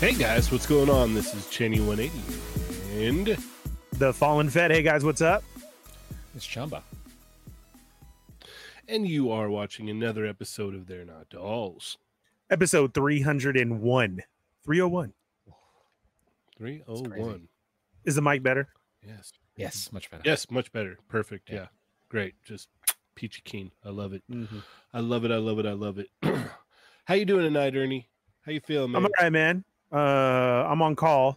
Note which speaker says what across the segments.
Speaker 1: Hey guys, what's going on? This is Cheney 180 and
Speaker 2: The Fallen Fed. Hey guys, what's up?
Speaker 3: It's Chamba.
Speaker 1: and you are watching another episode of They're Not Dolls.
Speaker 2: Episode 301. 301.
Speaker 3: That's
Speaker 1: 301.
Speaker 3: crazy.
Speaker 2: Is the mic better?
Speaker 1: Yes.
Speaker 3: Yes,
Speaker 2: Mm-hmm.
Speaker 3: much better.
Speaker 1: Yes, much better. Perfect. Yeah.
Speaker 3: Yeah.
Speaker 1: Great. Just peachy keen. I love it.
Speaker 2: Mm-hmm.
Speaker 1: I love it. I love it. I love it. How you doing tonight, Ernie? How you feeling, man?
Speaker 2: I'm all right, man. Uh, I'm on call.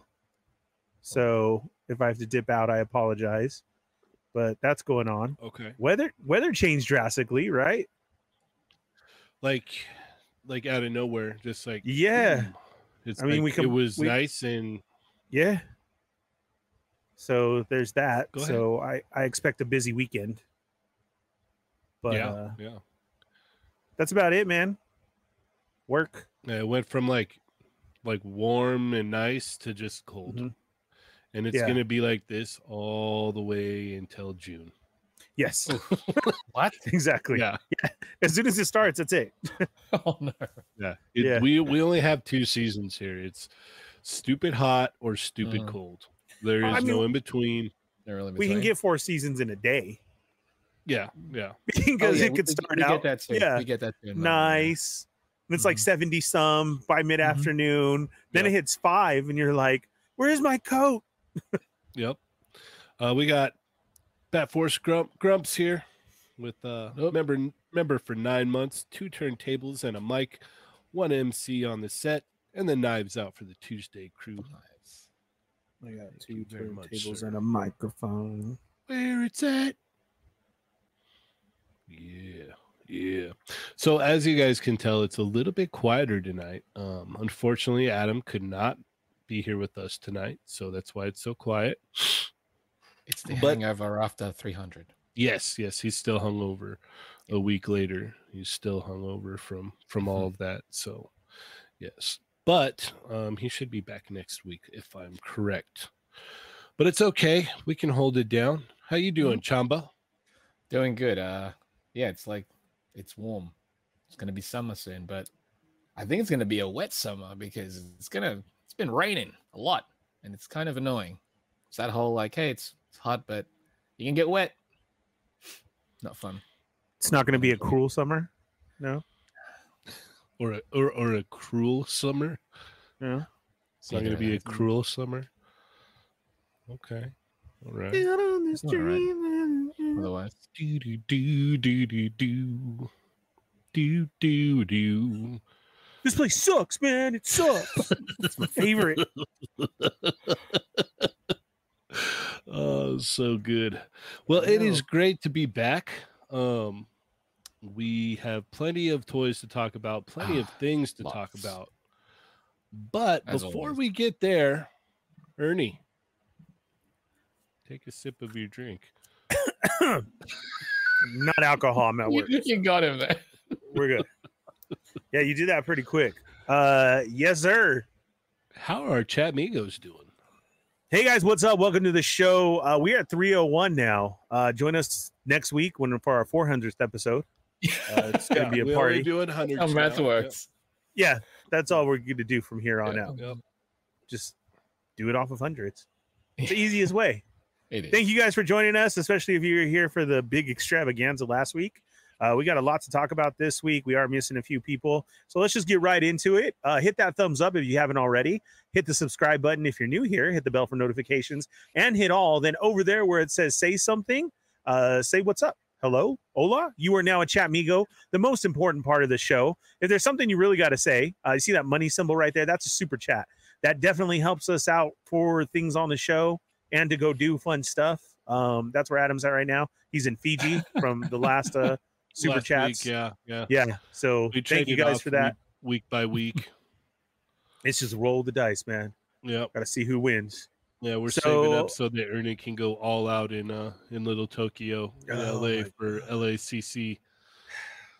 Speaker 2: So if I have to dip out, I apologize. But that's going on.
Speaker 1: Okay.
Speaker 2: Weather weather changed drastically, right?
Speaker 1: Like like out of nowhere, just like
Speaker 2: Yeah.
Speaker 1: boom. It's
Speaker 2: I
Speaker 1: like,
Speaker 2: mean, we
Speaker 1: it
Speaker 2: com-
Speaker 1: was
Speaker 2: we-
Speaker 1: nice and
Speaker 2: Yeah. So there's that.
Speaker 1: Go ahead.
Speaker 2: So I, I expect a busy weekend. But
Speaker 1: yeah,
Speaker 2: uh,
Speaker 1: yeah.
Speaker 2: that's about it, man. Work.
Speaker 1: Yeah, Uh, it went from like like warm and nice to just cold.
Speaker 2: Mhm.
Speaker 1: And it's
Speaker 2: Yeah.
Speaker 1: gonna be like this all the way until June.
Speaker 2: Yes,
Speaker 3: What?
Speaker 2: exactly.
Speaker 1: Yeah.
Speaker 2: As soon as it starts, that's it.
Speaker 3: Oh no.
Speaker 1: Yeah. It-
Speaker 2: Yeah.
Speaker 1: We we only have two seasons here. It's stupid hot or stupid
Speaker 3: Uh-huh.
Speaker 1: cold. There is
Speaker 2: Mm. I
Speaker 1: no
Speaker 2: mean-
Speaker 1: in between.
Speaker 3: They're really
Speaker 2: We can
Speaker 3: between.
Speaker 2: get four seasons in a day
Speaker 1: Yeah, yeah.
Speaker 3: Oh,
Speaker 2: because
Speaker 3: yeah,
Speaker 2: it could
Speaker 3: we-
Speaker 2: start
Speaker 3: we
Speaker 2: out
Speaker 3: Get that soon.
Speaker 2: Yeah.
Speaker 3: We get that soon.
Speaker 2: nice. And it's like
Speaker 3: Mhm.
Speaker 2: 70 some by mid afternoon. Then
Speaker 1: Yeah.
Speaker 2: it hits five, and you're like, Where's my coat?
Speaker 1: Yep. Uh, we got Bat Force Grump Grumps here with uh
Speaker 3: Yep.
Speaker 1: member member for nine months, two turntables and a mic, one MC on the set, and the knives out for the Tuesday crew.
Speaker 3: Nice.
Speaker 2: I got
Speaker 1: Thank you very much, sir.
Speaker 2: and a microphone.
Speaker 1: where it's at. Yeah, yeah. So as you guys can tell, it's a little bit quieter tonight. Um, unfortunately, Adam could not be here with us tonight, so that's why it's so quiet.
Speaker 3: It's the
Speaker 1: But-
Speaker 3: hangover after 300.
Speaker 1: Yes, yes, he's still hungover. A week later, he's still hungover from from all of that. So, yes, but um, he should be back next week if I'm correct. But it's okay. We can hold it down. How you doing, Chamba?
Speaker 3: Doing good. Uh, yeah, it's like it's warm. It's gonna be summer soon, but I think it's gonna be a wet summer because it's gonna it's been raining a lot, and it's kind of annoying. It's that whole like, hey, it's, it's hot, but you can get wet. Not fun.
Speaker 2: It's not going to be a cruel summer. No,
Speaker 1: or a, or, or a cruel summer.
Speaker 2: no.
Speaker 1: It's not going to be a
Speaker 3: Yeah.
Speaker 1: cruel summer. Okay. All right.
Speaker 2: Out on this
Speaker 3: All right.
Speaker 2: dream.
Speaker 3: Otherwise,
Speaker 1: Do do do do do do do do do.
Speaker 2: This place sucks, man. It sucks. it's my favorite.
Speaker 1: Oh, so good. Well,
Speaker 2: I
Speaker 1: it
Speaker 2: know.
Speaker 1: is great to be back. Um, we have plenty of toys to talk about, plenty of
Speaker 3: Ah,
Speaker 1: things to talk
Speaker 3: lots.
Speaker 1: about. But
Speaker 3: As
Speaker 1: before
Speaker 3: always.
Speaker 1: we get there, Ernie, take a sip of your drink.
Speaker 2: Not alcohol. I'm at
Speaker 3: you,
Speaker 2: work.
Speaker 3: you got him there.
Speaker 2: We're good. Yeah, you did that pretty quick. Uh, yes, sir.
Speaker 1: How are Chat Migos doing?
Speaker 2: Hey guys, what's up? Welcome to the show. Uh, we are at 301 now. Uh, join us next week when for our 400th episode. Uh, it's gonna be a
Speaker 1: we only
Speaker 2: party.
Speaker 1: Doing hundreds.
Speaker 3: How math
Speaker 1: now.
Speaker 3: works.
Speaker 2: Yeah, that's all we're going to do from here on
Speaker 3: Yeah.
Speaker 2: out.
Speaker 1: Yep.
Speaker 2: Just do it off of hundreds. It's the easiest way.
Speaker 3: It is.
Speaker 2: Thank you guys for joining us, especially if you were here for the big extravaganza last week. Uh, we got a lot to talk about this week. We are missing a few people. So let's just get right into it. Uh, hit that thumbs up if you haven't already. Hit the subscribe button if you're new here. Hit the bell for notifications and hit all. Then over there where it says say something, uh, say what's up. Hello, hola. You are now a chat migo, the most important part of the show. If there's something you really got to say, uh, you see that money symbol right there? That's a super chat. That definitely helps us out for things on the show and to go do fun stuff. Um, that's where Adam's at right now. He's in Fiji from the last uh,
Speaker 1: Last
Speaker 2: super
Speaker 1: week,
Speaker 2: chats.
Speaker 1: yeah, yeah.
Speaker 2: yeah. So
Speaker 1: We
Speaker 2: thank you
Speaker 1: traded
Speaker 2: guys
Speaker 1: off
Speaker 2: for that.
Speaker 1: Week, week by week.
Speaker 2: It's just roll the dice, man.
Speaker 1: yep.
Speaker 2: Got to see who wins.
Speaker 1: Yeah, we're saving up
Speaker 2: So-
Speaker 1: so that Ernie can go all out in uh in Little Tokyo in
Speaker 2: Oh
Speaker 1: LA
Speaker 2: my
Speaker 1: for
Speaker 2: God.
Speaker 1: LACC.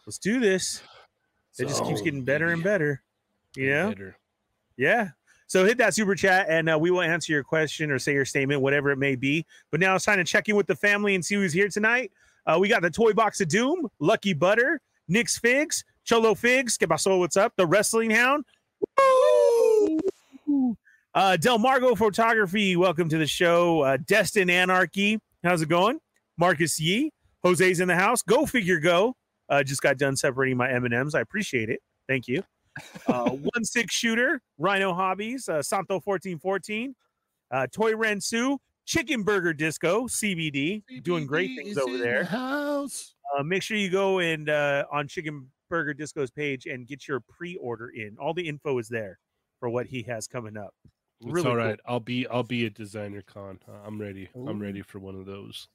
Speaker 2: Let's do this. It just keeps
Speaker 1: So,
Speaker 2: getting better and
Speaker 1: baby,
Speaker 2: better.
Speaker 1: and
Speaker 2: You know?
Speaker 1: better.
Speaker 2: Yeah. So hit that super chat and uh, we will answer your question or say your statement, whatever it may be. But now it's time to check in with the family and see who's here tonight. Uh, we got the Toy Box of Doom, Lucky Butter, Nick's Figs, Cholo Figs, Que Paso, what's up? The Wrestling Hound. Uh, Del Margo Photography, welcome to the show. Uh, Destin Anarchy, how's it going? Marcus Yee, Jose's in the house. Go figure, go. Uh, just got done separating my M and M's. I appreciate it. Thank you. Uh, One six shooter, Rhino Hobbies, uh, Santo fourteen fourteen, uh, Toy Rensu, Chicken Burger Disco, CBD, doing great
Speaker 1: BBB
Speaker 2: things
Speaker 1: is
Speaker 2: over
Speaker 1: in
Speaker 2: there
Speaker 1: the house.
Speaker 2: uh, make sure you go and uh, on Chicken Burger Disco's page and get your pre-order in. All the info is there for what he has coming up.
Speaker 1: It's
Speaker 2: Really
Speaker 1: all
Speaker 2: cool.
Speaker 1: right. I'll be I'll be at designer con. Uh, I'm ready. I'm
Speaker 3: Ooh.
Speaker 1: ready for one of those.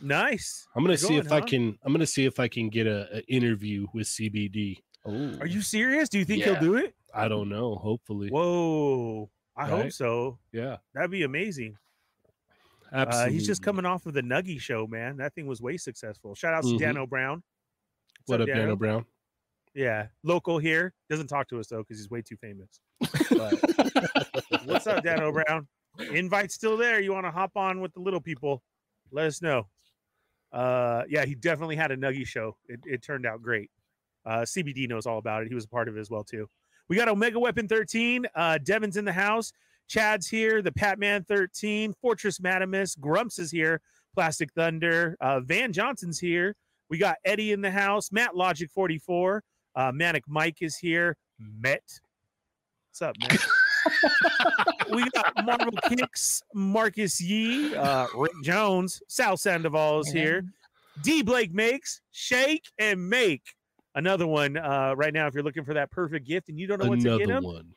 Speaker 2: Nice.
Speaker 1: I'm gonna
Speaker 2: You're
Speaker 1: see if
Speaker 2: going,
Speaker 1: I
Speaker 2: huh?
Speaker 1: can. I'm gonna see if I can get a, a interview with CBD.
Speaker 3: Oh,
Speaker 2: Are you serious? Do you think
Speaker 3: Yeah.
Speaker 2: he'll do it?
Speaker 1: I don't know. Hopefully,
Speaker 2: Whoa! I hope
Speaker 1: Right?
Speaker 2: so.
Speaker 1: yeah,
Speaker 2: That'd be amazing.
Speaker 1: absolutely.
Speaker 2: Uh, he's just coming off of the Nuggy show, man. That thing was way successful. Shout out
Speaker 1: Mhm.
Speaker 2: to Dano Brown. What's
Speaker 1: What up, Dano Brown?
Speaker 2: Yeah, local here. Doesn't talk to us though because he's way too famous. But what's up, Dano Brown? Invite's still there. You want to hop on with the little people? Let us know. Uh, yeah, he definitely had a nuggy show. It, it turned out great. Uh, CBD knows all about it. He was a part of it as well too. We got Omega Weapon 13. Uh, Devin's in the house. Chad's here. The Patman 13. Fortress Madamus. Grumps is here. Plastic Thunder. Uh, Van Johnson's here. We got Eddie in the house. Matt Logic 44. Uh, Manic Mike is here. Met. What's up, man? we got Marvel Kicks, Marcus Yee, uh, Rick Jones, Sal Sandoval is here. D Blake makes shake and make another one uh, right now. If you're looking for that perfect gift and you don't know what to get
Speaker 1: Another
Speaker 2: him,
Speaker 1: one.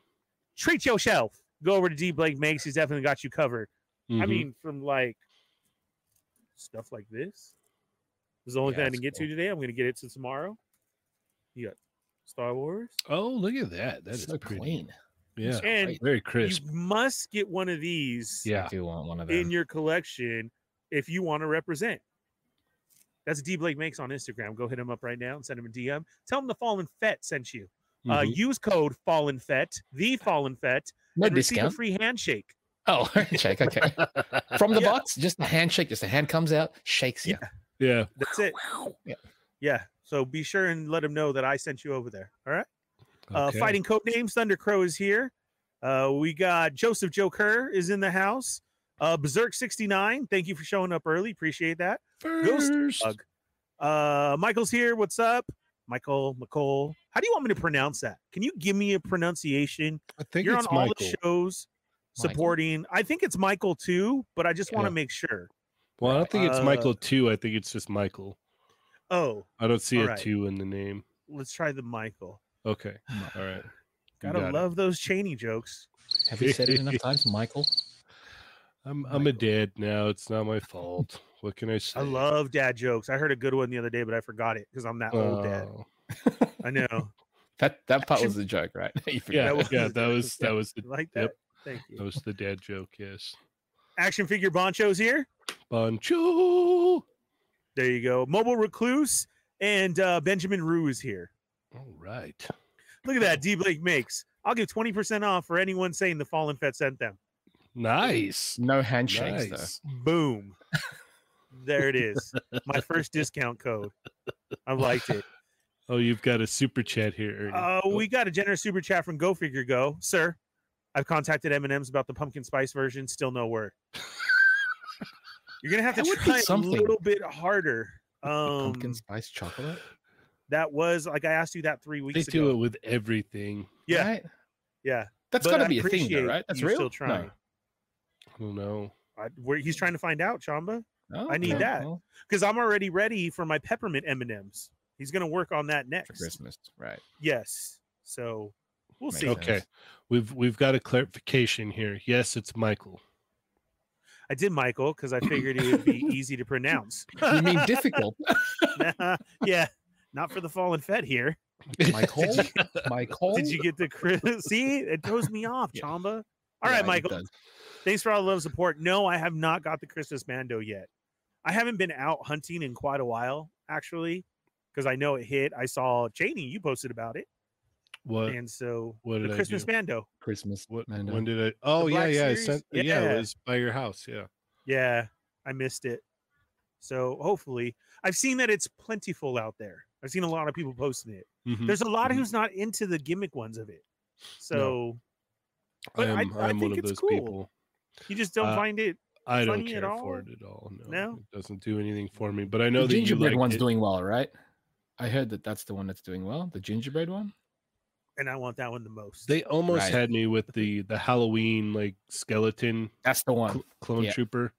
Speaker 2: treat yourself. Go over to D Blake makes. He's definitely got you covered. I
Speaker 1: Mhm.
Speaker 2: mean, from like stuff like this. This is the only
Speaker 3: Yeah,
Speaker 2: thing I
Speaker 3: that's
Speaker 2: didn't get
Speaker 3: cool.
Speaker 2: to today. I'm going to get it to tomorrow. You got Star Wars.
Speaker 1: oh, look at that. That
Speaker 3: That's
Speaker 1: is
Speaker 3: so
Speaker 1: pretty.
Speaker 3: clean.
Speaker 1: Yeah,
Speaker 3: That's
Speaker 2: And
Speaker 3: great.
Speaker 1: very crisp.
Speaker 2: You must get one of these
Speaker 1: yeah,
Speaker 3: I do want one of them.
Speaker 2: in your collection if you want to represent. That's D Blake makes on Instagram. Go hit him up right now and send him a DM. Tell him the Fallen Fet sent you. Uh,
Speaker 1: Mhm.
Speaker 2: use code Fallen Fet, the Fallen Fet,
Speaker 3: no
Speaker 2: and receive a
Speaker 3: discount.
Speaker 2: free handshake.
Speaker 3: Oh, handshake. Okay.
Speaker 1: Mm-hmm.
Speaker 3: From the
Speaker 2: Yeah.
Speaker 3: box, just a handshake. Just a hand comes out, shakes you.
Speaker 1: yeah.
Speaker 2: That's it.
Speaker 3: Yeah.
Speaker 2: Yeah. So be sure and let him know that I sent you over there. All right. Uh,
Speaker 1: okay.
Speaker 2: fighting code names. Thunder Crow is here. Uh, we got Joseph Joe Kerr is in the house. Uh, Berserk 69. Thank you for showing up early. Appreciate that. Ghost
Speaker 1: First.
Speaker 2: Bug. Uh, Michael's here. What's up, Michael? McCole. How do you want me to pronounce that? Can you give me a pronunciation?
Speaker 1: I think
Speaker 2: You're on
Speaker 1: it's
Speaker 2: all
Speaker 1: Michael.
Speaker 2: the shows
Speaker 3: Michael.
Speaker 2: supporting. I think it's Michael too, but I just want to
Speaker 1: Yeah.
Speaker 2: make sure.
Speaker 1: Well, I don't think it's
Speaker 2: Uh,
Speaker 1: Michael two. I think it's just Michael.
Speaker 2: Oh,
Speaker 1: I don't see
Speaker 2: all
Speaker 1: a
Speaker 2: right.
Speaker 1: two in the name.
Speaker 2: let's try the Michael.
Speaker 1: Okay. All right. You
Speaker 2: Gotta
Speaker 1: got it.
Speaker 2: love those Cheney jokes.
Speaker 3: Have you said it enough times, Michael?
Speaker 1: I'm I'm a
Speaker 3: Michael.
Speaker 1: dad now. It's not my fault. What can I say?
Speaker 2: I love dad jokes. I heard a good one the other day, but I forgot it because I'm that old dad.
Speaker 1: Oh.
Speaker 2: I know.
Speaker 3: That that part
Speaker 2: Should-
Speaker 3: was the joke, right? You
Speaker 1: Yeah,
Speaker 3: forgot.
Speaker 2: was
Speaker 1: yeah,
Speaker 2: the
Speaker 1: that
Speaker 2: joke,
Speaker 1: was
Speaker 2: yeah.
Speaker 1: that was the
Speaker 2: You Like that.
Speaker 1: Yep.
Speaker 2: Thank
Speaker 1: that
Speaker 2: you.
Speaker 1: was the dad joke. Yes,
Speaker 2: Action figure Boncho's here.
Speaker 1: Boncho.
Speaker 2: There you go. Mobile Recluse and uh, Benjamin Rue is here.
Speaker 1: All right.
Speaker 2: Look at that. D Blake makes. I'll give 20% off for anyone saying the Fallen Fett sent them.
Speaker 1: Nice.
Speaker 3: No handshakes
Speaker 1: Nice.
Speaker 2: Boom. There it is. My first discount code. I liked it.
Speaker 1: Oh, you've got a super chat here, Ernie.
Speaker 2: Uh, we got a generous super chat from Go Figure Go. Sir, I've contacted M&M's about the pumpkin spice version. Still no word. You're going to have to
Speaker 3: That would be
Speaker 2: try a
Speaker 3: something.
Speaker 2: little bit harder.
Speaker 3: though.
Speaker 2: Um,
Speaker 3: Pumpkin spice chocolate.
Speaker 2: That was, like I asked you that three
Speaker 1: they
Speaker 2: weeks
Speaker 1: do it
Speaker 2: ago.
Speaker 1: with everything.
Speaker 2: Yeah.
Speaker 3: Right?
Speaker 2: Yeah.
Speaker 3: That's
Speaker 2: But
Speaker 3: got
Speaker 2: I
Speaker 3: to be a thing,
Speaker 2: appreciate
Speaker 3: though, right? That's
Speaker 2: you
Speaker 3: real.
Speaker 2: still trying.
Speaker 1: I don't know.
Speaker 2: I, where, he's trying to find out, Chamba.
Speaker 3: Oh, No.
Speaker 2: I need
Speaker 3: Okay,
Speaker 2: that.
Speaker 3: well,
Speaker 2: because I'm already ready for my peppermint M and M's. He's gonna work on that
Speaker 3: for
Speaker 2: next.
Speaker 3: Christmas, right?
Speaker 2: Yes, so we'll
Speaker 3: Makes
Speaker 2: see.
Speaker 3: sense.
Speaker 1: Okay, we've we've got a clarification here. Yes, it's Michael.
Speaker 2: I did Michael because I figured it would be easy to pronounce.
Speaker 3: You mean difficult,
Speaker 2: yeah, not for the fallen fed here.
Speaker 3: Michael? Michael?
Speaker 2: Did you get the cri- see? It throws me off,
Speaker 3: Yeah.
Speaker 2: Chamba.
Speaker 3: Yeah,
Speaker 2: All right,
Speaker 3: it
Speaker 2: Michael.
Speaker 3: does.
Speaker 2: Thanks for all the love and support. No, I have not got the Christmas Mando yet. I haven't been out hunting in quite a while, actually, because I know it hit. I saw Janie, you posted about it,
Speaker 1: What?
Speaker 2: and so
Speaker 1: what
Speaker 2: the
Speaker 1: did I
Speaker 2: Christmas
Speaker 1: do?
Speaker 2: Mando.
Speaker 3: Christmas.
Speaker 1: What?
Speaker 3: Mando.
Speaker 1: When did I? Oh yeah,
Speaker 2: Black
Speaker 1: yeah, I
Speaker 2: Series?
Speaker 1: sent, yeah. yeah.
Speaker 2: Yeah.
Speaker 1: It was by your house. Yeah.
Speaker 2: Yeah, I missed it. So hopefully, I've seen that it's plentiful out there. I've seen a lot of people posting it.
Speaker 1: Mhm.
Speaker 2: There's a lot
Speaker 1: mhm.
Speaker 2: who's not into the gimmick ones of it. So But I-
Speaker 1: I'm,
Speaker 2: I
Speaker 1: I'm
Speaker 2: think
Speaker 1: one of
Speaker 2: it's
Speaker 1: those
Speaker 2: cool.
Speaker 1: people.
Speaker 2: You just don't
Speaker 1: Uh,
Speaker 2: find it.
Speaker 1: I don't
Speaker 2: funny at
Speaker 1: care
Speaker 2: all?
Speaker 1: for it at all. No,
Speaker 2: No?
Speaker 1: it doesn't do anything for me. But I
Speaker 3: No,
Speaker 1: know
Speaker 3: the
Speaker 1: that you
Speaker 3: gingerbread
Speaker 1: like
Speaker 3: one's
Speaker 1: it.
Speaker 3: doing well, right? I heard that that's the one that's doing well. The gingerbread one.
Speaker 2: And I want that one the most.
Speaker 1: They almost
Speaker 3: Right.
Speaker 1: had me with the the Halloween like skeleton
Speaker 3: That's the one.
Speaker 1: cl- clone
Speaker 3: yeah.
Speaker 1: trooper.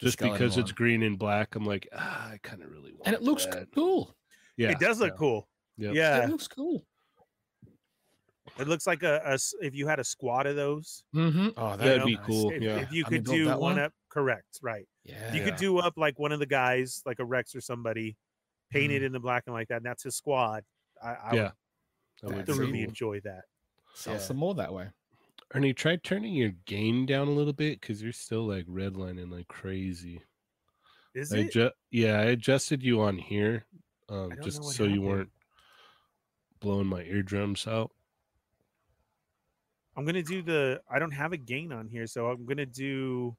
Speaker 3: The
Speaker 1: Just
Speaker 3: skeleton
Speaker 1: because it's
Speaker 3: one.
Speaker 1: green and black, I'm like, ah, I kind of really want.
Speaker 3: and it looks
Speaker 1: that."
Speaker 3: cool.
Speaker 1: Yeah,
Speaker 2: it does look
Speaker 1: yeah,
Speaker 2: cool.
Speaker 1: Yep.
Speaker 2: Yeah,
Speaker 3: It looks cool.
Speaker 2: it looks like a, a s- if you had a squad of those.
Speaker 3: Mm-hmm. Oh,
Speaker 2: you
Speaker 1: That'd
Speaker 2: know,
Speaker 1: be
Speaker 3: nice.
Speaker 1: cool.
Speaker 2: If,
Speaker 1: yeah.
Speaker 2: if you
Speaker 3: Can we
Speaker 2: could
Speaker 3: build
Speaker 2: do
Speaker 3: that
Speaker 2: one
Speaker 3: one?
Speaker 2: up, correct, right?
Speaker 3: Yeah.
Speaker 2: You could do up like one of the guys, like a Rex or somebody, painted in the black and like that, and that's his squad. I, I
Speaker 1: Mm-hmm. yeah. That
Speaker 2: would
Speaker 1: would be
Speaker 3: That's
Speaker 2: thoroughly
Speaker 1: cool.
Speaker 2: enjoy that.
Speaker 3: sell
Speaker 1: yeah.
Speaker 3: some more that way.
Speaker 1: Ernie, try turning your gain down a little bit because you're still like redlining like crazy.
Speaker 2: Is
Speaker 1: I
Speaker 2: it?
Speaker 1: adju- yeah, I adjusted you on here um,
Speaker 2: don't know
Speaker 1: just
Speaker 2: what
Speaker 1: so you
Speaker 2: happened.
Speaker 1: weren't blowing my eardrums out.
Speaker 2: I'm gonna do the. I don't have a gain on here, so I'm gonna do.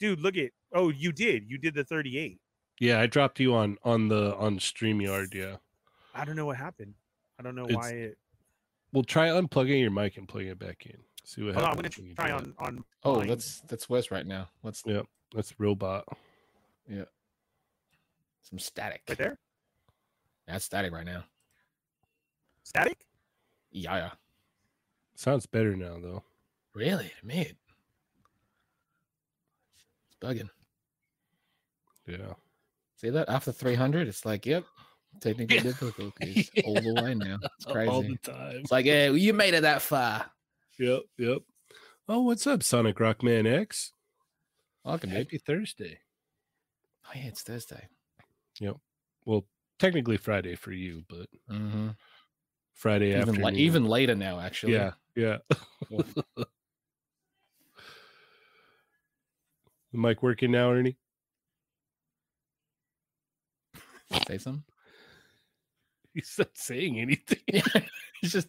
Speaker 2: Dude, look at. Oh, you did. You did the 38.
Speaker 1: Yeah, I dropped you on on the on StreamYard. Yeah,
Speaker 2: I don't know what happened. I don't know
Speaker 1: It's-
Speaker 2: why it.
Speaker 1: well, try unplugging your mic and plug it back in. See what
Speaker 2: Hold on, I'm
Speaker 1: happens.
Speaker 2: gonna
Speaker 1: when you
Speaker 2: try
Speaker 1: do
Speaker 2: on on.
Speaker 3: Oh,
Speaker 2: mine.
Speaker 3: that's that's worse right now. Let's
Speaker 1: that. Yep, that's robot.
Speaker 3: some static.
Speaker 2: right there.
Speaker 3: That's static right now.
Speaker 2: Static.
Speaker 3: Yeah. yeah.
Speaker 1: Sounds better now though.
Speaker 3: Really? Man. It's bugging.
Speaker 1: Yeah,
Speaker 3: See that? After 300, it's like, yep, technical
Speaker 1: Yeah.
Speaker 3: difficulties all the way now. It's
Speaker 1: all
Speaker 3: crazy.
Speaker 1: the time.
Speaker 3: It's like, hey, you made it that far.
Speaker 1: Yep, yep. Oh, what's up, Sonic Rockman X?
Speaker 3: Welcome, dude.
Speaker 1: Happy Thursday.
Speaker 3: Oh, yeah, it's Thursday.
Speaker 1: Well, technically Friday for you, but
Speaker 3: Mm-hmm.
Speaker 1: Friday
Speaker 3: Even,
Speaker 1: afternoon.
Speaker 3: la- even later now, actually.
Speaker 1: yeah, yeah.
Speaker 3: Cool.
Speaker 1: The mic working now, Ernie?
Speaker 3: Say something.
Speaker 1: He's not saying anything.
Speaker 3: He's just.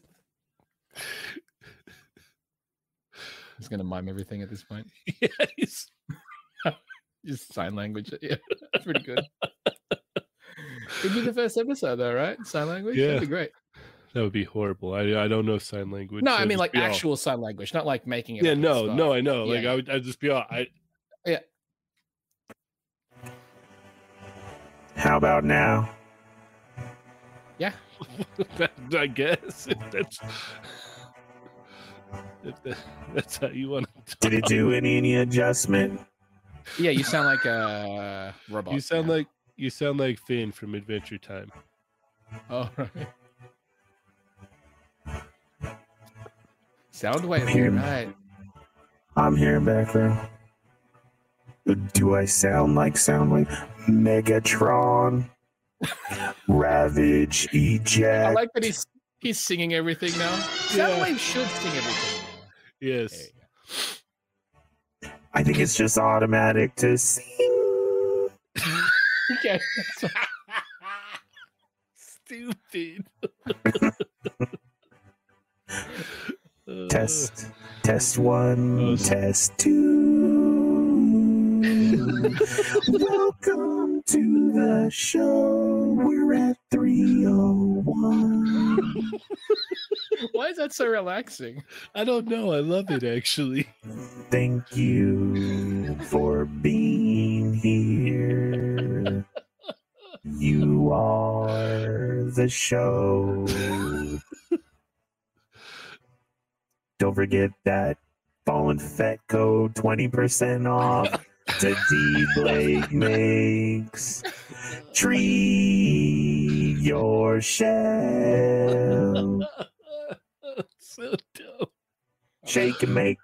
Speaker 3: He's going to mime everything at this point.
Speaker 1: yeah, he's
Speaker 3: Just sign language. Yeah, it's pretty good. It'd be the first episode, though, right? Sign language?
Speaker 1: Yeah.
Speaker 3: That'd be great.
Speaker 1: That would be horrible. I I don't know sign language.
Speaker 3: No,
Speaker 1: so I'd
Speaker 3: I mean
Speaker 1: just
Speaker 3: like
Speaker 1: be all-
Speaker 3: actual sign language, not like making it.
Speaker 1: yeah,
Speaker 3: up at the
Speaker 1: no,
Speaker 3: start.
Speaker 1: no, I know.
Speaker 3: Yeah,
Speaker 1: Like
Speaker 3: yeah.
Speaker 1: I would, I'd just be all. I
Speaker 2: How about now?
Speaker 1: that, I guess if that's if that, that's how you want to. Talk.
Speaker 2: any any adjustment?
Speaker 3: yeah, you sound like a robot.
Speaker 1: You sound
Speaker 3: now.
Speaker 1: like you sound like Finn from Adventure Time.
Speaker 3: Oh, right. Sound wave,
Speaker 2: Here.
Speaker 3: right?
Speaker 2: I'm hearing background. Do I sound like Soundwave? Megatron. Ravage.
Speaker 3: I
Speaker 2: Eject.
Speaker 3: like that he's he's singing everything now. Sound
Speaker 1: Yeah.
Speaker 3: wave should sing everything. Now.
Speaker 1: Yes,
Speaker 3: There you go.
Speaker 2: I think it's just automatic to sing.
Speaker 3: Okay. that's fine.
Speaker 1: stupid. Uh,
Speaker 2: Test. Test one.
Speaker 1: Oh, s-
Speaker 2: Test two. Welcome to the show. We're at 301.
Speaker 3: Why is that so relaxing?
Speaker 1: I don't know. I love it actually.
Speaker 2: Thank you for being here. You are the show. Don't forget that phone fat code 20% off to D Blake makes. Tree your shell.
Speaker 1: so dumb.
Speaker 2: Shake and make.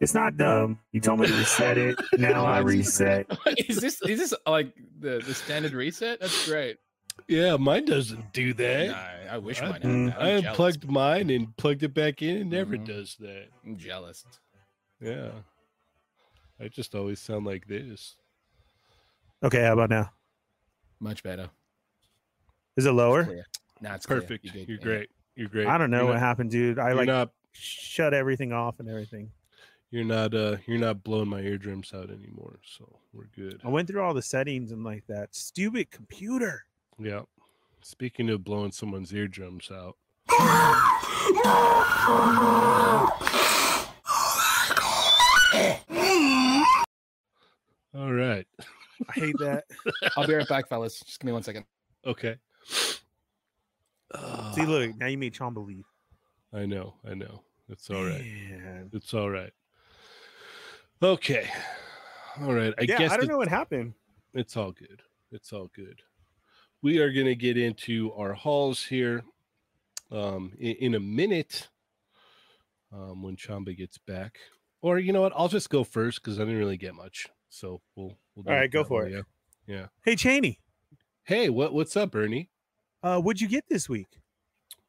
Speaker 2: It's not dumb. You told me to reset it. Now I reset.
Speaker 3: is this is this like the the standard reset? That's great.
Speaker 1: Yeah, mine doesn't do that.
Speaker 3: Nah, I wish
Speaker 1: I-
Speaker 3: mine had that. I'm
Speaker 1: I
Speaker 3: jealous.
Speaker 1: unplugged mine and plugged it back in. It never
Speaker 3: Mhm.
Speaker 1: does that.
Speaker 3: I'm jealous.
Speaker 1: Yeah. I just always sound like this.
Speaker 2: Okay, how about now?
Speaker 3: Much better. It's
Speaker 2: Is it lower?
Speaker 3: clear. Nah, it's clear.
Speaker 1: Perfect.
Speaker 3: good.
Speaker 1: You're
Speaker 3: Yeah.
Speaker 1: great. You're great.
Speaker 2: I don't know
Speaker 1: You're
Speaker 2: what
Speaker 1: not,
Speaker 2: happened, dude. I
Speaker 1: you're
Speaker 2: like
Speaker 1: not
Speaker 2: shut everything off and everything.
Speaker 1: you're not uh you're not blowing my eardrums out anymore. So we're good.
Speaker 2: I went through all the settings and like that. Stupid computer.
Speaker 1: Yeah. Speaking of blowing someone's eardrums out. All right.
Speaker 2: I hate that.
Speaker 3: I'll be right back, fellas. Just give me one second.
Speaker 1: Okay.
Speaker 2: See,
Speaker 1: Ah,
Speaker 2: look, now you made Sean believe.
Speaker 1: I know. I know. It's all right.
Speaker 2: Man.
Speaker 1: It's all right. Okay. All right. I
Speaker 2: yeah,
Speaker 1: guess
Speaker 2: I don't
Speaker 1: it-
Speaker 2: know what happened.
Speaker 1: it's all good. It's all good. We are going to get into our hauls here um, in, in a minute um, when Chamba gets back. Or you know what? I'll just go first because I didn't really get much. So we'll. we'll
Speaker 2: All right,
Speaker 1: it
Speaker 2: go
Speaker 1: that
Speaker 2: for
Speaker 1: way,
Speaker 2: it.
Speaker 1: yeah.
Speaker 2: Hey, Cheney,
Speaker 1: Hey, what what's up, Ernie?
Speaker 2: uh, what'd you get this week?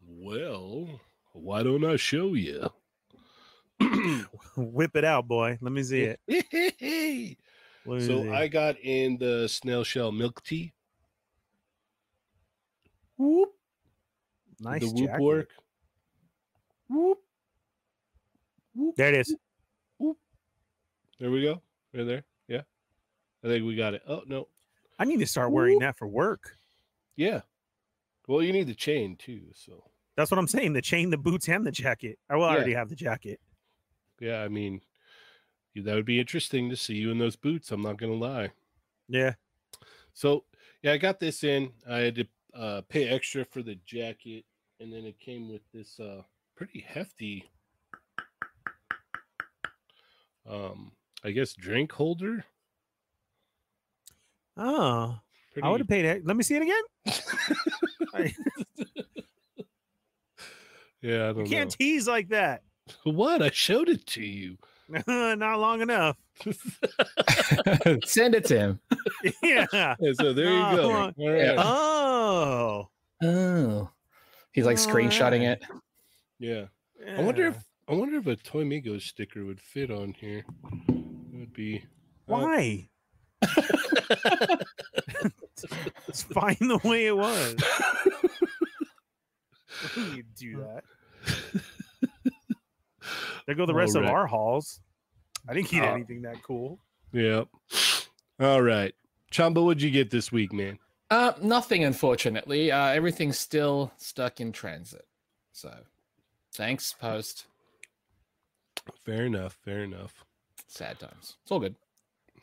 Speaker 1: Well, why don't I show you?
Speaker 2: Whip it out, boy. Let me see it. Let me see.
Speaker 1: so I got in the snail shell milk tea,
Speaker 2: whoop. Nice
Speaker 1: the whoop
Speaker 2: jacket.
Speaker 1: work.
Speaker 3: Whoop.
Speaker 2: There it is.
Speaker 1: There we go. Right there. Yeah. I think we got it. Oh no.
Speaker 2: I need to start wearing
Speaker 3: Whoop.
Speaker 2: that for work.
Speaker 1: Yeah. Well, you need the chain too. So
Speaker 2: That's what I'm saying. The chain, the boots, and the jacket. I will
Speaker 1: Yeah.
Speaker 2: already have the jacket.
Speaker 1: yeah, I mean, that would be interesting to see you in those boots. I'm not gonna lie.
Speaker 2: Yeah.
Speaker 1: So yeah, I got this in. I had to uh, pay extra for the jacket, and then it came with this uh, pretty hefty, um, I guess drink holder.
Speaker 2: Oh,
Speaker 1: Pretty,
Speaker 2: I would have paid it. Let me see it again.
Speaker 1: yeah, I don't
Speaker 2: You can't
Speaker 1: know.
Speaker 2: tease like that.
Speaker 1: what? I showed it to you.
Speaker 2: Not long enough.
Speaker 3: Send it to him.
Speaker 2: Yeah.
Speaker 1: And so there you go.
Speaker 2: Oh,
Speaker 1: All right.
Speaker 3: yeah.
Speaker 2: Oh.
Speaker 3: Oh. He's like
Speaker 2: All
Speaker 3: screenshotting
Speaker 2: right.
Speaker 3: it.
Speaker 1: yeah. I wonder if
Speaker 2: Yeah.
Speaker 1: I wonder if a Toy Migos sticker would fit on here. It would be uh,
Speaker 2: why. it's fine the way it was. Why you do
Speaker 1: Uh.
Speaker 2: that. There go the rest of
Speaker 1: Alright.
Speaker 2: our halls. I didn't get
Speaker 1: Uh,
Speaker 2: anything that cool.
Speaker 1: yeah. All right. Chamba, what'd you get this week, man?
Speaker 3: Uh, nothing, unfortunately. Uh, everything's still stuck in transit. So, thanks, post.
Speaker 1: Fair enough. Fair enough.
Speaker 3: Sad times. It's all good.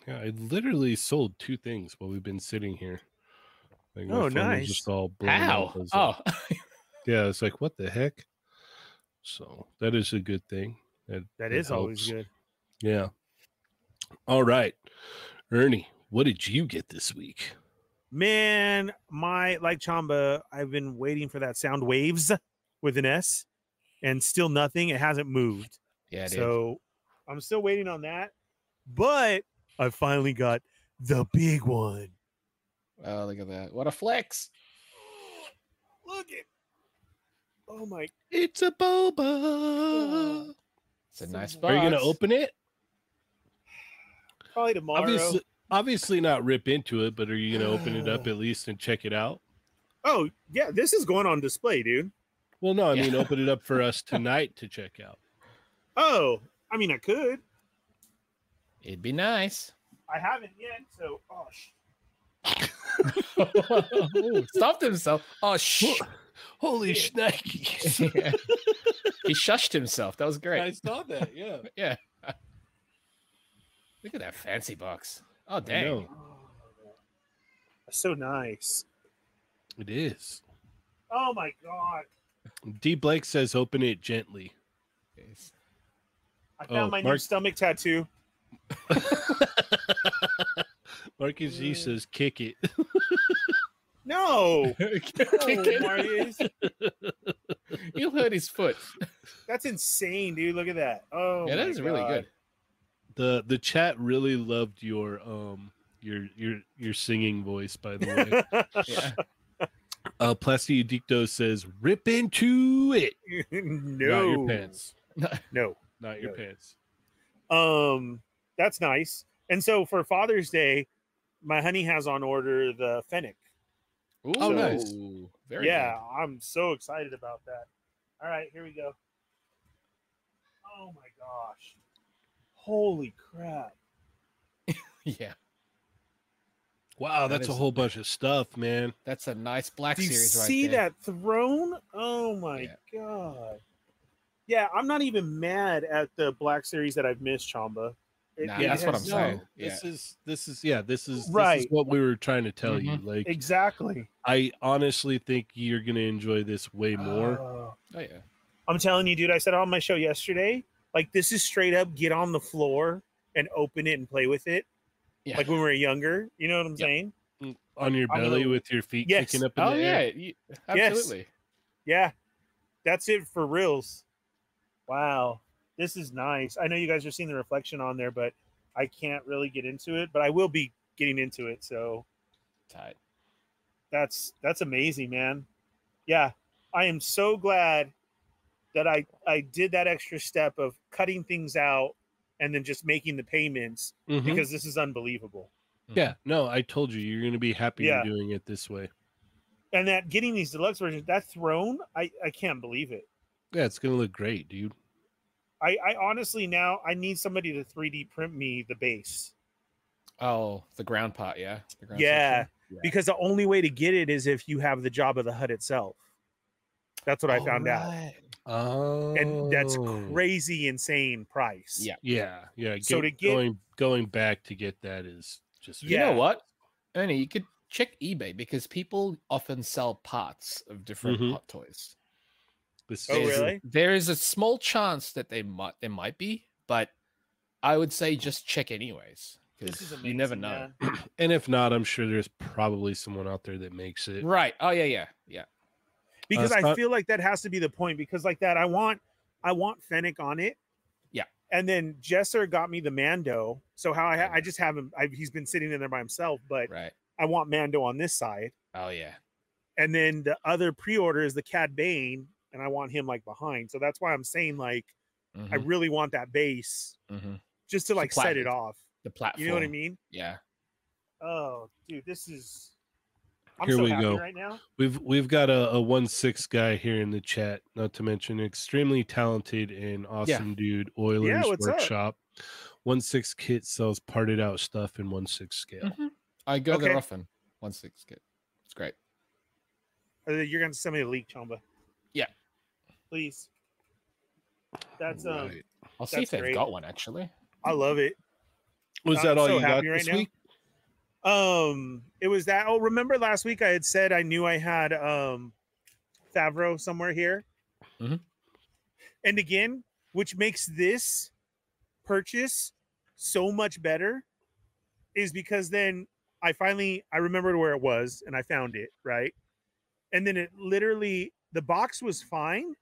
Speaker 1: Yeah, I literally sold two things while we've been sitting here. Like, my
Speaker 2: Oh,
Speaker 1: phone was
Speaker 2: nice.
Speaker 1: Just all blown up.
Speaker 3: How?
Speaker 1: I was like,
Speaker 3: Oh,
Speaker 1: yeah. It's like what the heck. So that is a good thing. That
Speaker 2: That
Speaker 1: it
Speaker 2: is always
Speaker 1: helps.
Speaker 2: good.
Speaker 1: Yeah. All right, Ernie, what did you get this week?
Speaker 2: Man, my like Chamba, I've been waiting for that sound waves with an S and still nothing. It hasn't moved.
Speaker 3: yeah, dude.
Speaker 2: so I'm still waiting on that. But I finally got the big one.
Speaker 3: oh, look at that. What a flex.
Speaker 2: Look it. Oh my
Speaker 1: It's a boba.
Speaker 3: It's a nice box.
Speaker 1: Are you gonna open it?
Speaker 2: probably tomorrow.
Speaker 1: Obviously, obviously not rip into it, but are you gonna open it up at least and check it out?
Speaker 2: Oh, yeah, this is going on display, dude.
Speaker 1: Well, no, I
Speaker 3: Yeah.
Speaker 1: mean open it up for us tonight to check out.
Speaker 2: Oh, I mean I could.
Speaker 3: It'd be nice.
Speaker 2: I haven't yet, so oh sh-
Speaker 3: Oh, Stuffed himself. Oh, shh.
Speaker 1: Holy
Speaker 3: Yeah.
Speaker 1: shnikes!
Speaker 3: Yeah. He shushed himself. That was
Speaker 1: I
Speaker 3: great.
Speaker 1: saw that. Yeah.
Speaker 3: Yeah. Look at that fancy box. Oh,
Speaker 1: I
Speaker 3: dang.
Speaker 1: know,
Speaker 2: so nice.
Speaker 1: it is.
Speaker 2: Oh my god.
Speaker 1: D Blake says open it gently.
Speaker 3: It's-
Speaker 2: I
Speaker 1: Oh,
Speaker 2: found my new
Speaker 1: Mark-
Speaker 2: stomach tattoo.
Speaker 1: Marcus Z says kick it.
Speaker 2: No.
Speaker 3: Kick
Speaker 2: No,
Speaker 3: it.
Speaker 2: Marius.
Speaker 3: You hurt his foot.
Speaker 2: That's insane, dude. Look at that. Oh
Speaker 3: yeah, that
Speaker 2: my
Speaker 3: is really
Speaker 2: God.
Speaker 3: good.
Speaker 1: The the chat really loved your um your your your singing voice by the way.
Speaker 3: Yeah.
Speaker 1: uh Plasti Udicto says rip into it.
Speaker 2: no.
Speaker 1: Not your pants.
Speaker 2: No.
Speaker 1: Not your
Speaker 2: No.
Speaker 1: pants.
Speaker 2: Um, that's nice. And so for Father's Day, my honey has on order the fennec.
Speaker 3: Ooh,
Speaker 1: Oh, nice.
Speaker 3: Very
Speaker 2: yeah, I'm so excited about that. All right, here we go. Oh my gosh! Holy crap!
Speaker 3: good. Yeah.
Speaker 1: Wow,
Speaker 3: That
Speaker 1: that's a
Speaker 3: is-
Speaker 1: whole bunch of stuff, man.
Speaker 3: That's a nice black
Speaker 2: Do you
Speaker 3: series right
Speaker 2: see
Speaker 3: there.
Speaker 2: that throne? Oh my
Speaker 3: Yeah.
Speaker 2: god! Yeah, I'm not even mad at the Black Series that I've missed, Chamba.
Speaker 3: Nah, that's what
Speaker 2: has-
Speaker 3: I'm saying.
Speaker 1: This is this is yeah, this is this
Speaker 2: Right.
Speaker 1: is what we were trying to tell you. Like
Speaker 2: Exactly.
Speaker 1: I honestly think you're gonna enjoy this way more.
Speaker 2: Uh,
Speaker 3: Oh yeah.
Speaker 2: I'm telling you, dude. I said on my show yesterday, like this is straight up get on the floor and open it and play with it,
Speaker 3: Yeah.
Speaker 2: like when we were younger. You know what I'm
Speaker 3: Yeah.
Speaker 2: saying?
Speaker 1: on your
Speaker 2: I'm gonna-
Speaker 1: belly with your feet
Speaker 2: Oh, Yes.
Speaker 1: kicking up in
Speaker 3: oh
Speaker 1: the
Speaker 3: yeah.
Speaker 1: air.
Speaker 3: you-
Speaker 2: Yes.
Speaker 3: absolutely.
Speaker 2: Yeah, that's it for reals. Wow, this is nice. I know you guys are seeing the reflection on there, but I can't really get into it. But I will be getting into it. So
Speaker 3: Tight.
Speaker 2: that's that's amazing, man. Yeah, I am so glad that I I did that extra step of cutting things out and then just making the payments
Speaker 1: Mhm.
Speaker 2: because this is unbelievable.
Speaker 1: Yeah, no, I told you you're gonna be happy
Speaker 2: Yeah.
Speaker 1: you're doing it this way.
Speaker 2: And that getting these deluxe versions, that throne, I I can't believe it.
Speaker 1: Yeah, it's gonna look great, dude.
Speaker 2: I I honestly now I need somebody to 3D print me the base.
Speaker 3: Oh, the ground pot. Yeah. The ground
Speaker 2: Yeah,
Speaker 3: section? Yeah.
Speaker 2: because the only way to get it is if you have the job of the hut itself. That's what I found out.
Speaker 3: Alright.
Speaker 1: Oh
Speaker 2: And that's crazy insane price.
Speaker 3: Yeah.
Speaker 1: Yeah, yeah. Get,
Speaker 2: So to get-
Speaker 1: going going back to get that is just
Speaker 3: You know
Speaker 2: Yeah.
Speaker 3: what, Ernie? You could check eBay because people often sell parts of different
Speaker 1: Mhm.
Speaker 3: hot toys.
Speaker 1: This
Speaker 2: Oh,
Speaker 1: is-
Speaker 3: There's-
Speaker 2: really?
Speaker 3: There is a small chance that they might there might be, but I would say just check anyways because you never know.
Speaker 2: man.
Speaker 1: And if not, I'm sure there's probably someone out there that makes it.
Speaker 3: Right? Oh yeah, yeah, yeah. Uh,
Speaker 2: because
Speaker 1: it's
Speaker 2: I
Speaker 1: not-
Speaker 2: feel like that has to be the point. Because like that, I want I want Fennec on it.
Speaker 3: Yeah.
Speaker 2: And then Jesser got me the Mando. So how I ha-
Speaker 3: Yeah.
Speaker 2: I just have him. I, he's been sitting in there by himself, but
Speaker 3: Right.
Speaker 2: I want Mando on this side.
Speaker 3: Oh yeah.
Speaker 2: And then the other pre-order is the Cad Bane, and I want him like behind. So that's why I'm saying like I
Speaker 3: Mhm,
Speaker 2: really want that base
Speaker 3: mhm.
Speaker 2: just to like set it
Speaker 3: platform.
Speaker 2: off.
Speaker 3: The platform.
Speaker 2: You know what I mean?
Speaker 3: Yeah.
Speaker 2: Oh, dude, this is. I'm
Speaker 1: Here
Speaker 2: so
Speaker 1: we
Speaker 2: happy
Speaker 1: go.
Speaker 2: right now.
Speaker 1: We've we've got a, a one six guy here in the chat, not to mention extremely talented and awesome dude, Oilers
Speaker 2: what's up?
Speaker 1: Workshop. One six kit sells parted out stuff in one six scale.
Speaker 2: Mm,
Speaker 3: Mhm. I go there
Speaker 2: Okay.
Speaker 3: often. One six kit. It's great.
Speaker 2: Uh, You're gonna send me the leak, Chamba.
Speaker 3: Yeah.
Speaker 2: Please. That's um.
Speaker 1: Right.
Speaker 3: I'll see
Speaker 2: That's
Speaker 3: if they've
Speaker 2: great.
Speaker 3: got one actually.
Speaker 2: I love it.
Speaker 1: Was
Speaker 2: I'm
Speaker 1: that all
Speaker 2: so
Speaker 1: you got
Speaker 2: happy right
Speaker 1: this
Speaker 2: now.
Speaker 1: week?
Speaker 2: Um, it was that. Oh, remember last week I had said I knew I had um Favreau somewhere here,
Speaker 1: Mm-hmm.
Speaker 3: Mhm.
Speaker 2: and again, which makes this purchase so much better, is because then I finally I remembered where it was and I found it right, and then it literally the box was fine,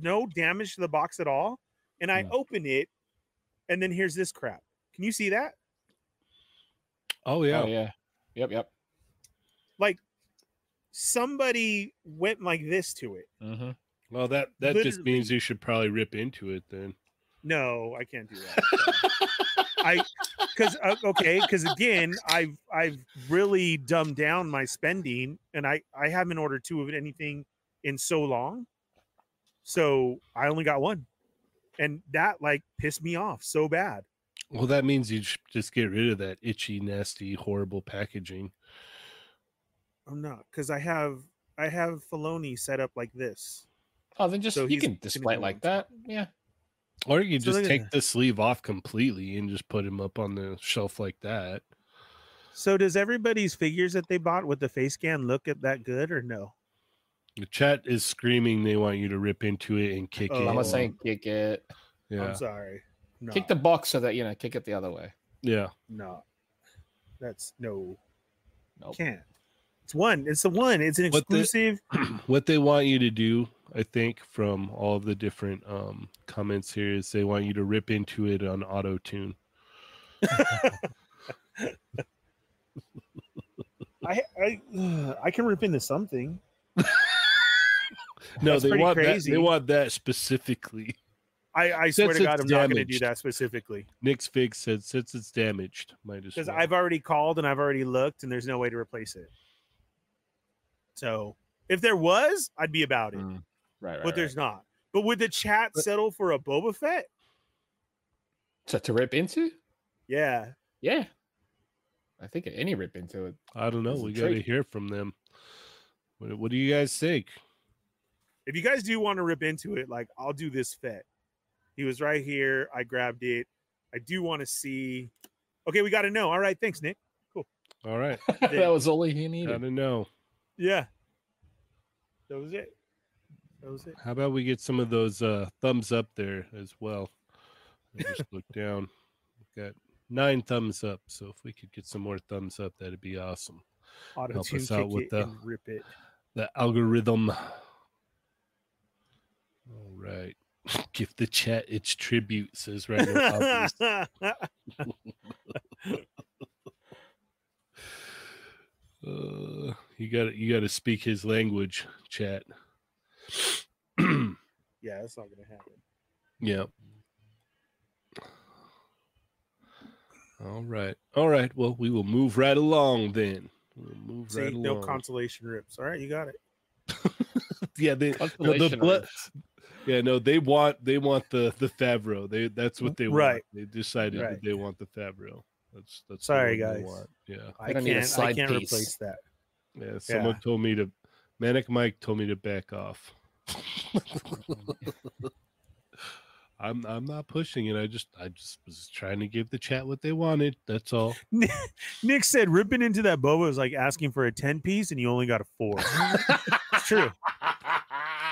Speaker 2: no damage to the box at all, and I
Speaker 3: Mm.
Speaker 1: Hmm.
Speaker 2: open it, and then here's this crap. Can you see that?
Speaker 1: Oh yeah.
Speaker 3: Oh yeah. Yep. Yep.
Speaker 2: somebody went like this to it.
Speaker 3: Mm-hmm.
Speaker 1: Well that that just means you should probably rip into it then.
Speaker 2: No, I can't do that. I because uh, okay, because again, I've I've really dumbed down my spending, and I I haven't ordered two of anything in so long, so I only got one, and that like pissed me off so bad.
Speaker 1: Well, that means you should just get rid of that itchy, nasty, horrible packaging.
Speaker 2: I'm not because I have I have Filoni set up like this.
Speaker 3: Oh, then just
Speaker 2: So
Speaker 3: you
Speaker 2: he's
Speaker 3: can
Speaker 2: gonna
Speaker 3: display it
Speaker 2: do
Speaker 3: like
Speaker 2: one.
Speaker 3: that. Yeah.
Speaker 1: Or you
Speaker 2: So
Speaker 1: just
Speaker 2: look at
Speaker 1: take
Speaker 2: that.
Speaker 1: the sleeve off completely and just put him up on the shelf like that.
Speaker 2: So does everybody's figures that they bought with the face scan look at that good or no?
Speaker 1: The chat is screaming they want you to rip into it and kick
Speaker 2: Oh,
Speaker 1: it.
Speaker 3: I'm
Speaker 2: Yeah.
Speaker 3: not saying kick it.
Speaker 1: yeah.
Speaker 2: I'm sorry. No.
Speaker 3: Kick the box so that you know kick it the other way.
Speaker 1: Yeah.
Speaker 2: No, that's no.
Speaker 3: Nope.
Speaker 2: Can't. It's one. It's the one. It's an
Speaker 1: What the-
Speaker 2: exclusive.
Speaker 1: what they want you to do, I think, from all of the different um, comments here is they want you to rip into it on auto tune.
Speaker 2: I I I can rip into something.
Speaker 1: No,
Speaker 2: That's
Speaker 1: they
Speaker 2: pretty
Speaker 1: want that.
Speaker 2: crazy.
Speaker 1: They want that specifically.
Speaker 2: I I swear
Speaker 1: Since
Speaker 2: to God, I'm
Speaker 1: it's
Speaker 2: not going to do
Speaker 1: damaged.
Speaker 2: that specifically
Speaker 1: Nick's fig said since it's damaged, might as
Speaker 2: because
Speaker 1: well.
Speaker 2: I've already called and I've already looked, and there's no way to replace it. So if there was, I'd be about it,
Speaker 3: Mm. Right. Right.
Speaker 2: but there's not. But would the chat
Speaker 1: But-
Speaker 2: settle for a Boba Fett?
Speaker 3: to, to rip into.
Speaker 2: Yeah,
Speaker 3: Yeah. I think any rip into it.
Speaker 1: I don't know.
Speaker 3: It's a
Speaker 1: We got to
Speaker 3: trick.
Speaker 1: hear from them. What, what do you guys think?
Speaker 2: if you guys do want to rip into it, like I'll do this Fett. He was right here. I grabbed it. I do want to see. Okay, we got to know. All right, thanks, Nick.
Speaker 1: All right.
Speaker 3: that was all he needed.
Speaker 1: How to know?
Speaker 2: Yeah, that was it. That was it.
Speaker 1: How about we get some of those uh, thumbs up there as well? I just look down. We've got nine thumbs up. So if we could get some more thumbs up, that'd be awesome.
Speaker 2: Auto tune
Speaker 1: us out
Speaker 2: kick
Speaker 1: with
Speaker 2: it
Speaker 1: the-
Speaker 2: and rip it.
Speaker 1: The algorithm. All right. Give the chat its tribute, says Randall Hopkins. Uh, you got you got to speak his language, chat.
Speaker 2: yeah, that's not gonna happen.
Speaker 1: Yeah. All right. All right. Well, we will move right along then. We'll move
Speaker 2: See,
Speaker 1: right
Speaker 2: no
Speaker 1: along.
Speaker 2: consolation rips. All right, you got it.
Speaker 1: yeah, they, no, the
Speaker 3: Consolation
Speaker 1: blood,
Speaker 3: rights.
Speaker 1: yeah, no, they want they want the the Favreau. They that's what they
Speaker 2: Right.
Speaker 1: want. They decided
Speaker 2: Right.
Speaker 1: that they want the Favreau. That's that's the
Speaker 2: Sorry,
Speaker 1: one they
Speaker 2: guys.
Speaker 1: want. Yeah.
Speaker 2: I
Speaker 3: don't need a
Speaker 2: can't. I
Speaker 3: side
Speaker 2: can't
Speaker 3: piece.
Speaker 2: replace that.
Speaker 1: Yeah. Someone
Speaker 2: Yeah.
Speaker 1: told me to Manic Mike told me to back off. I'm I'm not pushing it. I just I just was trying to give the chat what they wanted. That's all.
Speaker 2: Nick said ripping into that boba is like asking for a 10 piece and you only got a four. it's true.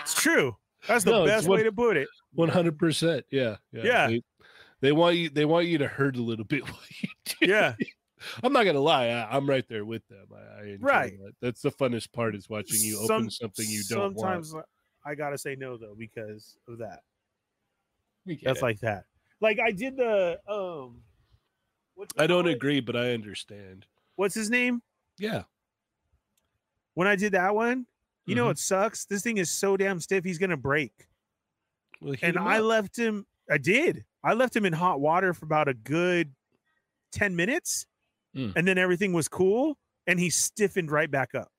Speaker 2: It's true. That's the
Speaker 1: No, it's
Speaker 2: best
Speaker 1: what-
Speaker 2: way to put it.
Speaker 1: One hundred percent. Yeah.
Speaker 2: Yeah.
Speaker 1: They, they want you. They want you to hurt a little bit. While you do.
Speaker 2: Yeah.
Speaker 1: I'm not gonna lie. I, I'm right there with them. I, I enjoy
Speaker 2: Right.
Speaker 1: That. That's the funnest part is watching you open
Speaker 2: Some-
Speaker 1: something you don't
Speaker 2: sometimes uh, I gotta say no though because of that.
Speaker 3: We get
Speaker 2: That's
Speaker 3: it.
Speaker 2: like that. Like I did the um. What's
Speaker 1: want. I
Speaker 2: the
Speaker 1: don't
Speaker 2: guy-
Speaker 1: agree, but I understand.
Speaker 2: What's his name?
Speaker 1: Yeah.
Speaker 2: When I did that one, you know
Speaker 1: Mhm.
Speaker 2: what sucks? This thing is so damn stiff. He's gonna break.
Speaker 1: Well, heat
Speaker 2: and
Speaker 1: 'em
Speaker 2: I
Speaker 1: up.
Speaker 2: left him. I did. I left him in hot water for about a good ten minutes,
Speaker 3: Mm.
Speaker 2: and then everything was cool, and he stiffened right back up.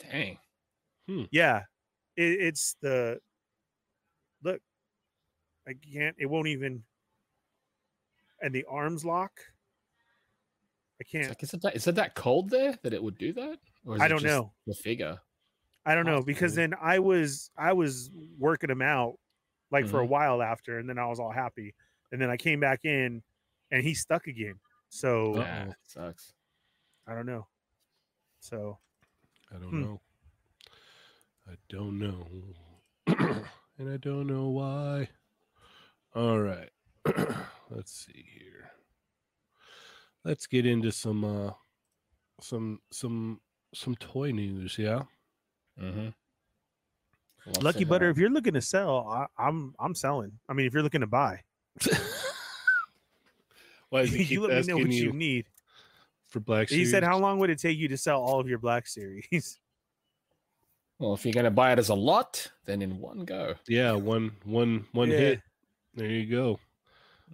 Speaker 3: dang.
Speaker 2: Yeah, it, it's the look. I can't. It won't even. And the arms lock. I
Speaker 3: It's
Speaker 2: can't.
Speaker 3: like, is it that is it that cold there that it would do that? Or is
Speaker 2: I
Speaker 3: it
Speaker 2: don't
Speaker 3: just
Speaker 2: know.
Speaker 3: The figure.
Speaker 2: I don't know
Speaker 3: That's
Speaker 2: because
Speaker 3: weird.
Speaker 2: then I was I was working him out like for a while after, and then I was all happy, and then I came back in, and he stuck again. So.
Speaker 1: Uh-oh.
Speaker 3: Nah, it sucks.
Speaker 2: I don't know. So
Speaker 1: I don't
Speaker 2: Hmm.
Speaker 1: know. I don't know. and I don't know why. All right. Let's see here. Let's get into some uh some some some toy news, yeah?
Speaker 3: Mm-hmm.
Speaker 2: Lucky
Speaker 3: uh,
Speaker 2: Butter, if you're looking to sell, I, I'm I'm selling. I mean, if you're looking to buy,
Speaker 1: Why does he
Speaker 2: you
Speaker 1: keep
Speaker 2: let me know
Speaker 1: asking
Speaker 2: what you
Speaker 1: you
Speaker 2: need.
Speaker 1: for Black
Speaker 2: He said,
Speaker 1: Series?
Speaker 2: "How long would it take you to sell all of your Black Series?"
Speaker 3: Well, if you're gonna buy it as a lot, then in one go.
Speaker 1: Yeah, one one one
Speaker 2: Yeah.
Speaker 1: hit. There you go.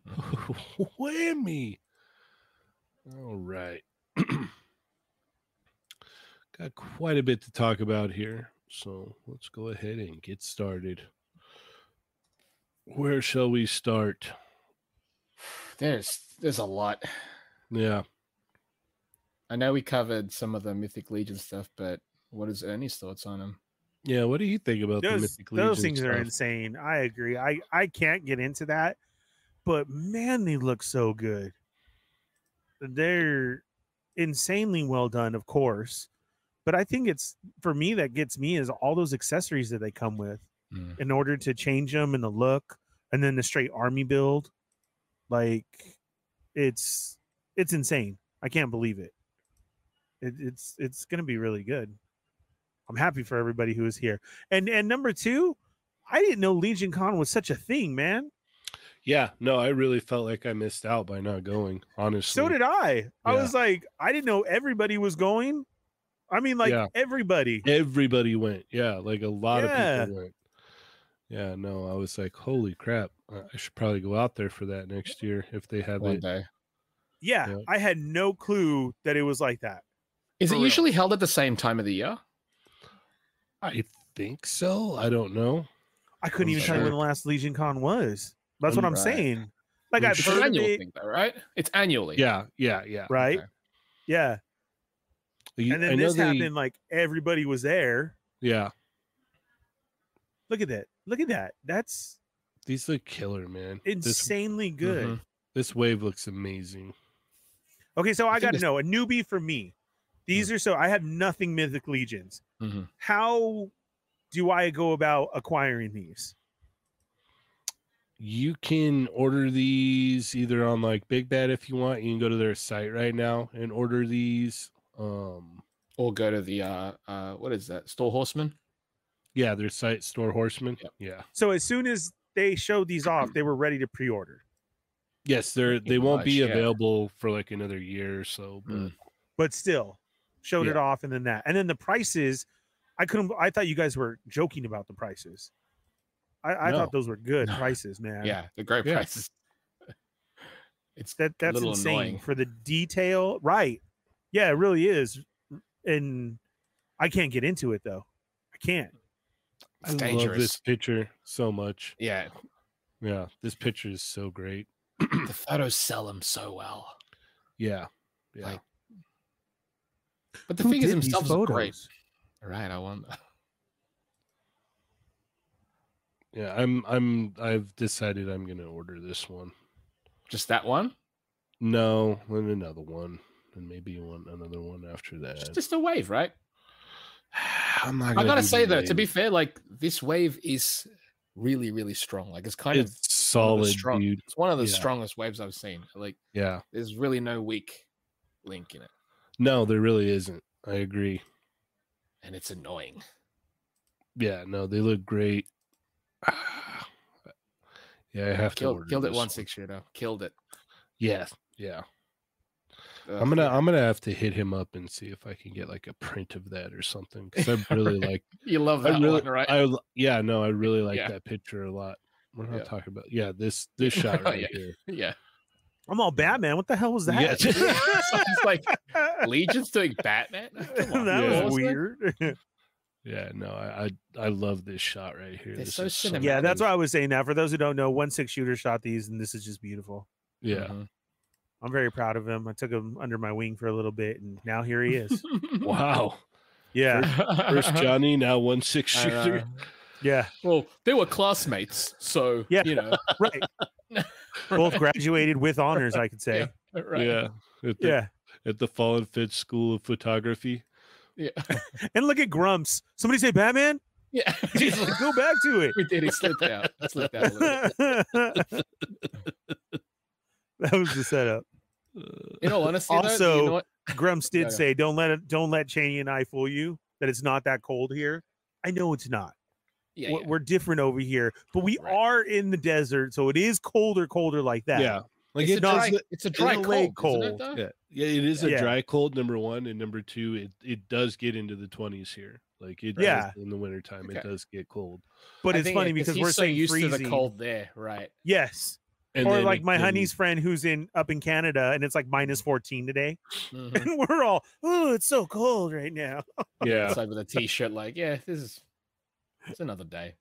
Speaker 1: Whammy. All right. Got quite a bit to talk about here. So let's go ahead and get started. Where shall we start?
Speaker 3: There's there's a lot.
Speaker 1: Yeah.
Speaker 3: I know we covered some of the Mythic Legion stuff, but what is Ernie's thoughts on him?
Speaker 1: Yeah. What do you think about the
Speaker 2: Those
Speaker 1: Mythic
Speaker 2: those
Speaker 1: Legion
Speaker 2: things are
Speaker 1: stuff?
Speaker 2: insane. I agree. I I can't get into that, but man, they look so good. They're insanely well done, of course. But I think it's for me that gets me is all those accessories that they come with.
Speaker 1: Mm.
Speaker 2: in order to change them and the look and then the straight army build like it's it's insane i can't believe it, it it's it's gonna be really good i'm happy for everybody who is here and and number two i didn't know legion con was such a thing man
Speaker 1: Yeah. No, I really felt like I missed out by not going, honestly.
Speaker 2: so did i i
Speaker 1: Yeah.
Speaker 2: was like i didn't know everybody was going i mean like
Speaker 1: Yeah.
Speaker 2: everybody
Speaker 1: Everybody went. Yeah. Like a lot
Speaker 2: Yeah.
Speaker 1: of people went. Yeah. No, I was like, holy crap. I I should probably go out there for that next year if they have
Speaker 3: One
Speaker 1: it.
Speaker 3: day.
Speaker 2: yeah,
Speaker 1: Yeah.
Speaker 2: i had no clue that it was like that
Speaker 3: Is
Speaker 2: For
Speaker 3: it
Speaker 2: real.
Speaker 3: usually held at the same time of the year?
Speaker 1: I think so. I don't know.
Speaker 2: i couldn't
Speaker 3: I'm
Speaker 2: even tell you when
Speaker 3: sure.
Speaker 2: the last legion con was that's what i'm
Speaker 3: Right.
Speaker 2: saying like
Speaker 1: I'm
Speaker 2: i've
Speaker 3: It's
Speaker 2: heard
Speaker 3: an
Speaker 2: of
Speaker 3: annual
Speaker 2: it,
Speaker 3: thing, though, right? It's annually.
Speaker 1: Yeah, yeah, yeah.
Speaker 2: right?
Speaker 3: Okay.
Speaker 2: Yeah.
Speaker 1: You-
Speaker 2: And then
Speaker 1: I know
Speaker 2: this
Speaker 1: they-
Speaker 2: happened like everybody was there.
Speaker 1: Yeah,
Speaker 2: Look at that. Look at that. That's
Speaker 1: These look killer, man. This Mm-hmm.
Speaker 2: Insanely good.
Speaker 3: Mhm.
Speaker 1: this wave looks amazing.
Speaker 2: Okay, so I,
Speaker 3: think
Speaker 2: got to
Speaker 3: this- Mm-hmm.
Speaker 2: know a newbie for me. These are so I have nothing mythic legions.
Speaker 3: Mhm.
Speaker 2: How do I go about acquiring these?
Speaker 1: You can order these either on like Big Bad if you want. You can go to their site right now and order these. Um,
Speaker 3: Or go to the uh uh what is that? Store horseman?
Speaker 1: yeah, their site Store Horseman.
Speaker 3: Yep.
Speaker 1: Yeah.
Speaker 2: So as soon as they showed these off, they were ready to pre-order.
Speaker 1: Yes, they're
Speaker 3: Pretty
Speaker 1: they won't
Speaker 3: much,
Speaker 1: be
Speaker 3: yeah.
Speaker 1: available for like another year or so. But
Speaker 3: Mm.
Speaker 2: But still, showed it
Speaker 1: Yeah.
Speaker 2: off and then that. And then the prices, I couldn't I thought you guys were joking about the prices. I, I
Speaker 1: No.
Speaker 2: thought those were good
Speaker 3: No.
Speaker 2: prices, man.
Speaker 3: Yeah, the great
Speaker 1: Yeah.
Speaker 3: prices. it's
Speaker 2: That that's
Speaker 3: little
Speaker 2: insane
Speaker 3: annoying.
Speaker 2: for the detail. Right. Yeah, it really is. And I can't get into it though. I can't.
Speaker 1: I love
Speaker 3: it's
Speaker 1: this
Speaker 3: dangerous.
Speaker 1: picture so much.
Speaker 3: Yeah,
Speaker 1: Yeah, this picture is so great.
Speaker 3: the photos sell them so well.
Speaker 1: Yeah, yeah.
Speaker 3: Like, But the
Speaker 2: Who
Speaker 3: figures
Speaker 2: did these
Speaker 3: themselves are great.
Speaker 2: photos?
Speaker 3: Right, I want
Speaker 1: Yeah, I'm I'm I've decided I'm gonna order this one.
Speaker 3: just that one.
Speaker 1: No, and another one, and maybe one another one after that.
Speaker 3: Just, just a wave, right?
Speaker 1: I'm not
Speaker 3: I
Speaker 1: gonna
Speaker 3: gotta
Speaker 1: do
Speaker 3: say
Speaker 1: the
Speaker 3: though, to be
Speaker 1: wave.
Speaker 3: fair, like this wave is really, really strong. Like it's kind of
Speaker 1: it's
Speaker 3: one of the
Speaker 1: solid,
Speaker 3: strong-
Speaker 1: dude.
Speaker 3: It's one of the
Speaker 1: Yeah.
Speaker 3: strongest waves I've seen. Like
Speaker 1: Yeah,
Speaker 3: there's really no weak link in it,
Speaker 1: no, there really isn't. I agree.
Speaker 3: and it's annoying.
Speaker 1: Yeah, no, they look great. yeah, I have to
Speaker 3: Killed,
Speaker 1: order
Speaker 3: killed it
Speaker 1: this
Speaker 3: one six shooter. Killed it.
Speaker 1: Yeah, yeah.
Speaker 3: Ugh,
Speaker 1: I'm gonna
Speaker 3: yeah.
Speaker 1: I'm gonna have to hit him up and see if I can get like a print of that or something because I really like
Speaker 3: You love that
Speaker 1: I really
Speaker 3: one, right?
Speaker 1: I l- yeah no I really like
Speaker 3: Yeah.
Speaker 1: that picture a lot. We're not
Speaker 3: Yeah.
Speaker 1: talking about yeah this this shot
Speaker 3: Oh,
Speaker 1: right
Speaker 3: yeah.
Speaker 1: here.
Speaker 3: yeah.
Speaker 2: I'm all Batman. What the hell was
Speaker 1: Yeah.
Speaker 2: that?
Speaker 3: it's like Legion's doing Batman. Come on,
Speaker 2: that
Speaker 1: yeah.
Speaker 2: was
Speaker 3: Horseman?
Speaker 2: weird.
Speaker 1: Yeah no I I, I love this shot right here.
Speaker 3: They're
Speaker 1: This
Speaker 3: so
Speaker 1: is
Speaker 3: cinematic.
Speaker 2: yeah, that's
Speaker 1: cool.
Speaker 2: what I was saying. Now, for those who don't know, one six shooter shot these, and this is just beautiful.
Speaker 3: Uh-huh.
Speaker 1: yeah
Speaker 2: I'm very proud of him. I took him under my wing for a little bit, and now here he is.
Speaker 3: Mhm.
Speaker 1: wow
Speaker 2: Yeah,
Speaker 1: first
Speaker 3: Uh-huh.
Speaker 1: Johnny now one six
Speaker 3: I
Speaker 1: shooter
Speaker 3: know.
Speaker 2: yeah,
Speaker 3: Well, they were classmates, so
Speaker 2: Yeah.
Speaker 3: you know,
Speaker 2: right. Both graduated with honors, I could say. Yeah,
Speaker 3: right?
Speaker 1: yeah at the, at the Fallen Fitch School of Photography.
Speaker 3: yeah,
Speaker 2: and look at Grumps. Somebody say Batman.
Speaker 3: yeah. He's like,
Speaker 2: Go back to it.
Speaker 3: we did. He slipped out. He Slipped out a little. bit.
Speaker 2: that was the setup.
Speaker 1: Uh,
Speaker 3: In all honesty, though, you
Speaker 2: Also-
Speaker 3: know what?
Speaker 2: Grumps did
Speaker 3: Yeah.
Speaker 2: say, "Don't let it, don't let Cheney and I fool you that it's not that cold here." I know it's not.
Speaker 3: Yeah,
Speaker 2: we're,
Speaker 3: yeah.
Speaker 2: we're different over here, but we
Speaker 3: Right.
Speaker 2: are in the desert, so it is colder, colder like that.
Speaker 1: yeah like
Speaker 3: it's, a
Speaker 1: it
Speaker 2: does
Speaker 3: dry,
Speaker 1: does
Speaker 3: it's a dry
Speaker 2: in a
Speaker 3: cold.
Speaker 2: way
Speaker 3: Isn't it,
Speaker 2: cold.
Speaker 3: though?
Speaker 1: Yeah, yeah, it is a
Speaker 2: Yeah.
Speaker 1: dry cold. Number one and number two, it it does get into the twenties here. Like it,
Speaker 2: Yeah.
Speaker 1: does, in the wintertime, it
Speaker 3: Okay.
Speaker 1: does get cold.
Speaker 2: But
Speaker 3: I
Speaker 2: it's
Speaker 3: think it-
Speaker 2: funny because
Speaker 3: he's
Speaker 2: we're
Speaker 3: so
Speaker 2: saying
Speaker 3: used
Speaker 2: freezing.
Speaker 3: to the cold there, right?
Speaker 2: Yes.
Speaker 1: And
Speaker 2: or
Speaker 1: then
Speaker 2: like my
Speaker 1: again-
Speaker 2: honey's friend who's in up in Canada and it's like minus 14 today.
Speaker 3: Mhm.
Speaker 2: And we're all, oh, it's so cold right now.
Speaker 1: Yeah,
Speaker 3: It's like with a t-shirt, like, yeah, this is it's another day,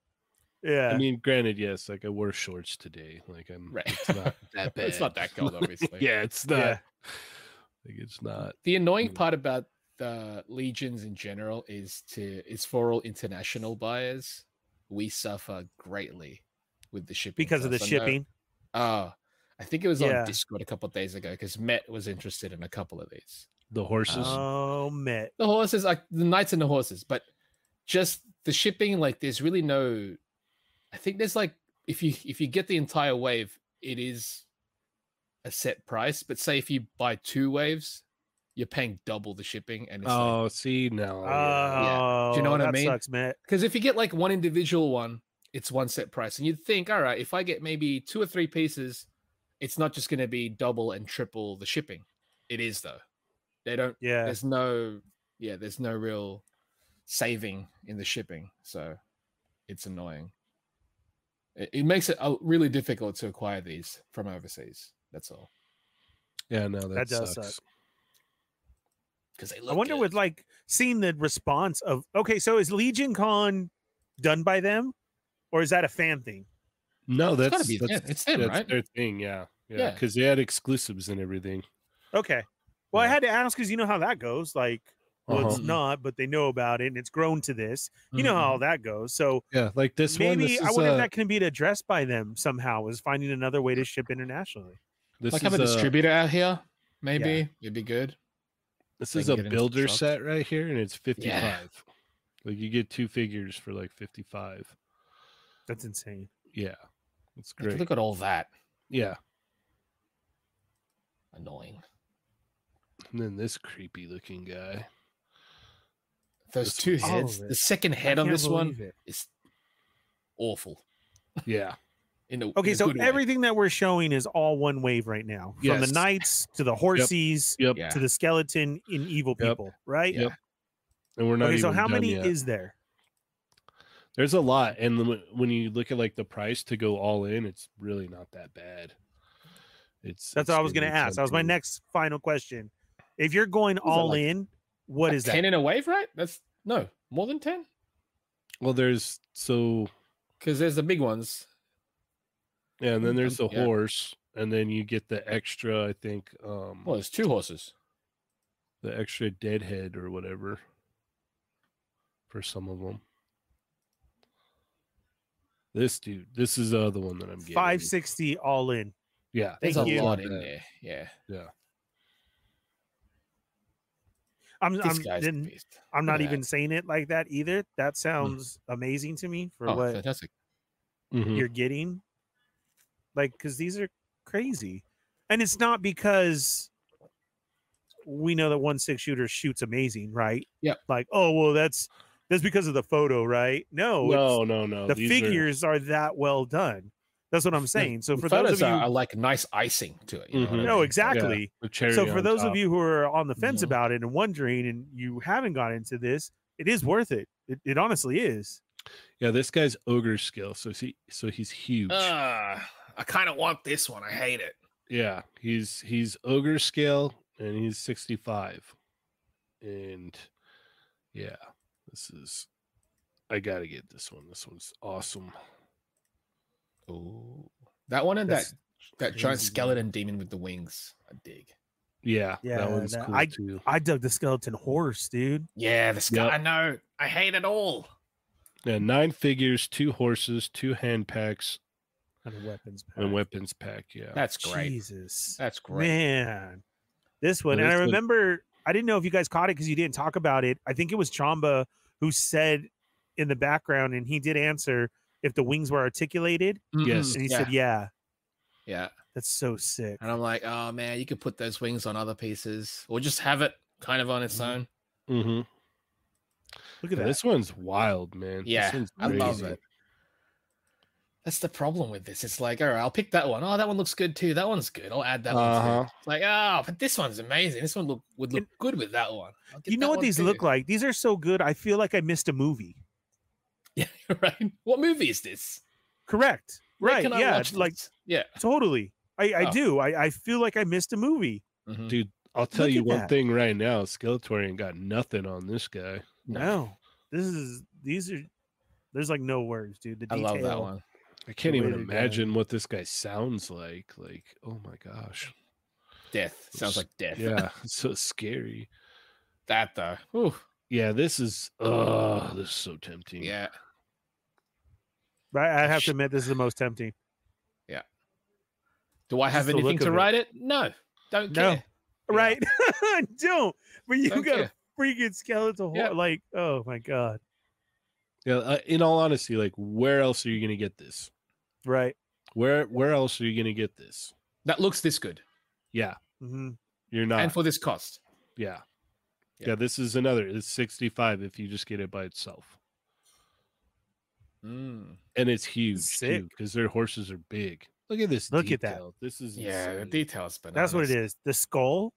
Speaker 2: Yeah.
Speaker 1: I mean, granted, yes, like I wore shorts today. Like I'm,
Speaker 3: right?
Speaker 1: it's not that bad.
Speaker 3: it's not that cold, obviously.
Speaker 1: Yeah, it's not.
Speaker 2: yeah.
Speaker 1: Like it's not.
Speaker 3: The annoying
Speaker 1: Mm.
Speaker 3: part about the legions in general is to is for all international buyers, we suffer greatly with the shipping
Speaker 2: Because of the
Speaker 3: costs. I know-
Speaker 2: shipping.
Speaker 3: Oh, I think it was
Speaker 2: Yeah.
Speaker 3: on Discord a couple of days ago because Met was interested in a couple of these.
Speaker 1: The horses.
Speaker 3: Uh,
Speaker 2: Oh, Met.
Speaker 3: The horses, like the knights and the horses, but just the shipping. Like, there's really no. I think there's like if you if you get the entire wave, it is a set price. But say if you buy two waves, you're paying double the shipping, and it's like,
Speaker 1: oh, see no.
Speaker 2: Oh,
Speaker 1: yeah.
Speaker 3: Do you know what I
Speaker 2: that
Speaker 3: mean?
Speaker 2: Sucks, Met.
Speaker 3: Because if you get like one individual one, it's one set price. And you'd think, all right, if I get maybe two or three pieces, it's not just going to be double and triple the shipping. It is, though. They don't,
Speaker 2: Yeah.
Speaker 3: there's no, yeah, there's no real saving in the shipping. So it's annoying. It, it makes it uh, really difficult to acquire these from overseas. That's all.
Speaker 1: Yeah, no, that,
Speaker 2: does
Speaker 1: sucks.
Speaker 3: Because they
Speaker 2: I
Speaker 3: look
Speaker 2: wonder
Speaker 3: good.
Speaker 2: with like seeing the response of, okay, so is Legion Con done by them or is that a fan thing?
Speaker 1: No,
Speaker 3: gotta
Speaker 1: that's
Speaker 3: be
Speaker 1: that's,
Speaker 3: them. It's them,
Speaker 1: that's
Speaker 3: right?
Speaker 1: their thing. Yeah, yeah,
Speaker 3: Yeah.
Speaker 1: because they had exclusives and everything.
Speaker 2: Okay. Well, I
Speaker 1: Yeah.
Speaker 2: had to ask because you know how that goes. Like, Well, it's
Speaker 1: Uh-huh.
Speaker 2: not, but they know about it and it's grown to this. You know how all that goes. So
Speaker 1: Yeah, like this one.
Speaker 2: maybe
Speaker 1: This
Speaker 2: I
Speaker 1: is,
Speaker 2: wonder
Speaker 1: uh,
Speaker 2: if that can be addressed by them somehow, is finding another way to ship internationally.
Speaker 1: this
Speaker 3: like have a
Speaker 1: is
Speaker 2: uh,
Speaker 1: a,
Speaker 3: distributor out here, maybe it'd be good.
Speaker 1: this
Speaker 3: they
Speaker 1: is
Speaker 3: can
Speaker 1: a
Speaker 3: get into the
Speaker 1: builder
Speaker 3: truck.
Speaker 1: set right here, and it's fifty five. Like you get two figures for like fifty five.
Speaker 2: That's insane.
Speaker 1: Yeah, it's
Speaker 3: Like,
Speaker 1: great.
Speaker 3: look at all that
Speaker 1: yeah,
Speaker 3: annoying.
Speaker 1: and then this creepy looking guy. This-
Speaker 3: Those two
Speaker 2: all
Speaker 3: heads,
Speaker 2: of
Speaker 3: the
Speaker 2: it.
Speaker 3: second
Speaker 2: I
Speaker 3: head on
Speaker 2: can't
Speaker 3: this one
Speaker 2: believe it.
Speaker 3: is awful.
Speaker 1: Yeah,
Speaker 3: In a,
Speaker 2: Okay,
Speaker 3: in a
Speaker 2: so
Speaker 3: good way.
Speaker 2: everything that we're showing is all one wave right now. From
Speaker 1: Yes.
Speaker 2: the knights to the horses
Speaker 1: yep.
Speaker 3: yeah.
Speaker 2: to the skeleton in evil
Speaker 1: Yep.
Speaker 2: people, right?
Speaker 1: Yep. And we're not.
Speaker 2: Okay, so
Speaker 1: even
Speaker 2: how
Speaker 1: done
Speaker 2: many
Speaker 1: yet.
Speaker 2: is there?
Speaker 1: There's a lot, and the- when you look at like the price to go all in, it's really not that bad. It's
Speaker 2: That's
Speaker 1: it's
Speaker 2: what I was going
Speaker 1: really
Speaker 2: to ask. That was my
Speaker 1: tempting.
Speaker 2: next final question. If you're going
Speaker 3: it
Speaker 2: all
Speaker 3: like
Speaker 2: in, what
Speaker 3: Like
Speaker 2: is
Speaker 3: ten
Speaker 2: that?
Speaker 3: in a wave, right? That's no more than ten
Speaker 1: Well, there's so
Speaker 3: because there's the big ones.
Speaker 1: yeah, and then there's the
Speaker 3: Um, yeah.
Speaker 1: horse, and then you get the extra. I think um
Speaker 3: Well, there's two horses.
Speaker 1: the extra deadhead or whatever for some of them. This dude, this is the other one that I'm getting.
Speaker 2: 560 all in.
Speaker 1: Yeah,
Speaker 3: There's
Speaker 2: Thank
Speaker 3: a
Speaker 2: you.
Speaker 3: lot
Speaker 1: Not
Speaker 3: in
Speaker 1: bad.
Speaker 3: there. Yeah,
Speaker 2: I'm
Speaker 3: this
Speaker 2: I'm,
Speaker 3: guy's a
Speaker 2: didn't-
Speaker 3: beast.
Speaker 2: I'm
Speaker 3: Look
Speaker 2: not
Speaker 3: at that.
Speaker 2: even saying it like that either. That sounds amazing to me for
Speaker 3: Oh,
Speaker 2: what
Speaker 3: fantastic!
Speaker 1: Mhm.
Speaker 2: you're getting. Like cuz these are crazy. And it's not because we know that one six shooter shoots amazing, right?
Speaker 3: Yep.
Speaker 2: Like, oh, well that's that's because of the photo, right? No, oh, it's-
Speaker 1: No, no, no.
Speaker 2: the
Speaker 1: Uh, these are-
Speaker 2: figures are... that well done. That's what I'm saying. So for
Speaker 3: the
Speaker 2: those of
Speaker 3: photos
Speaker 2: you
Speaker 3: are, are like nice icing to it. You know what I
Speaker 1: Mhm.
Speaker 2: No,
Speaker 3: mean?
Speaker 2: exactly.
Speaker 1: the cherry
Speaker 2: so for
Speaker 1: on
Speaker 2: those
Speaker 1: top.
Speaker 2: of you who are on the fence
Speaker 3: Mhm.
Speaker 2: about it and wondering and you haven't got into this it is worth it it, it honestly is
Speaker 1: yeah, this guy's ogre skill. So see, so he's huge.
Speaker 3: Uh, I kind of want this one. I hate it.
Speaker 1: Yeah, he's he's ogre scale and he's 65. And yeah, this is I got to get this one. This one's awesome.
Speaker 3: Ooh. That one and
Speaker 2: That's
Speaker 3: that that giant
Speaker 1: crazy, man.
Speaker 3: skeleton demon with the wings. I dig.
Speaker 1: Yeah,
Speaker 2: Yeah,
Speaker 1: that one's
Speaker 2: that-
Speaker 1: cool
Speaker 2: I-
Speaker 1: too.
Speaker 2: i dug the skeleton horse dude
Speaker 3: Yeah, the ske-
Speaker 1: Yep.
Speaker 3: I know. I hate it all.
Speaker 1: Yeah, nine figures, two horses, two hand packs,
Speaker 2: and a weapons pack.
Speaker 1: and weapons pack. Yeah.
Speaker 3: That's great.
Speaker 2: jesus
Speaker 3: That's great.
Speaker 2: Oh, man this one
Speaker 1: Yeah,
Speaker 2: and i
Speaker 1: this one-
Speaker 2: remember i didn't know if you guys caught it because you didn't talk about it i think it was chamba who said in the background and he did answer if the wings were articulated
Speaker 1: Yes.
Speaker 3: Mhm.
Speaker 2: and he
Speaker 3: yeah.
Speaker 2: said yeah
Speaker 3: yeah.
Speaker 2: that's so sick
Speaker 3: And I'm like, oh man, you could put those wings on other pieces, or just have it kind of on its
Speaker 2: Mhm.
Speaker 3: own.
Speaker 1: Mm-hmm.
Speaker 2: look at that
Speaker 1: this one's wild, man. This
Speaker 3: Yeah,
Speaker 1: one's
Speaker 3: I love
Speaker 1: crazy.
Speaker 3: it. That's the problem with this. It's like, all right, I'll pick that one. Oh, that one looks good too. That one's good. I'll add that one
Speaker 1: Uh-huh.
Speaker 3: too. It's like, oh, but this one's amazing. This one look would look good with that one. I'll get
Speaker 2: you know
Speaker 3: that
Speaker 2: what
Speaker 3: one
Speaker 2: these
Speaker 3: too."
Speaker 2: look like these are so good i feel like i missed a movie
Speaker 3: right? What movie is this?
Speaker 2: correct
Speaker 3: Where
Speaker 2: right
Speaker 3: can I
Speaker 2: yeah
Speaker 3: watch
Speaker 2: like
Speaker 3: this? yeah.
Speaker 2: Totally. I, I
Speaker 3: Oh.
Speaker 2: do. I, I feel like I missed a movie.
Speaker 3: Mhm.
Speaker 1: Dude, I'll tell
Speaker 2: Look
Speaker 1: you
Speaker 2: at
Speaker 1: one
Speaker 2: that.
Speaker 1: thing right now. Skeletor ain't got nothing on this guy.
Speaker 3: No.
Speaker 2: No. This is these are there's like no words, dude. The
Speaker 3: I
Speaker 2: detail.
Speaker 3: love that one.
Speaker 1: I can't
Speaker 2: way
Speaker 1: even
Speaker 2: they go.
Speaker 1: imagine what this guy sounds like. Like, oh my gosh.
Speaker 3: Death sounds
Speaker 1: Oops.
Speaker 3: like death.
Speaker 1: Yeah, it's so scary.
Speaker 3: that though. Ooh,
Speaker 1: Yeah, this is oh, this is so tempting.
Speaker 3: yeah,
Speaker 2: Right? I have
Speaker 1: Sh-
Speaker 2: to admit this is the most tempting.
Speaker 3: Do I have
Speaker 2: Just the
Speaker 3: anything
Speaker 2: look
Speaker 3: to
Speaker 2: of it.
Speaker 3: write it? No, don't
Speaker 2: No.
Speaker 3: care. Yeah.
Speaker 2: Right? Don't. But you
Speaker 3: Don't
Speaker 2: got
Speaker 3: care.
Speaker 2: a freaking skeletal hor-
Speaker 3: Yeah.
Speaker 2: like, oh my god.
Speaker 1: Yeah, uh, in all honesty, like where else are you gonna get this?
Speaker 2: Right.
Speaker 1: Where where else are you gonna get this?
Speaker 3: That looks this good,
Speaker 1: Yeah,
Speaker 2: hmm
Speaker 1: you're not.
Speaker 3: and for this cost,
Speaker 1: yeah.
Speaker 3: Yeah.
Speaker 1: yeah, This is another. It's 65 if you just get it by itself,
Speaker 3: Mm.
Speaker 1: and it's huge
Speaker 2: Sick.
Speaker 1: because their horses are big. Look at this.
Speaker 2: Look at that.
Speaker 1: detail. This is
Speaker 3: yeah, the
Speaker 1: insane.
Speaker 3: details, but
Speaker 2: That's what it is. The skull.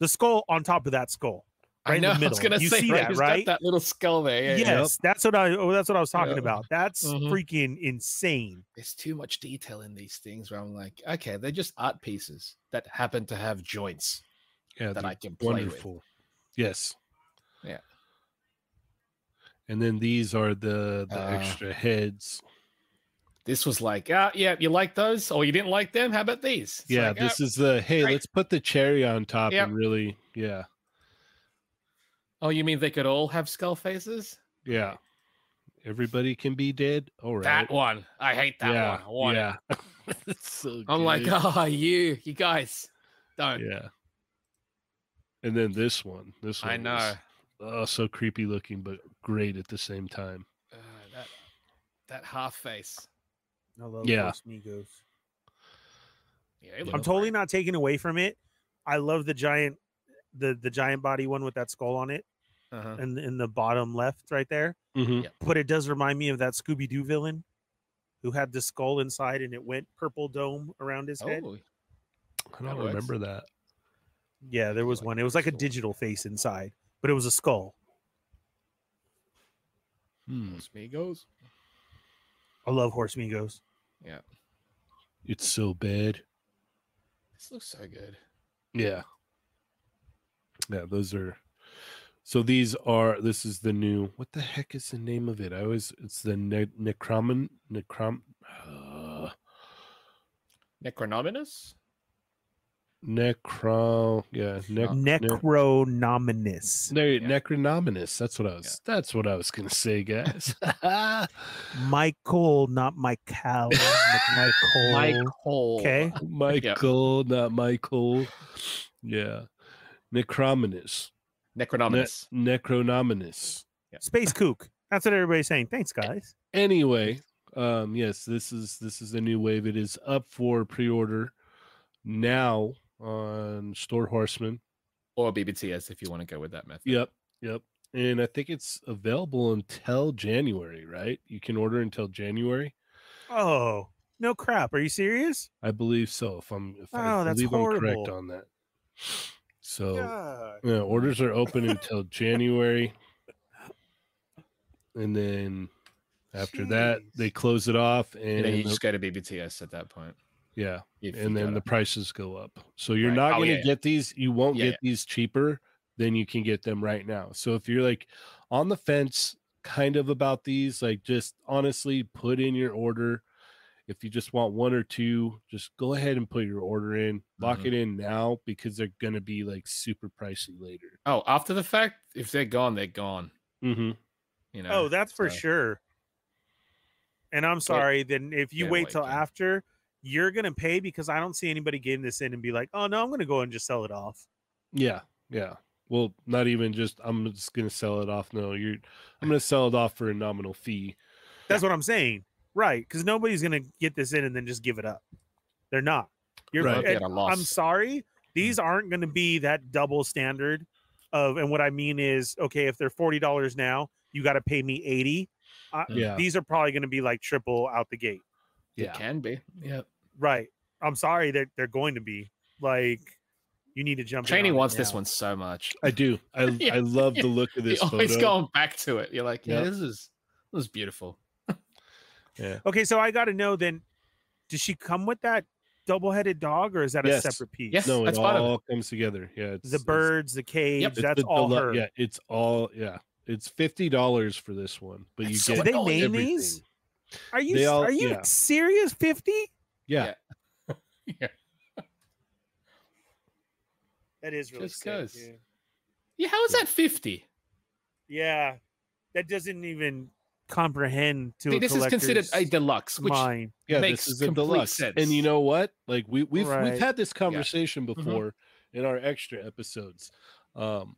Speaker 2: The skull on top of that skull. right
Speaker 3: I
Speaker 2: in the
Speaker 3: know. I was
Speaker 2: middle.
Speaker 3: gonna
Speaker 2: You
Speaker 3: say,
Speaker 2: see
Speaker 3: right?
Speaker 2: that,
Speaker 3: It's got
Speaker 2: right?
Speaker 3: that little skull there. Yeah, yeah, yeah.
Speaker 2: yes, that's what I oh, that's what I was talking
Speaker 3: Yeah.
Speaker 2: about. That's
Speaker 3: Mhm.
Speaker 2: freaking insane.
Speaker 3: There's too much detail in these things where I'm like, okay, they're just art pieces that happen to have joints
Speaker 1: Yeah,
Speaker 3: that
Speaker 1: they're
Speaker 3: I can play
Speaker 1: wonderful. Yes.
Speaker 3: Yeah.
Speaker 1: And then these are the the
Speaker 3: Uh,
Speaker 1: extra heads.
Speaker 3: with. This was like, ah, yeah, you like those, or you didn't like them? How about these? It's
Speaker 1: yeah,
Speaker 3: like, ah,
Speaker 1: this is the hey,
Speaker 3: great.
Speaker 1: let's put the cherry on top
Speaker 3: Yep.
Speaker 1: and really, yeah.
Speaker 3: Oh, you mean they could all have skull faces?
Speaker 1: Yeah. Everybody can be dead. All right.
Speaker 3: That one. I hate that
Speaker 1: yeah.
Speaker 3: one. I want it.
Speaker 1: yeah. It's so
Speaker 3: I'm like,
Speaker 1: good.
Speaker 3: ah, you, you guys, don't.
Speaker 1: yeah. And then this one. This one.
Speaker 3: I know.
Speaker 1: was, oh, so creepy looking, but great at the same time.
Speaker 3: Uh, that that half face.
Speaker 2: I love
Speaker 1: Yeah.
Speaker 2: Los Migos.
Speaker 3: Yeah, it
Speaker 2: I'm
Speaker 3: looked
Speaker 2: totally
Speaker 3: great.
Speaker 2: not taking away from it. I love the giant, the the giant body one with that skull on it,
Speaker 3: Uh-huh.
Speaker 2: and in the bottom left, right there.
Speaker 3: Mm-hmm.
Speaker 1: Mhm.
Speaker 2: But it does remind me of that Scooby Doo villain, who had the skull inside and it went purple dome around his head.
Speaker 3: Oh,
Speaker 1: I
Speaker 3: That
Speaker 1: don't
Speaker 3: works.
Speaker 1: remember that.
Speaker 2: Yeah, there was
Speaker 3: Like
Speaker 2: one. It was like a
Speaker 3: crystal.
Speaker 2: digital face inside, but it was a skull.
Speaker 1: Hmm.
Speaker 3: Los Migos.
Speaker 2: I love Horse Migos.
Speaker 1: It's so bad.
Speaker 3: This looks so good.
Speaker 1: Yeah. Yeah, those are so these are this is the new what the heck is the name of it? I always it's the ne- necromon necrom uh,
Speaker 3: Necronominus.
Speaker 1: necro yeah
Speaker 3: Uh,
Speaker 1: nec- ne-
Speaker 2: Necronominus.
Speaker 1: there
Speaker 3: Yeah.
Speaker 1: necronominous that's what I was that's what I was gonna say guys
Speaker 2: Michael, not Michael.
Speaker 1: Oh,
Speaker 2: Michael.
Speaker 3: Michael.
Speaker 2: Okay.
Speaker 1: Michael not Michael yeah necrominous ne-
Speaker 3: Necronominus.
Speaker 1: necronominous
Speaker 2: Space Kook. That's what everybody's saying. Thanks, guys.
Speaker 1: anyway um yes this is this is the new wave it is up for pre-order now on store horseman
Speaker 3: or BBTS if you want to go with that method.
Speaker 1: yep yep and i think it's available until january right you can order until january
Speaker 2: Oh, no crap. Are you serious?
Speaker 1: i believe so if i'm if
Speaker 2: Oh,
Speaker 1: i
Speaker 2: that's
Speaker 1: believe i'm correct
Speaker 2: horrible.
Speaker 1: on that so
Speaker 2: Oh. God.
Speaker 1: yeah, orders are open until january and then after that they
Speaker 2: Jeez.
Speaker 1: close it off
Speaker 3: You,
Speaker 1: and
Speaker 3: know, you
Speaker 1: the-
Speaker 3: just go to BBTS at that point.
Speaker 1: yeah
Speaker 3: if you
Speaker 1: and then the
Speaker 3: gotta.
Speaker 1: prices go up. So you're
Speaker 3: Right.
Speaker 1: not
Speaker 3: Oh,
Speaker 1: going to
Speaker 3: yeah, yeah.
Speaker 1: get these. You won't
Speaker 3: Yeah,
Speaker 1: get these cheaper than you can get them right now. So if you're like on the fence, kind of about these, like just honestly put in your order. If you just want one or two, just go ahead and put your order in. Lock
Speaker 3: Mhm.
Speaker 1: it in now because they're going to be like super pricey later.
Speaker 3: oh, after the fact, if they're gone, they're gone.
Speaker 1: Mm-hmm.
Speaker 3: You know.
Speaker 2: Oh, that's for
Speaker 3: so-
Speaker 2: sure. And I'm sorry. Then if you
Speaker 3: Yeah,
Speaker 2: wait
Speaker 3: like,
Speaker 2: till
Speaker 3: uh,
Speaker 2: after, you're gonna pay because I don't see anybody getting this in and be like, oh no, I'm gonna go and just sell it off.
Speaker 1: Yeah, yeah. Well, not even just. I'm just going to sell it off. No, you're. I'm going to sell it off for a nominal fee.
Speaker 2: That's what I'm saying, right? Because nobody's gonna get this in and then just give it up. They're not. You're
Speaker 1: Right.
Speaker 3: I'd be
Speaker 2: and
Speaker 3: at a
Speaker 2: I'm
Speaker 3: loss.
Speaker 2: sorry.
Speaker 1: Mm.
Speaker 2: These aren't going to be that double standard of, and what I mean is, okay, if they're forty dollars now, you got to pay me eighty. Uh,
Speaker 3: Mm.
Speaker 1: Yeah,
Speaker 2: These are probably going to be like triple out the gate,
Speaker 1: yeah.
Speaker 3: It can be. Yeah.
Speaker 2: right? I'm sorry that they're, going to be like, you need to jump. in
Speaker 3: Cheney
Speaker 2: on it
Speaker 3: wants this
Speaker 2: now.
Speaker 3: one so much.
Speaker 1: I do. I
Speaker 3: Yeah,
Speaker 1: I love
Speaker 3: yeah.
Speaker 1: the look of this
Speaker 3: You're always
Speaker 1: photo.
Speaker 3: going back to it. You're like, yeah,
Speaker 1: Yep.
Speaker 3: this is this is beautiful.
Speaker 1: Yeah.
Speaker 2: Okay, so I got to know then, does she come with that double-headed dog, or is that
Speaker 1: Yes.
Speaker 2: a separate piece?
Speaker 3: Yes.
Speaker 1: No, it
Speaker 3: That's part of it.
Speaker 1: all comes together. Yeah, it's
Speaker 2: The
Speaker 1: it's-
Speaker 2: birds, the cage,
Speaker 1: it's
Speaker 2: that's
Speaker 1: the
Speaker 2: all
Speaker 1: delu-
Speaker 2: her.
Speaker 1: Yeah, it's all. Yeah, it's fifty dollars for this one, but you
Speaker 3: That's so
Speaker 1: get
Speaker 2: Did they
Speaker 3: Dog,
Speaker 2: name
Speaker 1: everything.
Speaker 2: these? Are you
Speaker 1: They
Speaker 2: s-
Speaker 1: all-
Speaker 2: are you
Speaker 1: yeah.
Speaker 2: serious? Fifty?
Speaker 1: Yeah,
Speaker 3: Yeah. Yeah.
Speaker 2: That is really
Speaker 3: Just
Speaker 2: sick,
Speaker 3: 'cause.
Speaker 2: dude.
Speaker 3: Yeah, how is
Speaker 1: Yeah.
Speaker 3: that 50?
Speaker 2: Yeah, that doesn't even comprehend to
Speaker 3: See,
Speaker 2: a
Speaker 3: this is considered a
Speaker 2: collector's
Speaker 3: deluxe, which
Speaker 2: mind.
Speaker 1: yeah.
Speaker 3: Makes
Speaker 1: this is a
Speaker 3: complete
Speaker 1: deluxe, and you
Speaker 3: sense. Mm-hmm.
Speaker 1: know what? Like we we've
Speaker 2: Right.
Speaker 1: we've had this conversation before in our extra episodes. Um,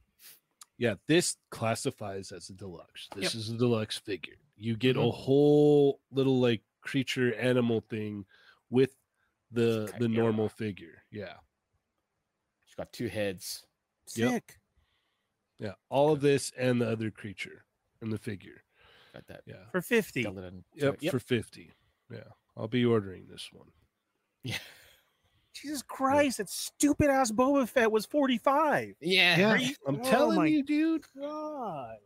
Speaker 1: yeah, this classifies as a deluxe. This
Speaker 3: Yep.
Speaker 1: is a deluxe figure. You get a
Speaker 3: Mhm.
Speaker 1: whole little like creature animal thing with the the
Speaker 3: chimera.
Speaker 1: normal figure. Yeah.
Speaker 3: she's got two heads.
Speaker 1: Yep.
Speaker 2: Sick.
Speaker 1: Yeah, all of this and the other creature and the figure.
Speaker 3: Got that
Speaker 1: Yeah.
Speaker 2: For fifty,
Speaker 3: skeleton. to
Speaker 1: Yep,
Speaker 3: it. Yep.
Speaker 1: for 50. Yeah. I'll be ordering this one.
Speaker 2: Jesus Christ! That stupid ass Boba Fett was forty-five.
Speaker 3: Yeah.
Speaker 1: Yeah,
Speaker 2: you-
Speaker 1: I'm
Speaker 2: oh
Speaker 1: telling
Speaker 2: my-
Speaker 1: you, dude.
Speaker 2: God.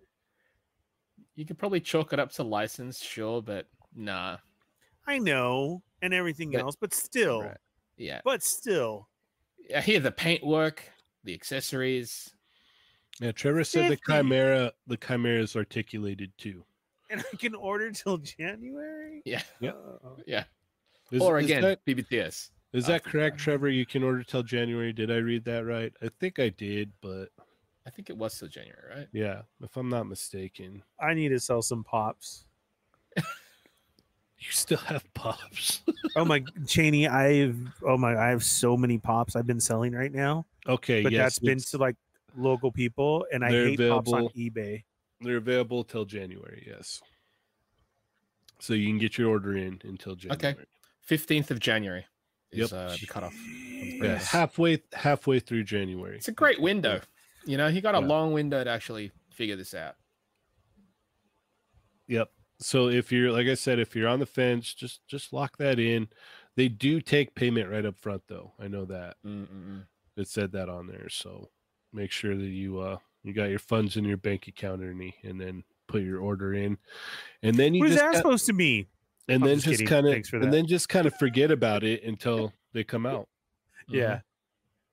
Speaker 3: You could probably chalk it up to license, sure, but nah.
Speaker 2: I know, and everything
Speaker 3: But-
Speaker 2: else, but still,
Speaker 1: Right.
Speaker 3: Yeah.
Speaker 2: but still,
Speaker 3: I hear the paintwork, the accessories.
Speaker 1: Yeah, Trevor said the
Speaker 2: 50.
Speaker 1: chimera the chimera is articulated too.
Speaker 2: and I can order till January.
Speaker 3: Yeah.
Speaker 1: Yep.
Speaker 2: Oh.
Speaker 3: Yeah.
Speaker 1: Is,
Speaker 3: or
Speaker 1: is
Speaker 3: again,
Speaker 1: that-
Speaker 3: BBTS.
Speaker 1: is
Speaker 3: uh,
Speaker 1: that
Speaker 3: for
Speaker 1: correct,
Speaker 3: January.
Speaker 1: Trevor? You can order till January. Did I read that right? I think I did, but
Speaker 3: I think it was still January, right?
Speaker 1: Yeah, if I'm not mistaken.
Speaker 2: I need to sell some pops.
Speaker 1: You still have pops.
Speaker 2: Oh my Cheney, I've oh my I have so many pops I've been selling right now.
Speaker 1: Okay,
Speaker 2: But
Speaker 1: yes,
Speaker 2: that's been
Speaker 1: it's-
Speaker 2: to like local people and I
Speaker 1: They're
Speaker 2: hate pops on
Speaker 1: available.
Speaker 2: eBay.
Speaker 1: they're available till January. Yes, so you can get your order in until January.
Speaker 3: Okay. Fifteenth of January
Speaker 1: Yep.
Speaker 3: is uh, the cutoff.
Speaker 1: Yeah,
Speaker 3: Yes.
Speaker 1: halfway halfway through January.
Speaker 3: It's a great window. You know, he got a
Speaker 1: Yeah.
Speaker 3: long window to actually figure this out.
Speaker 1: Yep. So if you're like I said, if you're on the fence, just just lock that in. They do take payment right up front though. I know that.
Speaker 3: Mm-mm-mm. Mm-hmm.
Speaker 1: It said that on there. So make sure that you uh you got your funds in your bank account Ernie, and then put your order in. And then you
Speaker 2: What is
Speaker 1: just
Speaker 2: that
Speaker 1: ki-
Speaker 2: supposed to mean?
Speaker 1: and
Speaker 2: I'm
Speaker 1: then
Speaker 2: just
Speaker 1: just
Speaker 2: kidding.
Speaker 1: kind of
Speaker 2: Thanks for
Speaker 1: and
Speaker 2: that.
Speaker 1: then just kind of forget about it until they come out.
Speaker 3: Mm-hmm.
Speaker 2: Yeah.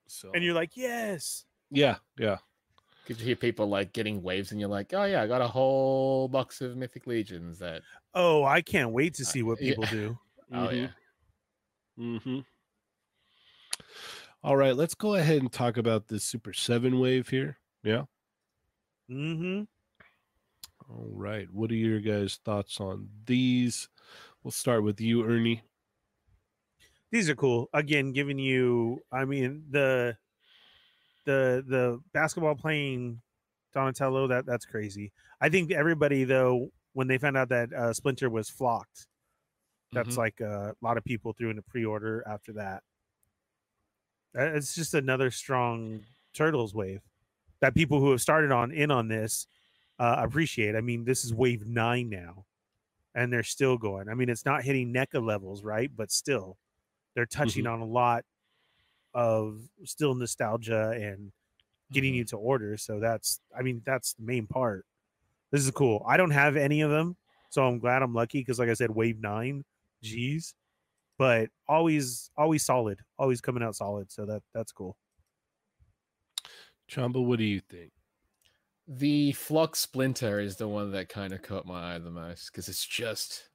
Speaker 1: So
Speaker 2: And you're like, yes.
Speaker 1: yeah, yeah.
Speaker 3: Because you hear people like getting waves, and you're like, "Oh yeah, I got a whole box of Mythic Legions." That
Speaker 2: Oh, I can't wait to see what
Speaker 3: yeah.
Speaker 2: people do.
Speaker 3: oh yeah,
Speaker 1: Mm-hmm. All right, let's go ahead and talk about this Super 7 wave here. Yeah.
Speaker 2: Mm-hmm.
Speaker 1: All right. What are your guys' thoughts on these? We'll start with you, Ernie.
Speaker 2: These are cool. Again, giving you I mean the the the basketball playing Donatello, that that's crazy. I think everybody though, when they found out that uh, Splinter was flocked, that's
Speaker 1: Mm-hmm,
Speaker 3: Mhm.
Speaker 2: like uh, a lot of people threw in a pre-order after that Uh, it's just another strong turtles wave that people who have started on in on this uh, appreciate i mean this is wave nine now and they're still going i mean it's not hitting neca levels right but still they're touching on a lot of still nostalgia and getting
Speaker 1: mm-hmm.
Speaker 3: Mhm.
Speaker 2: you to order so that's i mean that's the main part this is cool i don't have any of them so i'm glad i'm lucky because like i said wave nine G's, but always always solid, always coming out solid. So that that's cool.
Speaker 1: Chamba, what do you think?
Speaker 3: The Flock Splinter is the one that kind of caught my eye the most because it's just,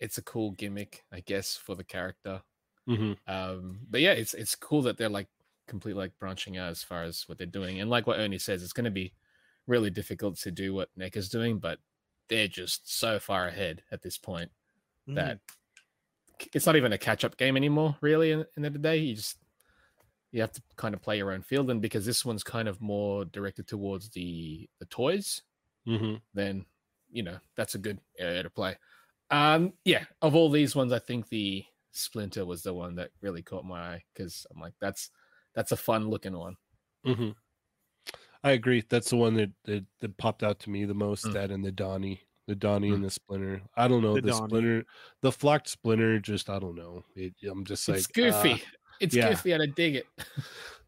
Speaker 3: it's a cool gimmick, I guess, for the character.
Speaker 1: Mm-hmm.
Speaker 3: Um, but yeah, it's it's cool that they're like completely like branching out as far as what they're doing. And like what Ernie says, it's going to be really difficult to do what Nick is doing, but they're just so far ahead at this point
Speaker 2: Mhm.
Speaker 3: that c- it's not even a catch up game anymore, really. In, in the end of the day, you just you have to kind of play your own field, and because this one's kind of more directed towards the the toys,
Speaker 1: Mm-hmm.
Speaker 3: then you know that's a good area to play. Um, yeah, of all these ones, I think the Splinter was the one that really caught my eye because I'm like, that's that's a fun looking one.
Speaker 1: Mm-hmm. I agree. That's the one that that, that popped out to me the most.
Speaker 3: Mm.
Speaker 1: That and the Donnie, the Donnie
Speaker 3: Mm.
Speaker 1: and the Splinter. I don't know
Speaker 2: The
Speaker 1: the,
Speaker 2: Donnie.
Speaker 1: Splinter, the flocked Splinter. Just I don't know. It, I'm just like
Speaker 3: it's
Speaker 1: uh,
Speaker 3: goofy. it's
Speaker 1: yeah.
Speaker 3: goofy, and I dig it.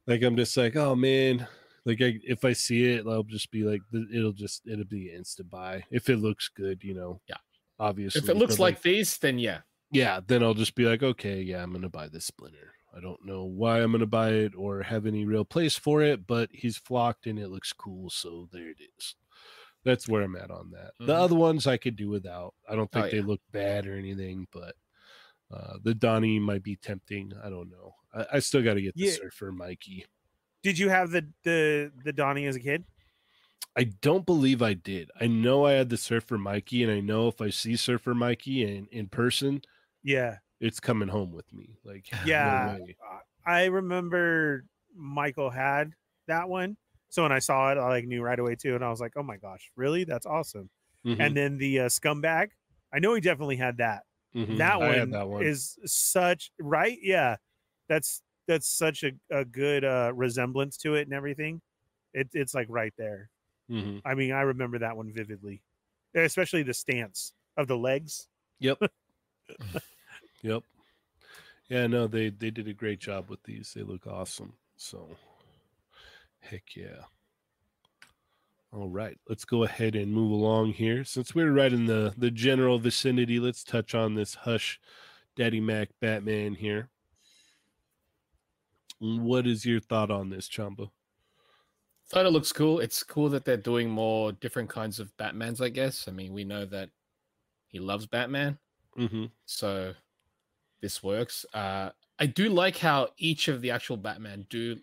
Speaker 1: like i'm just like oh man like I, if i see it i'll just be like th- it'll just it'll be insta buy if it looks good you know
Speaker 3: Yeah.
Speaker 1: obviously
Speaker 3: if it looks
Speaker 1: but,
Speaker 3: like these, then yeah,
Speaker 1: yeah then i'll just be like okay yeah i'm gonna buy this splinter i don't know why i'm gonna buy it or have any real place for it but he's flocked and it looks cool so there it is that's where i'm at on that
Speaker 2: Mm-hmm.
Speaker 1: the
Speaker 3: Mhm.
Speaker 1: other ones i could do without i don't
Speaker 3: Oh,
Speaker 1: think they
Speaker 3: yeah.
Speaker 1: look bad or anything but uh, the Donnie might be tempting. I don't know. I, I still got to get the
Speaker 2: Yeah.
Speaker 1: Surfer Mikey.
Speaker 2: Did you have the the the Donnie as a kid?
Speaker 1: I don't believe I did. I know I had the Surfer Mikey, and I know if I see Surfer Mikey in, in person,
Speaker 2: Yeah,
Speaker 1: it's coming home with me. Like, no
Speaker 2: Yeah.
Speaker 1: way.
Speaker 2: I remember Michael had that one. So when I saw it, I like knew right away too, and I was like, oh my gosh, really? That's awesome.
Speaker 1: Mhm,
Speaker 2: And then the uh, scumbag, I know he definitely had that.
Speaker 3: Mm-hmm.
Speaker 1: mhm.
Speaker 2: That,
Speaker 1: I had
Speaker 2: one is such right. Yeah, that's that's such a a good uh, resemblance to it and everything. It, it's like right there.
Speaker 3: Mm-hmm.
Speaker 1: Mhm.
Speaker 2: I mean, I remember that one vividly, especially the stance of the legs.
Speaker 1: Yep. yep. Yeah, no, they they did a great job with these. They look awesome. So, heck yeah. All right, let's go ahead and move along here. Since we're right in the the general vicinity, let's touch on this Hush, Daddy Mac, Batman here. What is your thought on this, Chamba?
Speaker 3: Thought it looks cool. It's cool that they're doing more different kinds of Batmans, I guess. I mean, we know that he loves Batman,
Speaker 1: Mm-hmm.
Speaker 3: so this works. Uh, I do like how each of the actual Batman do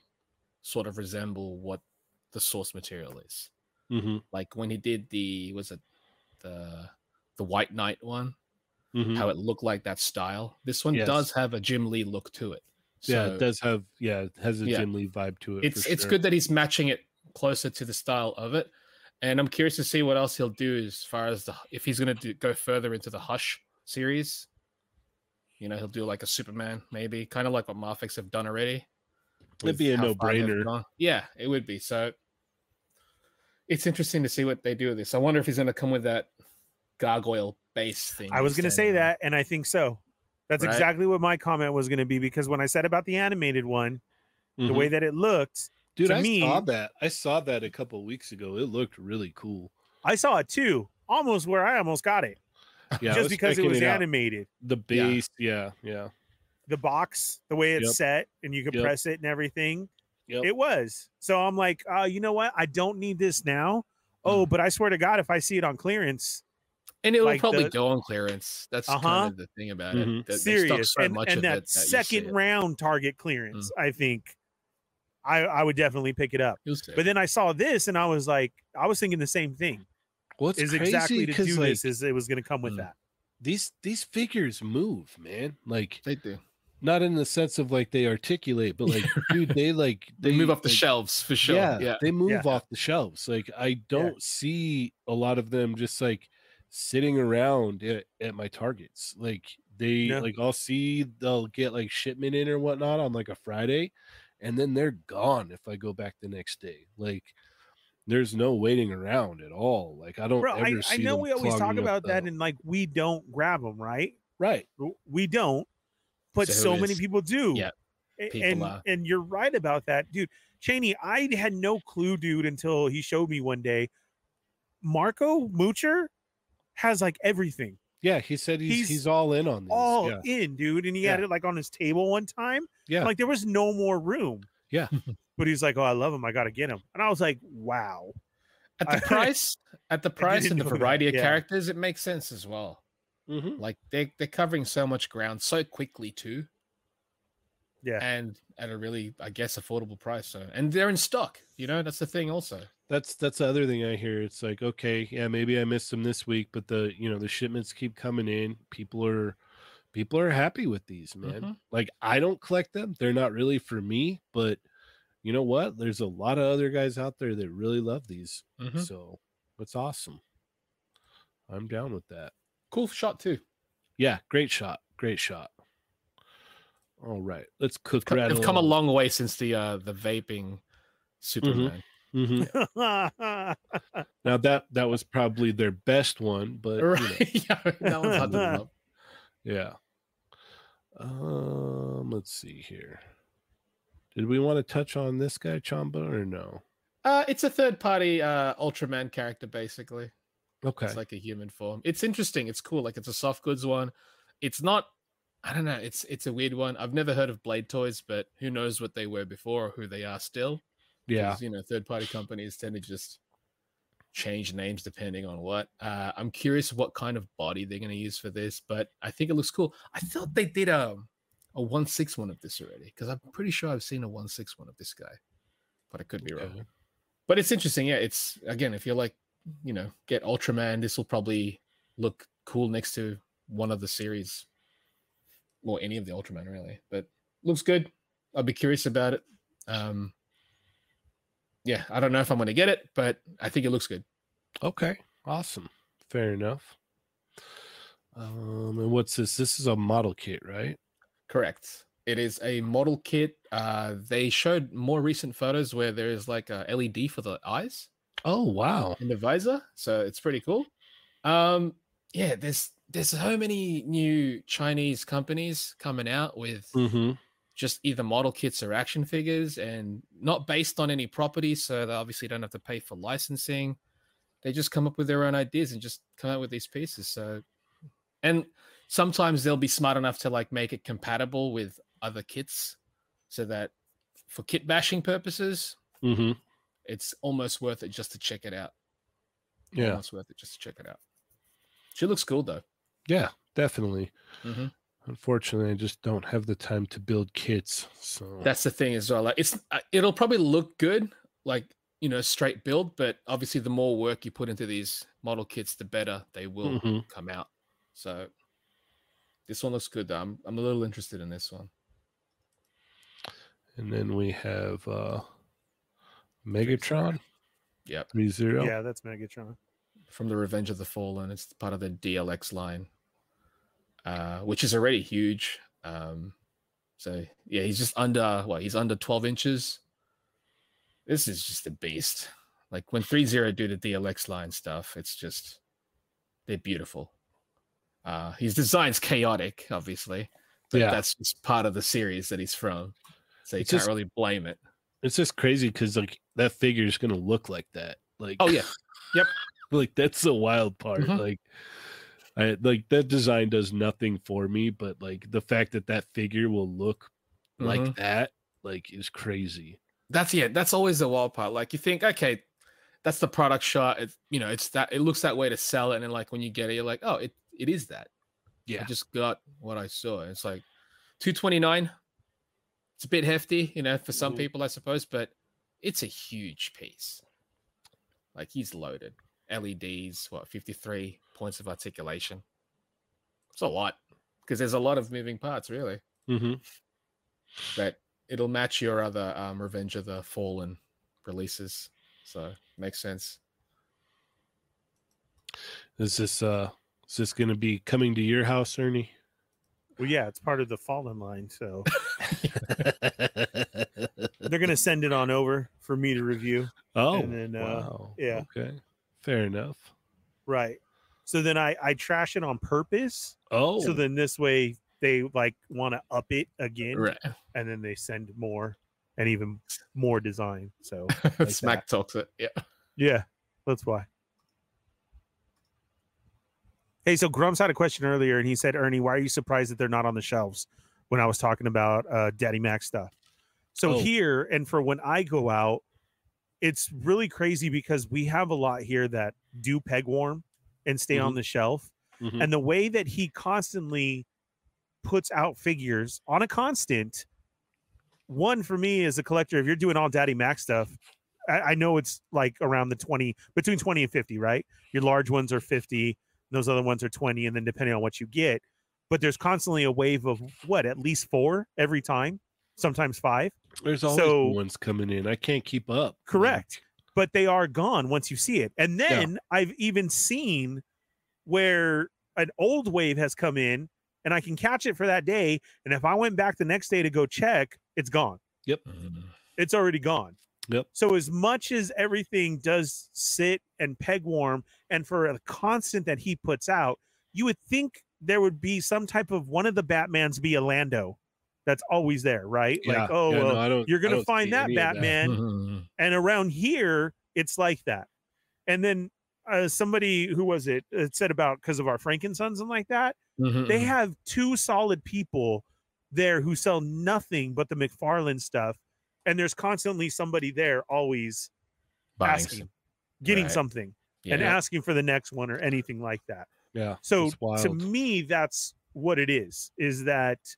Speaker 3: sort of resemble what the source material is.
Speaker 1: hmm
Speaker 3: Like when he did the was it the the White Knight one,
Speaker 1: hmm
Speaker 3: how it looked like that style. This one
Speaker 1: Yes.
Speaker 3: does have a Jim Lee look to it.
Speaker 1: yeah,
Speaker 3: So
Speaker 1: it does have yeah, it has a
Speaker 3: Yeah.
Speaker 1: Jim Lee vibe to it.
Speaker 3: it's
Speaker 1: for
Speaker 3: it's
Speaker 1: sure.
Speaker 3: good that he's matching it closer to the style of it. And I'm curious to see what else he'll do as far as the if he's gonna do, go further into the Hush series. You know, he'll do like a Superman, maybe kind of like what Marfix have done already.
Speaker 1: It'd be a
Speaker 3: with how far they've
Speaker 1: no-brainer.
Speaker 3: gone. Yeah, it would be. So it's interesting to see what they do with this. I wonder if he's going to come with that gargoyle base thing.
Speaker 2: I
Speaker 3: he
Speaker 2: was going to
Speaker 3: said,
Speaker 2: say
Speaker 3: you know.
Speaker 2: that, and I think so. That's
Speaker 3: Right?
Speaker 2: exactly what my comment was going to be because when I said about the animated one, the
Speaker 1: Mhm.
Speaker 2: way that it looked,
Speaker 1: Dude,
Speaker 2: to
Speaker 1: I
Speaker 2: me-
Speaker 1: saw that. I saw that a couple weeks ago. It looked really cool.
Speaker 2: I saw it too, almost where I almost got it,
Speaker 1: Yeah, I
Speaker 2: just because it
Speaker 1: checking
Speaker 2: was
Speaker 1: out.
Speaker 2: animated.
Speaker 1: The
Speaker 3: Yeah.
Speaker 1: base, yeah, yeah,
Speaker 2: The box, the way it's
Speaker 1: Yep.
Speaker 2: set, and you could
Speaker 1: Yep.
Speaker 2: press it and everything.
Speaker 1: Yep.
Speaker 2: It was. So I'm like, uh, you know what? I don't need this now. Oh,
Speaker 3: Mm.
Speaker 2: but I swear to God, if I see it on clearance,
Speaker 3: and it will
Speaker 2: like
Speaker 3: probably
Speaker 2: the-
Speaker 3: go on clearance. That's
Speaker 2: Uh-huh.
Speaker 3: kind of the thing about
Speaker 1: Mhm.
Speaker 3: it. that they stock
Speaker 2: serious,
Speaker 3: so
Speaker 2: and,
Speaker 3: much
Speaker 2: and
Speaker 3: of
Speaker 2: that,
Speaker 3: it you see
Speaker 2: second
Speaker 3: it. Mm.
Speaker 2: round target clearance, I think, I I would definitely pick it up.
Speaker 3: You'll see
Speaker 2: But
Speaker 3: it.
Speaker 2: then I saw this, and I was like, I was thinking the same thing.
Speaker 1: What's
Speaker 2: is
Speaker 1: crazy
Speaker 2: exactly to
Speaker 1: 'cause,
Speaker 2: do
Speaker 1: like,
Speaker 2: this is it was going to come with
Speaker 3: Mm.
Speaker 2: that.
Speaker 1: these these figures move, man. Like
Speaker 3: they do.
Speaker 1: not in the sense of like they articulate, but like dude, they like
Speaker 3: They move off the
Speaker 1: like,
Speaker 3: shelves for sure. Yeah,
Speaker 1: they move
Speaker 2: Yeah.
Speaker 1: off the shelves. Like I don't see a lot of them just like sitting around at, at my targets. Like they
Speaker 2: No.
Speaker 1: like I'll see they'll get like shipment in or whatnot on like a Friday, and then they're gone if I go back the next day. Like there's no waiting around at all. Like I don't
Speaker 2: Bro, I,
Speaker 1: ever see
Speaker 2: I know
Speaker 1: them
Speaker 2: we always talk
Speaker 1: clogging up
Speaker 2: about that,
Speaker 1: the-
Speaker 2: and like we don't grab them, right?
Speaker 1: right.
Speaker 2: W- We don't, but
Speaker 3: So who
Speaker 2: so, many
Speaker 3: is-
Speaker 2: people do.
Speaker 3: yeah,
Speaker 2: A-
Speaker 3: people uh,
Speaker 2: and
Speaker 3: are.
Speaker 2: and you're right about that, dude. Cheney, I had no clue, dude, until he showed me one day. Marco Moocher has like everything
Speaker 1: Yeah, he said he's
Speaker 2: He's
Speaker 1: he's, all in on these.
Speaker 2: all
Speaker 1: yeah,
Speaker 2: in, dude, and he had
Speaker 1: Yeah.
Speaker 2: it like on his table one time.
Speaker 1: Yeah.
Speaker 2: like there was no more room.
Speaker 1: Yeah.
Speaker 2: but he's like, "Oh, I love him. I gotta get him," and I was like, "Wow."
Speaker 3: At the
Speaker 2: I-
Speaker 3: price, at the price
Speaker 2: didn't
Speaker 3: and the
Speaker 2: know that,
Speaker 3: variety of
Speaker 2: yeah.
Speaker 3: characters, it makes sense as well.
Speaker 1: Mhm.
Speaker 3: Like they they're covering so much ground so quickly too.
Speaker 2: Yeah.
Speaker 3: And at a really, I guess, affordable price. So and they're in stock, you know, that's the thing also.
Speaker 1: That's that's the other thing I hear. It's like, okay, yeah, maybe I missed them this week, but the you know the shipments keep coming in. People are people are happy with these, man.
Speaker 3: Mhm.
Speaker 1: Like I don't collect them; they're not really for me. But you know what? There's a lot of other guys out there that really love these,
Speaker 3: Mhm.
Speaker 1: so that's awesome. I'm down with that.
Speaker 3: Cool shot too.
Speaker 1: Yeah, great shot, great shot. All right, let's cook.
Speaker 3: Co-
Speaker 1: rattle
Speaker 3: They've come a
Speaker 1: and-
Speaker 3: long way since the uh the vaping Superman.
Speaker 1: Mhm. Now that that was probably their best one,
Speaker 3: Mm-hmm.
Speaker 1: but you know,
Speaker 3: Right. yeah, that one's hard to develop.
Speaker 1: yeah. Um, let's see here. Did we want to touch on this guy Chamba or no?
Speaker 3: Uh, it's a third party uh Ultraman character basically.
Speaker 1: Okay.
Speaker 3: It's like a human form. It's interesting. It's cool. Like it's a soft goods one. It's not. I don't know. It's it's a weird one. I've never heard of Blade Toys, but who knows what they were before or who they are still?
Speaker 1: yeah.
Speaker 3: 'cause, You know, third party companies tend to just change names depending on what. Uh, I'm curious what kind of body they're going to use for this, but I think it looks cool. I thought they did a a one six one of this already because I'm pretty sure I've seen a one six one of this guy, but I could be wrong.
Speaker 1: Okay.
Speaker 3: But it's interesting. Yeah, it's again, if you're like, you know, get Ultraman, this will probably look cool next to one of the series or any of the Ultraman, really. But looks good. I'll be curious about it. Um, yeah, I don't know if I'm going to get it, but I think it looks good.
Speaker 1: Okay. Awesome. Fair enough. Um, and what's this? This is a model kit, right?
Speaker 3: Correct. It is a model kit. Uh, they showed more recent photos where there is like a LED for the eyes.
Speaker 1: Oh wow.
Speaker 3: in the visor, so it's pretty cool. Um, yeah, there's there's so many new Chinese companies coming out with
Speaker 1: Mm-hmm.
Speaker 3: just either model kits or action figures, and not based on any property, so they obviously don't have to pay for licensing. They just come up with their own ideas and just come out with these pieces. So, and sometimes they'll be smart enough to like make it compatible with other kits, so that for kit bashing purposes,
Speaker 1: Mm-hmm.
Speaker 3: it's almost worth it just to check it out yeah.
Speaker 1: Yeah.
Speaker 3: it's worth it just to check it out. She looks cool though.
Speaker 1: Yeah. Definitely.
Speaker 3: Mhm.
Speaker 1: Unfortunately, I just don't have the time to build kits. So
Speaker 3: That's the thing as well. Like it's, uh, it'll probably look good. Like you know, straight build, but obviously the more work you put into these model kits, the better they will
Speaker 1: Mhm.
Speaker 3: come out. So this one looks good though. I'm I'm a little interested in this one.
Speaker 1: And then we have uh Megatron
Speaker 3: Yep.
Speaker 1: 3 0.
Speaker 2: Yeah, that's Megatron.
Speaker 3: From the Revenge of the Fallen. It's part of the DLX line. Uh, which is already huge. Um so yeah, he's just under well, he's under 12 inches. This is just a beast. Like when 3-0 do the DLX line stuff, it's just they're beautiful. Uh his design's chaotic, obviously. But
Speaker 1: Yeah.
Speaker 3: that's just part of the series that he's from. So you
Speaker 1: It's
Speaker 3: can't
Speaker 1: just-
Speaker 3: really blame it.
Speaker 1: It's just crazy because like that figure is gonna look like that. Like
Speaker 3: Oh yeah.
Speaker 1: like that's the wild part.
Speaker 2: Mm-hmm.
Speaker 3: Mhm.
Speaker 1: Like I like that design does nothing for me, but like the fact that that figure will look
Speaker 3: Mhm.
Speaker 1: like
Speaker 2: Mm-hmm.
Speaker 1: that like is crazy.
Speaker 3: that's yeah that's always the wild part like you think okay that's the product shot it's you know it's that it looks that way to sell it and then like when you get it you're like oh it it is that i
Speaker 1: Yeah.
Speaker 3: just got what i saw it's like 229 it's a bit hefty you know for some
Speaker 1: Mhm.
Speaker 3: people i suppose but it's a huge piece like he's loaded leds what 53 points of articulation it's a lot because there's a lot of moving parts really
Speaker 1: Mm-hmm.
Speaker 3: but it'll match your other um, Revenge of the Fallen releases. So makes sense.
Speaker 1: Is this uh is this gonna be coming to your house, Ernie?
Speaker 2: Well, yeah, it's part of the Fallen line, so they're gonna send it on over for me to review.
Speaker 1: oh
Speaker 2: then, uh,
Speaker 1: wow.
Speaker 2: yeah.
Speaker 1: Okay. Fair enough.
Speaker 2: Right. So then I I trash it on purpose.
Speaker 1: Oh
Speaker 2: So then this way they like want to up it again,
Speaker 3: Right.
Speaker 2: and then they send more and even more design. So that.
Speaker 3: Smack talks it. Yeah.
Speaker 2: yeah, that's why. Hey, so Grumps had a question earlier, and he said, "Ernie, why are you surprised that they're not on the shelves?" When I was talking about uh, Daddy Mac stuff. So
Speaker 1: Oh.
Speaker 2: here, and for when I go out, it's really crazy because we have a lot here that do peg warm and stay on the shelf.
Speaker 1: Mhm.
Speaker 2: and the way that he constantly puts out figures on a constant one for me as a collector if you're doing all daddy mac stuff I, I know it's like around the 20 between 20 and 50 right your large ones are 50 those other ones are 20 and then depending on what you get but there's constantly a wave of what at least four every time sometimes five
Speaker 1: There's always
Speaker 2: So-
Speaker 1: new ones coming in. I can't keep up. man.
Speaker 2: Correct. But they are gone once you see it. And then I've even seen where an old wave has come in and I can catch it for that day. And if I went back the next day to go check, it's gone. It's already gone.
Speaker 1: Yep.
Speaker 2: So as much as everything does sit and peg warm and for a constant that he puts out, you would think there would be some type of one of the Batmans be a Lando. That's always there, right?
Speaker 1: Yeah.
Speaker 2: Like, oh,
Speaker 1: Yeah, no,
Speaker 2: well,
Speaker 1: I don't-
Speaker 2: you're
Speaker 1: I
Speaker 2: gonna
Speaker 1: don't
Speaker 2: find
Speaker 1: see
Speaker 2: that
Speaker 1: any of
Speaker 2: Batman.
Speaker 3: Mhm.
Speaker 2: And around here, it's like that. And then uh, somebody who was it, it said about because of our Frankensons and like that,
Speaker 3: Mhm.
Speaker 2: they have two solid people there who sell nothing but the McFarlane stuff. And there's constantly somebody there always
Speaker 3: Buying
Speaker 2: asking,
Speaker 3: some-
Speaker 2: getting
Speaker 3: Right.
Speaker 2: something
Speaker 3: Yeah.
Speaker 2: and asking for the next one or anything like that.
Speaker 1: Yeah.
Speaker 2: So
Speaker 1: it's wild.
Speaker 2: to me, that's what it is. Is that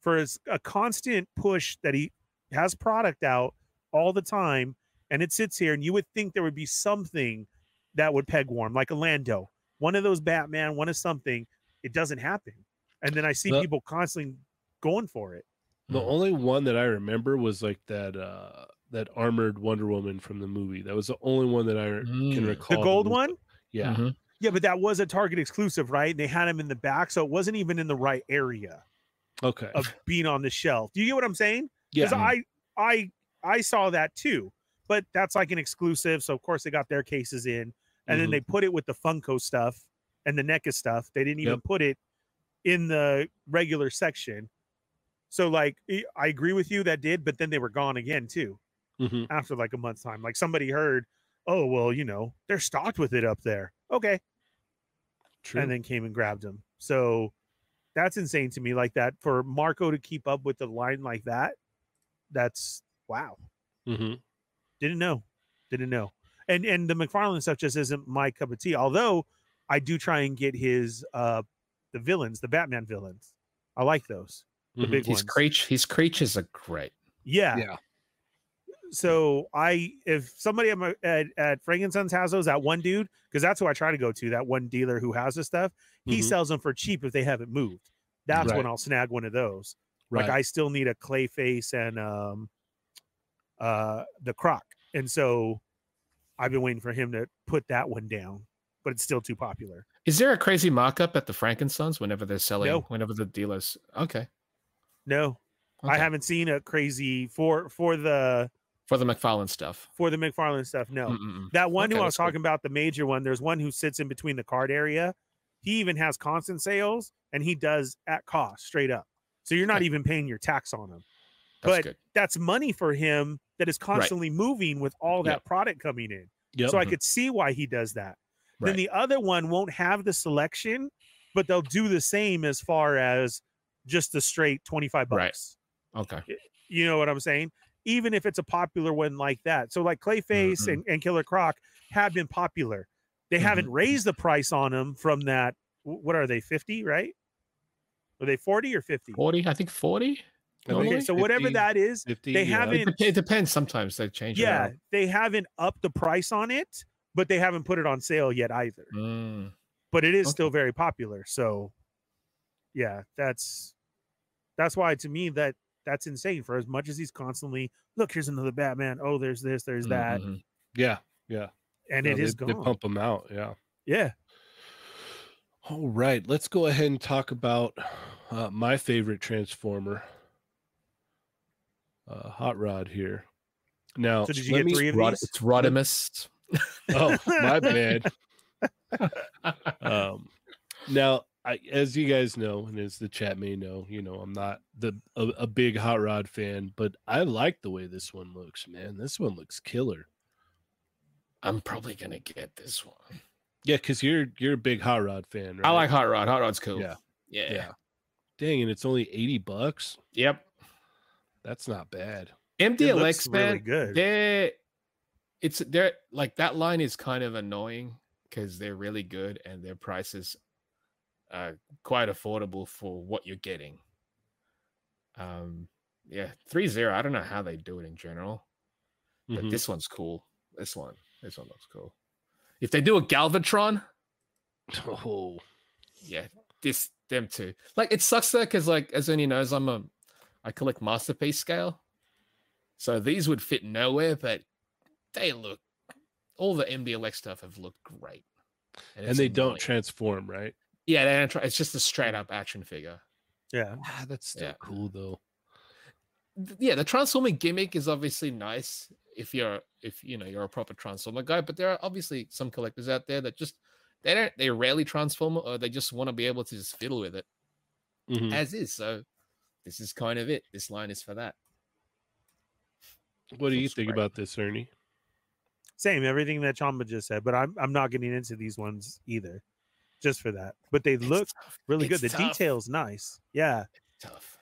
Speaker 2: for his, a constant push that he has product out all the time, and it sits here, and you would think there would be something that would peg warm, like a Lando, one of those Batman, one of something. It doesn't happen, and then I see
Speaker 1: The-
Speaker 2: people constantly going for it.
Speaker 1: The
Speaker 3: Mhm.
Speaker 1: only one that I remember was like that uh that armored Wonder Woman from the movie. That was the only one that I re- can
Speaker 3: Mm. The
Speaker 1: recall.
Speaker 2: The gold
Speaker 1: was-
Speaker 2: one,
Speaker 1: Yeah.
Speaker 3: Mhm.
Speaker 2: yeah, but that was a Target exclusive, right? They had him in the back, so it wasn't even in the right area
Speaker 1: Okay.
Speaker 2: of being on the shelf. Do you get what I'm saying?
Speaker 1: yeah.
Speaker 2: because I I I saw that too. But that's like an exclusive, so of course they got their cases in, and then
Speaker 1: Mhm.
Speaker 2: they put it with the Funko stuff and the NECA stuff. They didn't even
Speaker 1: Yep.
Speaker 2: put it in the regular section. So like e- I agree with you that did, but then they were gone again too
Speaker 1: Mhm.
Speaker 2: after like a month's time. Like somebody heard, oh well, you know they're stocked with it up there. Okay,
Speaker 1: True.
Speaker 2: and then came and grabbed him. So that's insane to me. Like that for Marco to keep up with the line like that, that's wow.
Speaker 1: Mhm.
Speaker 2: Didn't know. Didn't know. And and the McFarlane stuff just isn't my cup of tea. Although I do try and get his uh the villains, the Batman villains. I like those. The
Speaker 1: Mhm.
Speaker 2: big
Speaker 3: His
Speaker 2: ones.
Speaker 3: creature his creatures are great.
Speaker 2: Yeah.
Speaker 1: Yeah.
Speaker 2: so I if somebody at, my, at, at Frankenstein's has those, that one dude, because that's who I try to go to, that one dealer who has this stuff, he
Speaker 1: Mhm.
Speaker 2: sells them for cheap if they haven't moved. That's when
Speaker 1: Right.
Speaker 2: I'll snag one of those. Like I still need a clay face and um uh the croc. And so I've been waiting for him to put that one down, but it's still too popular.
Speaker 3: Is there a crazy mock-up at the Frankenstein's whenever they're selling?
Speaker 2: No.
Speaker 3: Whenever the dealers, okay,
Speaker 2: No, I
Speaker 3: okay.
Speaker 2: haven't seen a crazy for for the
Speaker 3: for the McFarlane stuff.
Speaker 2: for the McFarlane stuff. No.
Speaker 3: Mm-mm-mm.
Speaker 2: That one who
Speaker 3: Mm, Okay,
Speaker 2: I was
Speaker 3: that's cool.
Speaker 2: talking about, the major one, there's one who sits in between the card area. He even has constant sales and he does at cost straight up. So you're not
Speaker 3: Okay.
Speaker 2: even paying your tax on him.
Speaker 3: That's
Speaker 2: but
Speaker 3: good.
Speaker 2: That's money for him that is constantly moving with all that
Speaker 3: Yep.
Speaker 2: product coming in.
Speaker 1: Yep.
Speaker 2: So I
Speaker 3: Mhm.
Speaker 2: could see why he does that. Then
Speaker 3: Right.
Speaker 2: the other one won't have the selection, but they'll do the same as far as just the straight 25 bucks.
Speaker 3: Right. Okay.
Speaker 2: You know what I'm saying? Even if it's a popular one like that. So like Clayface
Speaker 3: Mhm.
Speaker 2: and, and Killer Croc have been popular. They
Speaker 3: Mm-hmm.
Speaker 2: haven't raised the price on them from that. wh- What are they? 50, right? Are they 40 or 50?
Speaker 3: Forty, I think forty.
Speaker 1: I think
Speaker 2: Okay,
Speaker 3: normally?
Speaker 2: so whatever
Speaker 1: 50,
Speaker 2: that is,
Speaker 1: 50,
Speaker 2: they
Speaker 1: yeah.
Speaker 2: haven't-
Speaker 3: It, dep- it depends. Sometimes they change. it
Speaker 2: yeah,
Speaker 3: up.
Speaker 2: they haven't upped the price on it, but they haven't put it on sale yet either.
Speaker 3: Mm.
Speaker 2: But it is
Speaker 3: Okay.
Speaker 2: still very popular. So yeah, that's that's why to me that that's insane for as much as he's constantly look here's another batman oh there's this there's
Speaker 3: mm-hmm.
Speaker 2: that
Speaker 3: Mm-mm-mm.
Speaker 1: Yeah. Yeah.
Speaker 2: and
Speaker 1: No,
Speaker 2: it
Speaker 1: they,
Speaker 2: is
Speaker 1: They
Speaker 2: gone
Speaker 1: pump them out. Yeah.
Speaker 2: Yeah.
Speaker 1: All right, let's go ahead and talk about uh, my favorite Transformer, uh, Hot Rod here. Now,
Speaker 2: So did you
Speaker 1: let
Speaker 2: get
Speaker 1: me-
Speaker 2: three of
Speaker 3: Rod-
Speaker 2: these?
Speaker 3: it's Rodimus.
Speaker 1: Oh, my bad. Um, now, I, as you guys know, and as the chat may know, you know I'm not the a, a big Hot Rod fan, but I like the way this one looks. Man, this one looks killer.
Speaker 3: I'm probably gonna get this one.
Speaker 1: Yeah, because you're you're a big Hot Rod fan. Right?
Speaker 3: I like Hot Rod. Hot Rod's cool.
Speaker 1: Yeah.
Speaker 3: Yeah.
Speaker 1: Yeah. Dang, and it's only eighty bucks.
Speaker 3: Yep.
Speaker 1: That's not bad.
Speaker 2: It
Speaker 3: MDLX
Speaker 2: looks really
Speaker 3: man,
Speaker 2: good.
Speaker 3: they're it's they're like that line is kind of annoying because they're really good and their prices are quite affordable for what you're getting. Um, yeah, three zero. I don't know how they do it in general, but
Speaker 2: Mm-hmm.
Speaker 1: Mhm.
Speaker 3: this one's cool. This one, this one looks cool. If they do a Galvatron,
Speaker 1: Oh.
Speaker 3: yeah, this them too. Like it sucks though, because like as Ernie knows, I'm a I collect masterpiece scale, so these would fit nowhere. But they look all the MDLX stuff have looked great,
Speaker 1: and
Speaker 3: it's
Speaker 1: they don't
Speaker 3: annoying.
Speaker 1: transform, right?
Speaker 3: yeah, they don't try. It's just a straight up action figure.
Speaker 2: Yeah.
Speaker 1: Ah, that's still
Speaker 3: Yeah.
Speaker 1: cool though.
Speaker 3: Th- Yeah, the transforming gimmick is obviously nice if you're if you know you're a proper transformer guy. But there are obviously some collectors out there that just they don't they rarely transform or they just want to be able to just fiddle with it.
Speaker 2: Mm.
Speaker 1: Mhm.
Speaker 3: as is. So this is kind of it. This line is for that.
Speaker 1: What do you
Speaker 3: looks
Speaker 1: think
Speaker 3: great.
Speaker 1: about this, Ernie?
Speaker 2: Same, everything that Chamba just said, but I'm I'm not getting into these ones either. Just for that. But they
Speaker 3: It's
Speaker 2: look
Speaker 3: tough,
Speaker 2: really good.
Speaker 3: it's
Speaker 2: The
Speaker 3: tough,
Speaker 2: details nice. Yeah.
Speaker 3: Tough.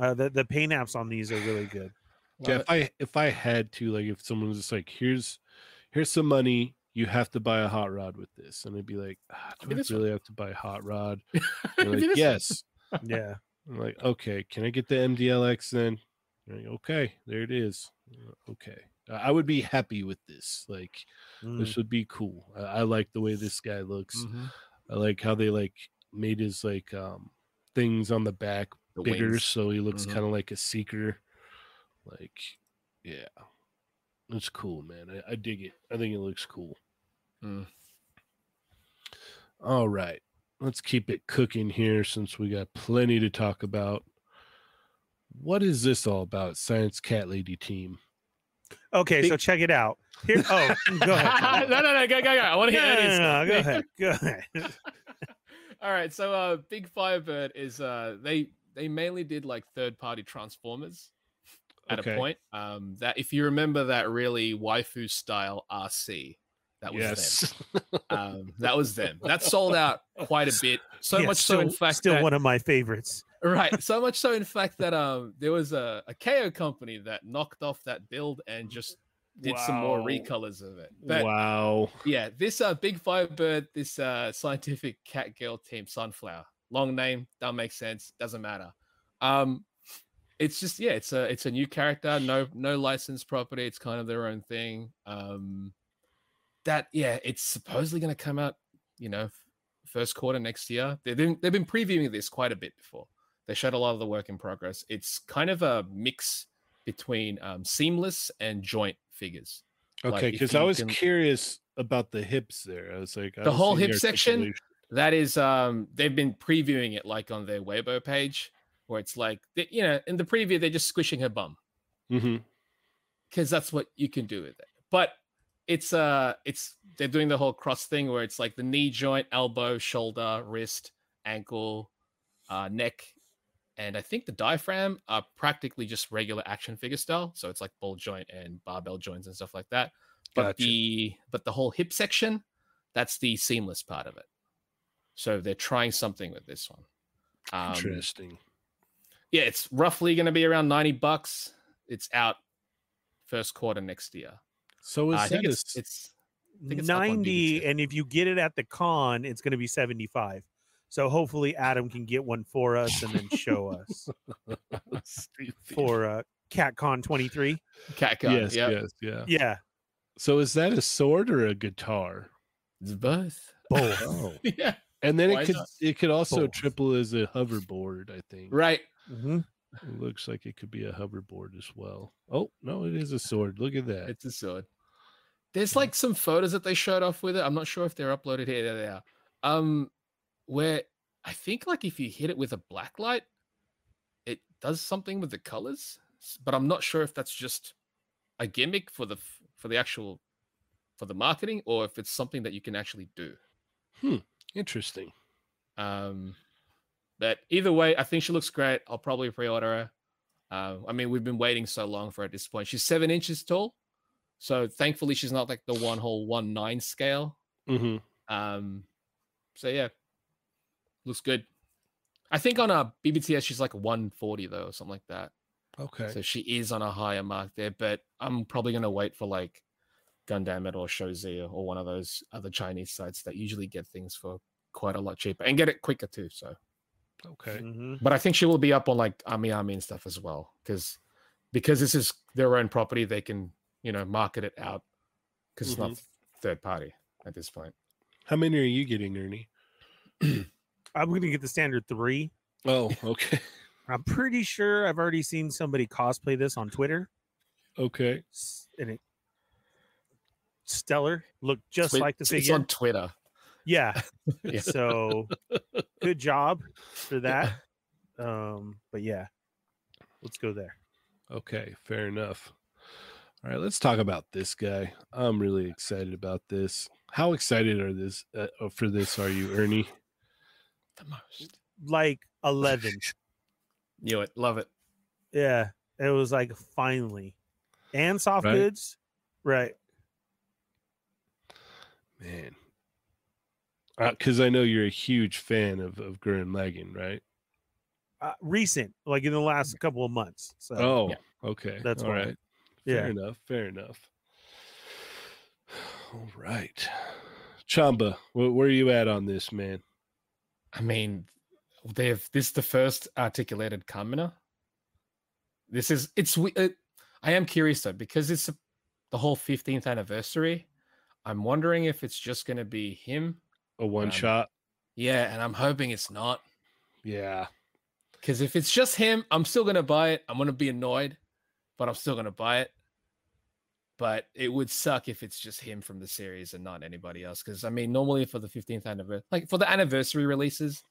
Speaker 2: Uh, the the paint apps on these are really good.
Speaker 1: Yeah,
Speaker 3: Love
Speaker 1: if I if I had to, like, if someone was just like, "Here's here's some money, you have to buy a hot rod with this," and I'd be like, ah,
Speaker 3: Give
Speaker 1: "Do I
Speaker 3: me this one."
Speaker 1: really have to buy a hot rod?"
Speaker 3: it.
Speaker 1: And they're
Speaker 3: It
Speaker 1: like,
Speaker 3: is-
Speaker 1: yes.
Speaker 2: Yeah.
Speaker 1: I'm like, okay, can I get the MDLX then? They're like, okay, there it is. Uh, Okay, Uh, I would be happy with this. Like,
Speaker 2: Mm.
Speaker 1: this would be cool. I, I like the way this guy looks.
Speaker 2: Mm-hmm.
Speaker 3: Mhm.
Speaker 1: I like how they like made his like um things on the back
Speaker 3: The
Speaker 1: bigger,
Speaker 3: wings.
Speaker 1: so he looks
Speaker 3: Mhm.
Speaker 1: kind of like a seeker. Like, yeah, it's cool, man. I, I dig it. I think it looks cool.
Speaker 3: Mm.
Speaker 1: All right, let's keep it cooking here since we got plenty to talk about. What is this all about? Science Cat Lady Team.
Speaker 2: Okay, so
Speaker 1: big-
Speaker 2: check it out. Here oh go ahead. Chamba.
Speaker 3: no, no, no, go, go, go. I want to
Speaker 2: No,
Speaker 3: hear
Speaker 2: no,
Speaker 3: Ernie's.
Speaker 2: no, no, go ahead. Go ahead.
Speaker 3: All right, so uh, Big Firebird is uh, they they mainly did like third party transformers at
Speaker 1: Okay.
Speaker 3: a point. Um, that if you remember that really waifu style RC, that was them.
Speaker 1: yes.
Speaker 3: Um, that was them. That sold out quite a bit. So
Speaker 2: Yeah,
Speaker 3: much so, in
Speaker 2: still-
Speaker 3: fact,
Speaker 2: still
Speaker 3: that,
Speaker 2: one of my favorites.
Speaker 3: right so much so in fact that um there was a, a ko company that knocked off that build and just did some more
Speaker 1: Wow.
Speaker 3: recolors of it but
Speaker 1: wow.
Speaker 3: yeah this uh big firebird this uh scientific cat girl team sunflower long name don't make sense doesn't matter um it's just yeah, it's a it's a new character, no no licensed property. It's kind of their own thing. Um, that yeah, it's supposedly going to come out, you know, f- first quarter next year. They've been they've been previewing this quite a bit before. They showed a lot of the work in progress. It's kind of a mix between um, seamless and joint figures. Like,
Speaker 1: Okay,
Speaker 3: if
Speaker 1: because I
Speaker 3: you
Speaker 1: was
Speaker 3: can-
Speaker 1: curious about the hips there. I was like, I
Speaker 3: The
Speaker 1: don't
Speaker 3: whole
Speaker 1: see
Speaker 3: hip
Speaker 1: any
Speaker 3: section?
Speaker 1: articulation.
Speaker 3: That is, um, they've been previewing it like on their Weibo page, where it's like, they- you know, in the preview they're just squishing her bum.
Speaker 1: Mhm.
Speaker 3: because that's what you can do with it. But it's uh it's they're doing the whole cross thing where it's like the knee joint, elbow, shoulder, wrist, ankle, uh, neck, and I think the diaphragm are practically just regular action figure style. So it's like ball joint and barbell joints and stuff like that. But
Speaker 1: Gotcha.
Speaker 3: the but the whole hip section, that's the seamless part of it. So they're trying something with this one. Um,
Speaker 1: Mm-hmm. Interesting.
Speaker 3: yeah, it's roughly going to be around 90 bucks. It's out first quarter next year.
Speaker 1: So is
Speaker 3: Uh,
Speaker 1: that
Speaker 3: I think
Speaker 1: a s-
Speaker 3: it's, it's think it's up on
Speaker 2: 90
Speaker 3: DVD.
Speaker 2: and if you get it at the con it's going to be 75 so hopefully adam can get one for us and then show us for uh catcon 23
Speaker 3: Catcon.
Speaker 1: yes,
Speaker 3: yeah.
Speaker 1: yes, yeah.
Speaker 2: yeah
Speaker 1: So is that a sword or a guitar?
Speaker 3: It's both.
Speaker 1: Oh.
Speaker 2: both
Speaker 3: yeah.
Speaker 1: And then
Speaker 3: Why
Speaker 1: it could
Speaker 3: not?
Speaker 1: it could also
Speaker 2: Both.
Speaker 1: triple as a hoverboard, I think.
Speaker 3: Right.
Speaker 2: Mhm.
Speaker 1: It looks like it could be a hoverboard as well. Oh no, it is a sword. Look at that.
Speaker 3: It's a sword. There's like some photos that they showed off with it. I'm not sure if they're uploaded here. There they are. Um, where I think like if you hit it with a black light, it does something with the colors. s- But I'm not sure if that's just a gimmick for the f- for the actual for the marketing or if it's something that you can actually do.
Speaker 1: Interesting.
Speaker 3: Um, but either way, I think she looks great. I'll probably pre-order her. Uh, I mean, we've been waiting so long for her at this point. She's seven inches tall, so thankfully she's not like the one whole one nine scale.
Speaker 1: hmm
Speaker 3: Um, so yeah, looks good. I think on uh, a BBTS she's like 140 though, or something like that.
Speaker 1: Okay.
Speaker 3: So she is on a higher mark there, but I'm probably gonna wait for like Gundam it or Shozi or one of those other Chinese sites that usually get things for quite a lot cheaper and get it quicker too. So
Speaker 1: Okay.
Speaker 2: Mhm.
Speaker 3: but I think she will be up on like Ami Ami and stuff as well because because this is their own property, they can you know market it out because it's not third party at this point.
Speaker 1: How many are you getting, Ernie?
Speaker 2: i'm going to get the standard three
Speaker 1: Oh, okay.
Speaker 2: i'm pretty sure i've already seen somebody cosplay this on twitter
Speaker 1: Okay.
Speaker 2: S- and it stellar looked just
Speaker 3: Twi-
Speaker 2: like the
Speaker 3: it's
Speaker 2: figure
Speaker 3: on Twitter.
Speaker 2: yeah
Speaker 3: Yeah.
Speaker 2: so good job for that um but yeah let's go there
Speaker 1: Okay, fair enough. All right, let's talk about this guy. I'm really excited about this. How excited are this uh, uh, for this are you, Ernie?
Speaker 3: The most
Speaker 2: like 11
Speaker 3: knew it, love it.
Speaker 2: yeah it was like finally and soft
Speaker 1: Right.
Speaker 2: goods right
Speaker 1: Man. Because I know you're a huge fan of, of Gurren Lagann, right?
Speaker 2: uh, recent like in the
Speaker 1: Mm.
Speaker 2: last couple of months so
Speaker 1: Oh, okay.
Speaker 2: Uh, That's
Speaker 1: all
Speaker 2: why.
Speaker 1: right. Fair
Speaker 2: yeah
Speaker 1: enough. Fair enough. All right. Chamba, wh- where are you at on this, man?
Speaker 3: I mean, they've this is the first articulated Kamina. This is it's. we- It, I am curious though because it's a- the whole 15th anniversary. I'm wondering if it's just going to be him.
Speaker 1: A one
Speaker 3: Um,
Speaker 1: shot?
Speaker 3: Yeah, and I'm hoping it's not.
Speaker 1: Yeah.
Speaker 3: Because if it's just him, I'm still gonna buy it. I'm gonna be annoyed, but I'm still gonna buy it. But it would suck if it's just him from the series and not anybody else. Because I mean, normally for the 15th anniversary, like for the anniversary releases,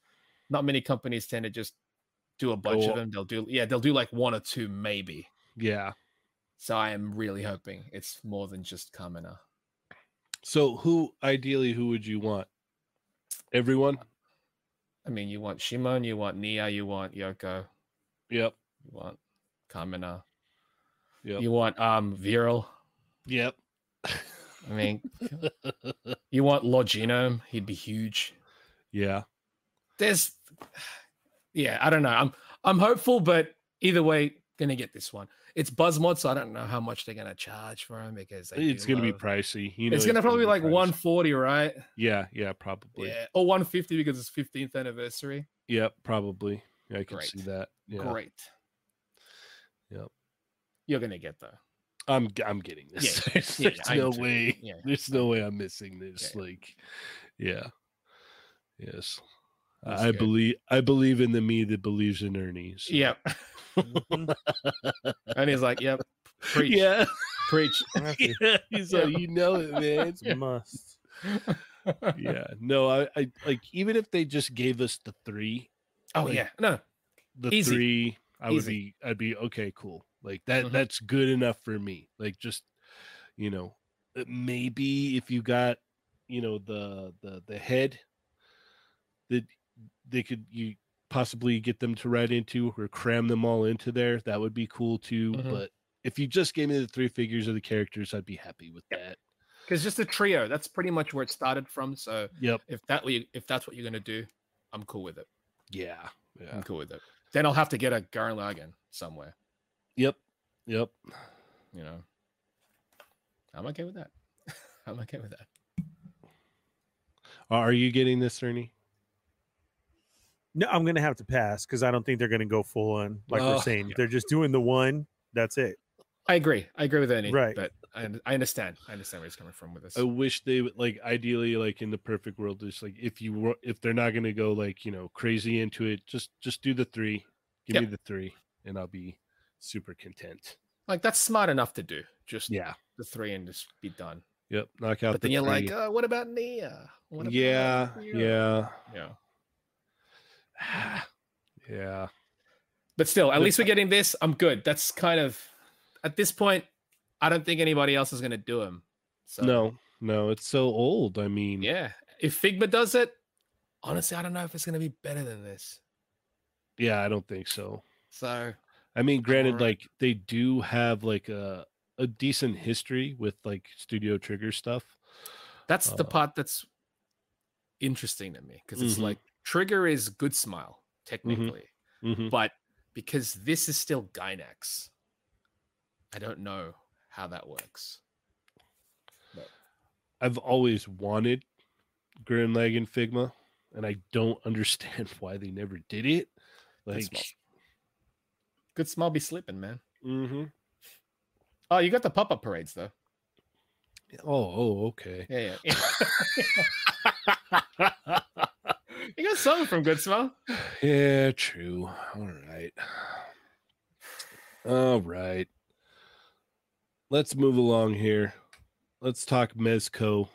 Speaker 3: not many companies tend to just do a bunch
Speaker 1: Go-
Speaker 3: of them. They'll do yeah, they'll do like one or two maybe.
Speaker 1: Yeah.
Speaker 3: So I am really hoping it's more than just Kamina.
Speaker 1: So, who ideally, who would you want? Everyone?
Speaker 3: Uh, I mean, you want Shimon, you want Nia, you want Yoko,
Speaker 1: Yep.
Speaker 3: you want Kamina,
Speaker 1: Yep.
Speaker 3: you want um Viral.
Speaker 1: Yep.
Speaker 3: I mean, You want Loginum? He'd be huge.
Speaker 1: yeah.
Speaker 3: There's, yeah, I don't know. I'm I'm hopeful, but either way, gonna get this one. It's Buzzmod, so I don't know how much they're gonna charge for him because they
Speaker 1: It's
Speaker 3: do
Speaker 1: going to be
Speaker 3: love-
Speaker 1: pricey. You know,
Speaker 3: it's gonna probably be like
Speaker 1: pricey.
Speaker 3: 140, right?
Speaker 1: Yeah. Yeah. Probably.
Speaker 3: Yeah, or 150 because it's 15th anniversary.
Speaker 1: Yep. Probably. Yeah, I can see
Speaker 3: Great.
Speaker 1: that. Yeah.
Speaker 3: Great.
Speaker 1: Yep.
Speaker 3: You're gonna get the
Speaker 1: I'm g- I'm getting this.
Speaker 3: Yeah,
Speaker 1: there's
Speaker 3: yeah,
Speaker 1: there's
Speaker 3: I
Speaker 1: no
Speaker 3: am too.
Speaker 1: way.
Speaker 3: Yeah.
Speaker 1: There's no way I'm missing this.
Speaker 3: yeah.
Speaker 1: Like, yeah, yes.
Speaker 3: That's
Speaker 1: I I
Speaker 3: good.
Speaker 1: believe I believe in the me that believes in Ernie. so-
Speaker 3: Yep.
Speaker 1: Oh.
Speaker 2: Mm-hmm.
Speaker 3: and he's like, Yep, preach,
Speaker 1: yeah,
Speaker 3: preach.
Speaker 2: That's
Speaker 1: yeah. He's like, you know it, man.
Speaker 2: a must.
Speaker 1: yeah, no, I, I like even if they just gave us the three,
Speaker 3: Oh
Speaker 1: Like,
Speaker 3: yeah. No.
Speaker 1: the
Speaker 3: Easy.
Speaker 1: three, I would
Speaker 3: Easy.
Speaker 1: be, I'd be okay, cool. Like that,
Speaker 3: Mhm.
Speaker 1: that's good enough for me. Like just, you know, uh, maybe if you got, you know, the the the head that they could you possibly get them to write into or cram them all into there, that would be cool too.
Speaker 3: Mhm.
Speaker 1: But if you just gave me the three figures of the characters, I'd be happy with that.
Speaker 3: Because just a trio, that's pretty much where it started from. So
Speaker 1: Yep.
Speaker 3: if that were you, if that's what you're gonna do, I'm cool with it.
Speaker 1: Yeah. Yeah.
Speaker 3: I'm cool with it. Then I'll have to get a Garen Lagan somewhere,
Speaker 1: Yep. Yep.
Speaker 3: you know. I'm okay with that. I'm okay with that.
Speaker 1: Are you getting this, Ernie?
Speaker 2: No, I'm gonna have to pass because I don't think they're gonna go full on. Like
Speaker 1: Oh,
Speaker 2: we're saying,
Speaker 1: yeah.
Speaker 2: they're just doing the one. That's it.
Speaker 3: I agree. I agree with Ernie.
Speaker 2: Right.
Speaker 3: But I, un- I understand. I understand where he's coming from with this.
Speaker 1: I wish they would like ideally like in the perfect world just like if you were if they're not gonna go like you know crazy into it just just do the three give me
Speaker 3: Yep.
Speaker 1: the three and I'll be super content
Speaker 3: Like that's smart enough to do. Just
Speaker 1: yeah
Speaker 3: the three and just be done.
Speaker 1: yep knock out
Speaker 3: but
Speaker 1: the
Speaker 3: then you're like,
Speaker 1: three.
Speaker 3: oh, what about Nia? What about
Speaker 1: yeah yeah
Speaker 3: Yeah.
Speaker 1: yeah yeah
Speaker 3: But still, at
Speaker 1: But-
Speaker 3: least we're getting this. I'm good. That's kind of at this point, I don't think anybody else is gonna do him. So
Speaker 1: no no it's so old I mean
Speaker 3: Yeah. If Figma does it, honestly, I don't know if it's gonna be better than this.
Speaker 1: yeah I don't think so
Speaker 3: So
Speaker 1: I mean granted
Speaker 3: alright.
Speaker 1: like they do have like a a decent history with like Studio Trigger stuff
Speaker 3: that's the
Speaker 1: Uh,
Speaker 3: part that's interesting to me because it's
Speaker 1: Mhm.
Speaker 3: like trigger is good smile technically,
Speaker 1: Mhm.
Speaker 3: but because this is still Gynax, I don't know how that works.
Speaker 1: I've always wanted Gurren Lagann Figma, and I don't understand why they never did it.
Speaker 3: Good
Speaker 1: Like,
Speaker 3: smile. Good smile be slipping, man.
Speaker 1: mm-hmm.
Speaker 3: Oh, you got the pop up parades though.
Speaker 1: oh, oh, okay.
Speaker 3: Yeah, yeah. you got something from Good Smile.
Speaker 1: yeah, true. All right. All right. Let's move along here. Let's talk Mezco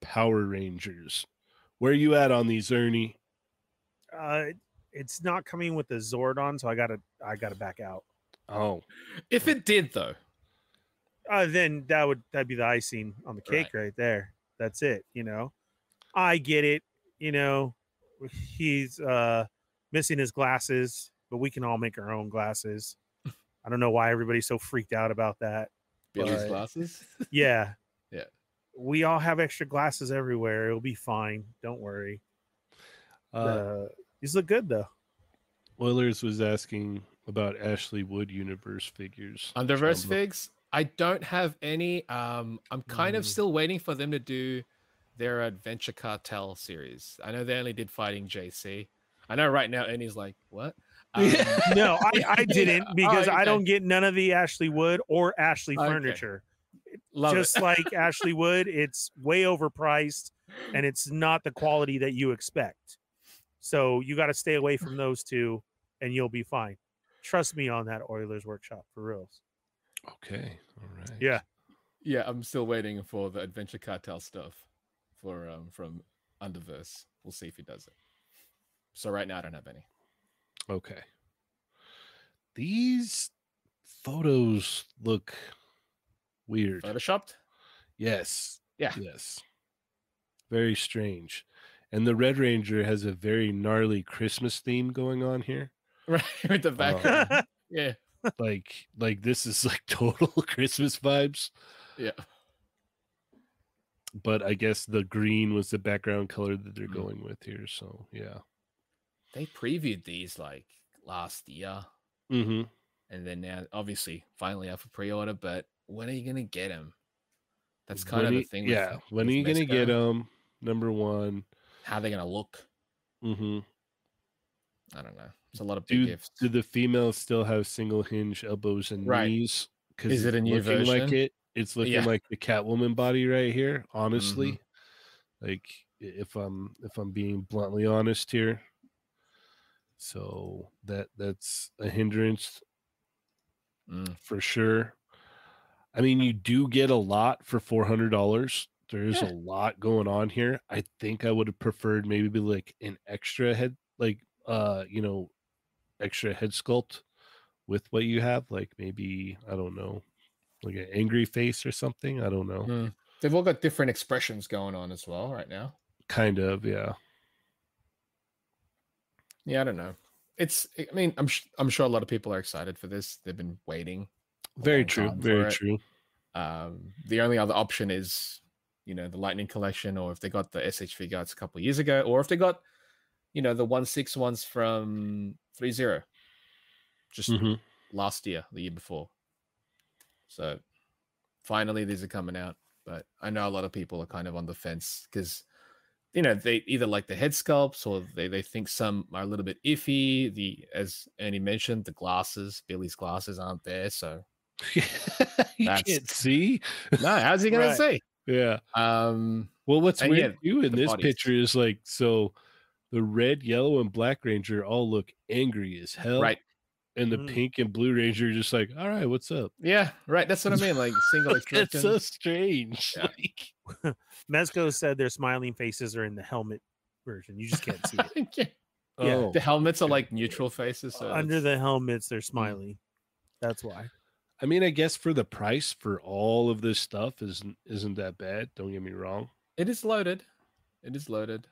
Speaker 1: Power Rangers. Where you at on these, Ernie?
Speaker 2: Uh, it's not coming with the Zordon, so I gotta I gotta back out.
Speaker 1: Oh,
Speaker 3: If it did though,
Speaker 2: Uh, then that would that'd be the icing on the cake right, there. That's it. You know, I get it. You know, he's uh missing his glasses, but we can all make our own glasses. I don't know why everybody's so freaked out about that.
Speaker 3: Billy's
Speaker 2: Right.
Speaker 3: glasses.
Speaker 2: Yeah.
Speaker 3: Yeah.
Speaker 2: We all have extra glasses everywhere. It'll be fine. Don't worry.
Speaker 1: uh,
Speaker 2: Uh, these look good though.
Speaker 1: Oilers was asking about Ashley Wood universe figures.
Speaker 3: Underverse
Speaker 1: Jumbo.
Speaker 3: figs. I don't have any. Um, I'm kind of
Speaker 2: Mm.
Speaker 3: still waiting for them to do their Adventure Cartel series. I know they only did Fighting JC. I know right now Ernie's like, what? Um,
Speaker 2: No, I, I didn't because
Speaker 3: Oh,
Speaker 2: I
Speaker 3: okay.
Speaker 2: don't get none of the Ashley Wood or Ashley
Speaker 3: Okay.
Speaker 2: furniture.
Speaker 3: love
Speaker 2: Just
Speaker 3: it.
Speaker 2: like Ashley Wood, it's way overpriced and it's not the quality that you expect. So you got to stay away from those two and you'll be fine. Trust me on that Oilers workshop for reals.
Speaker 1: Okay. All right.
Speaker 2: Yeah.
Speaker 3: yeah, I'm still waiting for the Adventure Cartel stuff for um from Underverse. We'll see if he does it. So right now I don't have any.
Speaker 1: Okay. These photos look weird.
Speaker 3: Photoshopped?
Speaker 1: Yes.
Speaker 3: Yeah.
Speaker 1: Yes. Very strange. And the Red Ranger has a very gnarly Christmas theme going on here.
Speaker 3: Right with the back.
Speaker 1: Oh.
Speaker 3: yeah.
Speaker 1: like like this is like total Christmas vibes,
Speaker 3: Yeah.
Speaker 1: but I guess the green was the background color that they're
Speaker 3: Mm.
Speaker 1: going with here, so yeah.
Speaker 3: They previewed these like last year.
Speaker 1: Mhm.
Speaker 3: and then now obviously finally out for pre-order but when are you gonna get them that's kind
Speaker 1: When
Speaker 3: of
Speaker 1: are
Speaker 3: the
Speaker 1: you-
Speaker 3: thing with-
Speaker 1: Yeah, when are
Speaker 3: with
Speaker 1: you going to get
Speaker 3: Mezco,
Speaker 1: them? Number 1. Mm-hmm.
Speaker 3: how they're gonna look
Speaker 1: Mhm.
Speaker 3: I don't know. It's a lot of big
Speaker 1: Do,
Speaker 3: gifts.
Speaker 1: do the females still have single hinge elbows and
Speaker 3: Right.
Speaker 1: knees? Because
Speaker 3: Is it a new
Speaker 1: looking like
Speaker 3: version?
Speaker 1: it? It's looking
Speaker 3: Yeah. Mm-hmm.
Speaker 1: like the Catwoman body right here. Honestly, like i- if I'm if I'm being bluntly honest here, so that that's a hindrance.
Speaker 3: Mm.
Speaker 1: for sure. I mean, you do get a lot for four hundred dollars. There is a lot going on here. I think I would have preferred maybe be like an extra head, like uh, you know, extra head sculpt with what you have. Like maybe I don't know, like an angry face or something. I don't know.
Speaker 3: Mm. They've all got different expressions going on as well right now.
Speaker 1: Kind of, yeah.
Speaker 3: Yeah, I don't know. It's. I mean, I'm sh- I'm sure a lot of people are excited for this. They've been waiting. a
Speaker 1: Very
Speaker 3: long
Speaker 1: true.
Speaker 3: time for
Speaker 1: Very
Speaker 3: it.
Speaker 1: true.
Speaker 3: Um, the only other option is, you know, the Lightning Collection, or if they got the SH figures a couple years ago, or if they got, you know, the one six ones from three zero, just
Speaker 1: Mhm.
Speaker 3: last year, the year before. So finally, these are coming out. But I know a lot of people are kind of on the fence because, you know, they either like the head sculpts or they, they think some are a little bit iffy. The as Ernie mentioned, the glasses, Billy's glasses aren't there. So
Speaker 1: you
Speaker 3: That's-
Speaker 1: can't see.
Speaker 3: no, how's he gonna
Speaker 2: Right.
Speaker 3: say?
Speaker 1: Yeah.
Speaker 3: Um,
Speaker 1: Well, what's
Speaker 3: And
Speaker 1: weird too in
Speaker 3: the
Speaker 1: this
Speaker 3: bodies.
Speaker 1: picture is like so the red, yellow, and black ranger all look angry as hell.
Speaker 3: right.
Speaker 1: And the
Speaker 2: Mm.
Speaker 1: pink and blue ranger are just like, all right, what's up?
Speaker 3: Yeah, right. That's what I mean. Like single
Speaker 1: That's so
Speaker 3: expression.
Speaker 1: strange.
Speaker 3: Yeah.
Speaker 1: Like,
Speaker 2: Mezco said their smiling faces are in the helmet version. You just can't see it.
Speaker 3: Yeah,
Speaker 2: Yeah.
Speaker 1: oh,
Speaker 3: The helmets are like neutral faces. So
Speaker 2: Under
Speaker 3: it's- Hmm.
Speaker 2: the helmets, they're smiling. That's why.
Speaker 1: I mean, I guess for the price for all of this stuff isn't isn't that bad. Don't get me wrong.
Speaker 3: it is loaded. It is loaded.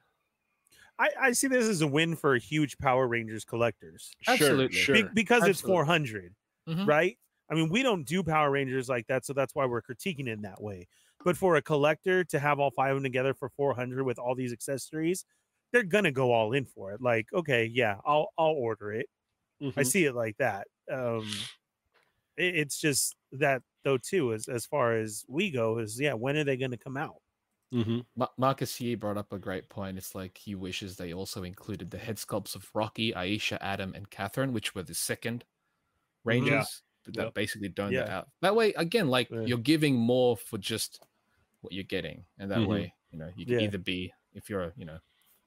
Speaker 2: I, I see this as a win for huge Power Rangers collectors
Speaker 1: Sure,
Speaker 3: Absolutely.
Speaker 1: sure.
Speaker 2: Be- because it's
Speaker 3: Absolutely.
Speaker 2: 400,
Speaker 3: Mhm.
Speaker 2: right? I mean, we don't do Power Rangers like that, so that's why we're critiquing it in that way. But for a collector to have all five of them together for 400 with all these accessories, they're gonna go all in for it. Like, okay, yeah, I'll I'll order it. I
Speaker 1: Mhm.
Speaker 2: see it like that. Um, it, it's just that though too, as as far as we go, is yeah, when are they going to come out?
Speaker 1: Mhm.
Speaker 3: Ma- Marcus Yee brought up a great point. It's like he wishes they also included the head sculpts of Rocky, Aisha, Adam, and Catherine, which were the second Rangers that, that
Speaker 1: Yep.
Speaker 3: basically done that
Speaker 2: Mm-hmm. Yeah.
Speaker 3: out. That way, again, like
Speaker 1: Yeah.
Speaker 3: you're giving more for just what you're getting, and that
Speaker 1: Mhm.
Speaker 3: way, you know, you can
Speaker 2: Mm-hmm. Yeah.
Speaker 3: either be if you're, a, you know,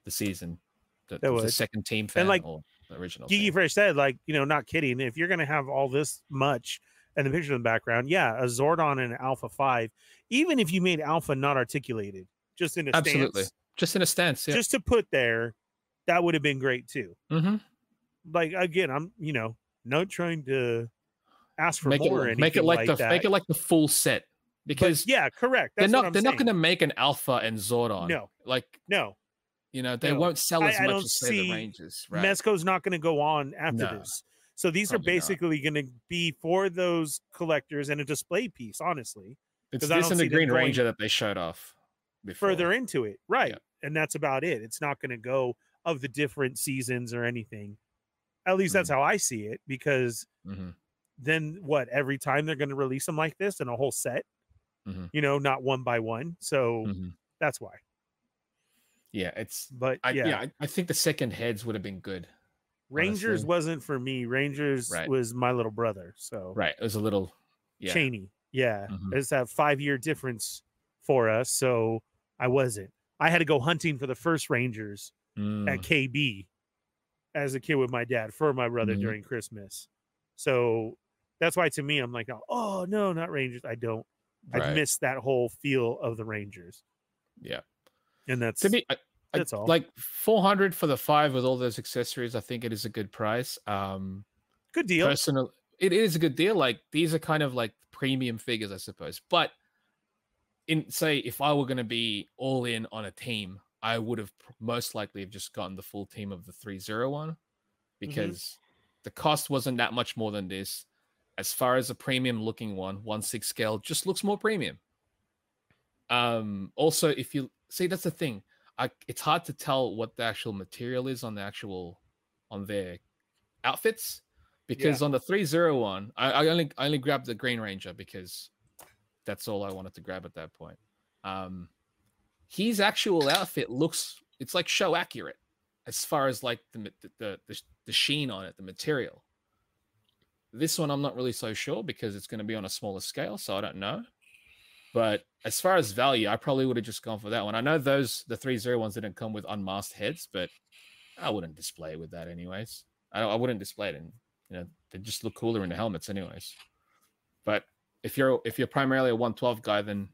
Speaker 3: the season, the,
Speaker 2: That
Speaker 3: the
Speaker 2: way.
Speaker 3: second team fan,
Speaker 2: like,
Speaker 3: or the original.
Speaker 2: Gigi
Speaker 3: fan.
Speaker 2: Fresh said, like, you know, not kidding. If you're going to have all this much and the picture in the background, yeah, a Zordon and an Alpha Five, even if you made Alpha not articulated, just in a
Speaker 3: Absolutely.
Speaker 2: stance,
Speaker 3: just in a stance. Yeah.
Speaker 2: just to put there, that would have been great too.
Speaker 3: hmm
Speaker 2: Like again, I'm you know not trying to ask for
Speaker 3: make
Speaker 2: more or
Speaker 3: it make it
Speaker 2: anything
Speaker 3: like, the
Speaker 2: that.
Speaker 3: make it like the full set because
Speaker 2: but yeah, correct.
Speaker 3: they're
Speaker 2: That's
Speaker 3: not
Speaker 2: what I'm
Speaker 3: they're not
Speaker 2: saying.
Speaker 3: going to make an alpha and Zordon.
Speaker 2: No,
Speaker 3: like
Speaker 2: no.
Speaker 3: You know, they
Speaker 2: No,
Speaker 3: won't sell
Speaker 2: I-
Speaker 3: as
Speaker 2: I
Speaker 3: much
Speaker 2: don't
Speaker 3: as say
Speaker 2: see
Speaker 3: the Rangers, right?
Speaker 2: Mezco's not going to go on after
Speaker 3: No,
Speaker 2: this. So these are
Speaker 3: probably not.
Speaker 2: basically going to be for those collectors and a display piece, honestly,
Speaker 3: it's
Speaker 2: 'cause I
Speaker 3: this
Speaker 2: don't
Speaker 3: and the
Speaker 2: see them
Speaker 3: Green
Speaker 2: going
Speaker 3: Ranger that they showed off before.
Speaker 2: further into it. Right.
Speaker 3: Yeah.
Speaker 2: And that's about it. It's not going to go of the different seasons or anything. At least that's
Speaker 3: Mm-hmm.
Speaker 2: how I see it because
Speaker 3: Mhm.
Speaker 2: then what? Every time they're going to release them like this in a whole set,
Speaker 3: Mhm.
Speaker 2: you know, not one by one. So
Speaker 3: Mhm.
Speaker 2: that's why.
Speaker 3: Yeah, it's.
Speaker 2: But
Speaker 3: I,
Speaker 2: yeah,
Speaker 3: yeah, I, I think the second heads would have been good.
Speaker 2: Rangers
Speaker 3: honestly.
Speaker 2: wasn't for me. Rangers
Speaker 3: Right.
Speaker 2: was my little brother. So
Speaker 3: Right, it was a little. Yeah,
Speaker 2: Cheney. Yeah.
Speaker 3: Mhm.
Speaker 2: It's that five year difference for us. So I wasn't. I had to go hunting for the first Rangers
Speaker 3: Mm,
Speaker 2: at KB as a kid with my dad for my brother
Speaker 3: Mhm.
Speaker 2: during Christmas. So that's why to me, I'm like, oh, no, not Rangers. I don't. I've
Speaker 3: right,
Speaker 2: missed that whole feel of the Rangers.
Speaker 3: Yeah,
Speaker 2: And that's
Speaker 3: to be I, I-
Speaker 2: that's all.
Speaker 3: like four hundred for the five with all those accessories. I think it is a good price. Um,
Speaker 2: good deal.
Speaker 3: personal it is a good deal like these are kind of like premium figures i suppose but in say if i were going to be all in on a team i would have pr- most likely have just gotten the full team of the 301 because the cost wasn't that much more than this as far as a premium looking one 1 6 scale just looks more premium um also if you see that's the thing i it's hard to tell what the actual material is on the actual on their outfits because on the 301 I, I only I only grabbed the green ranger because that's all i wanted to grab at that point um his actual outfit looks it's like show accurate as far as like the ma- the, the the sh- the sheen on it, the material. This one I'm not really so sure because it's going to be on a smaller scale, so I don't know. But as far as value, I probably would have just gone for that one. I know those the three zero ones didn't come with unmasked heads, but I wouldn't display it with that anyways. I, I wouldn't display it, and you know they just look cooler in the helmets anyways. But if you're if you're primarily a 112 guy, then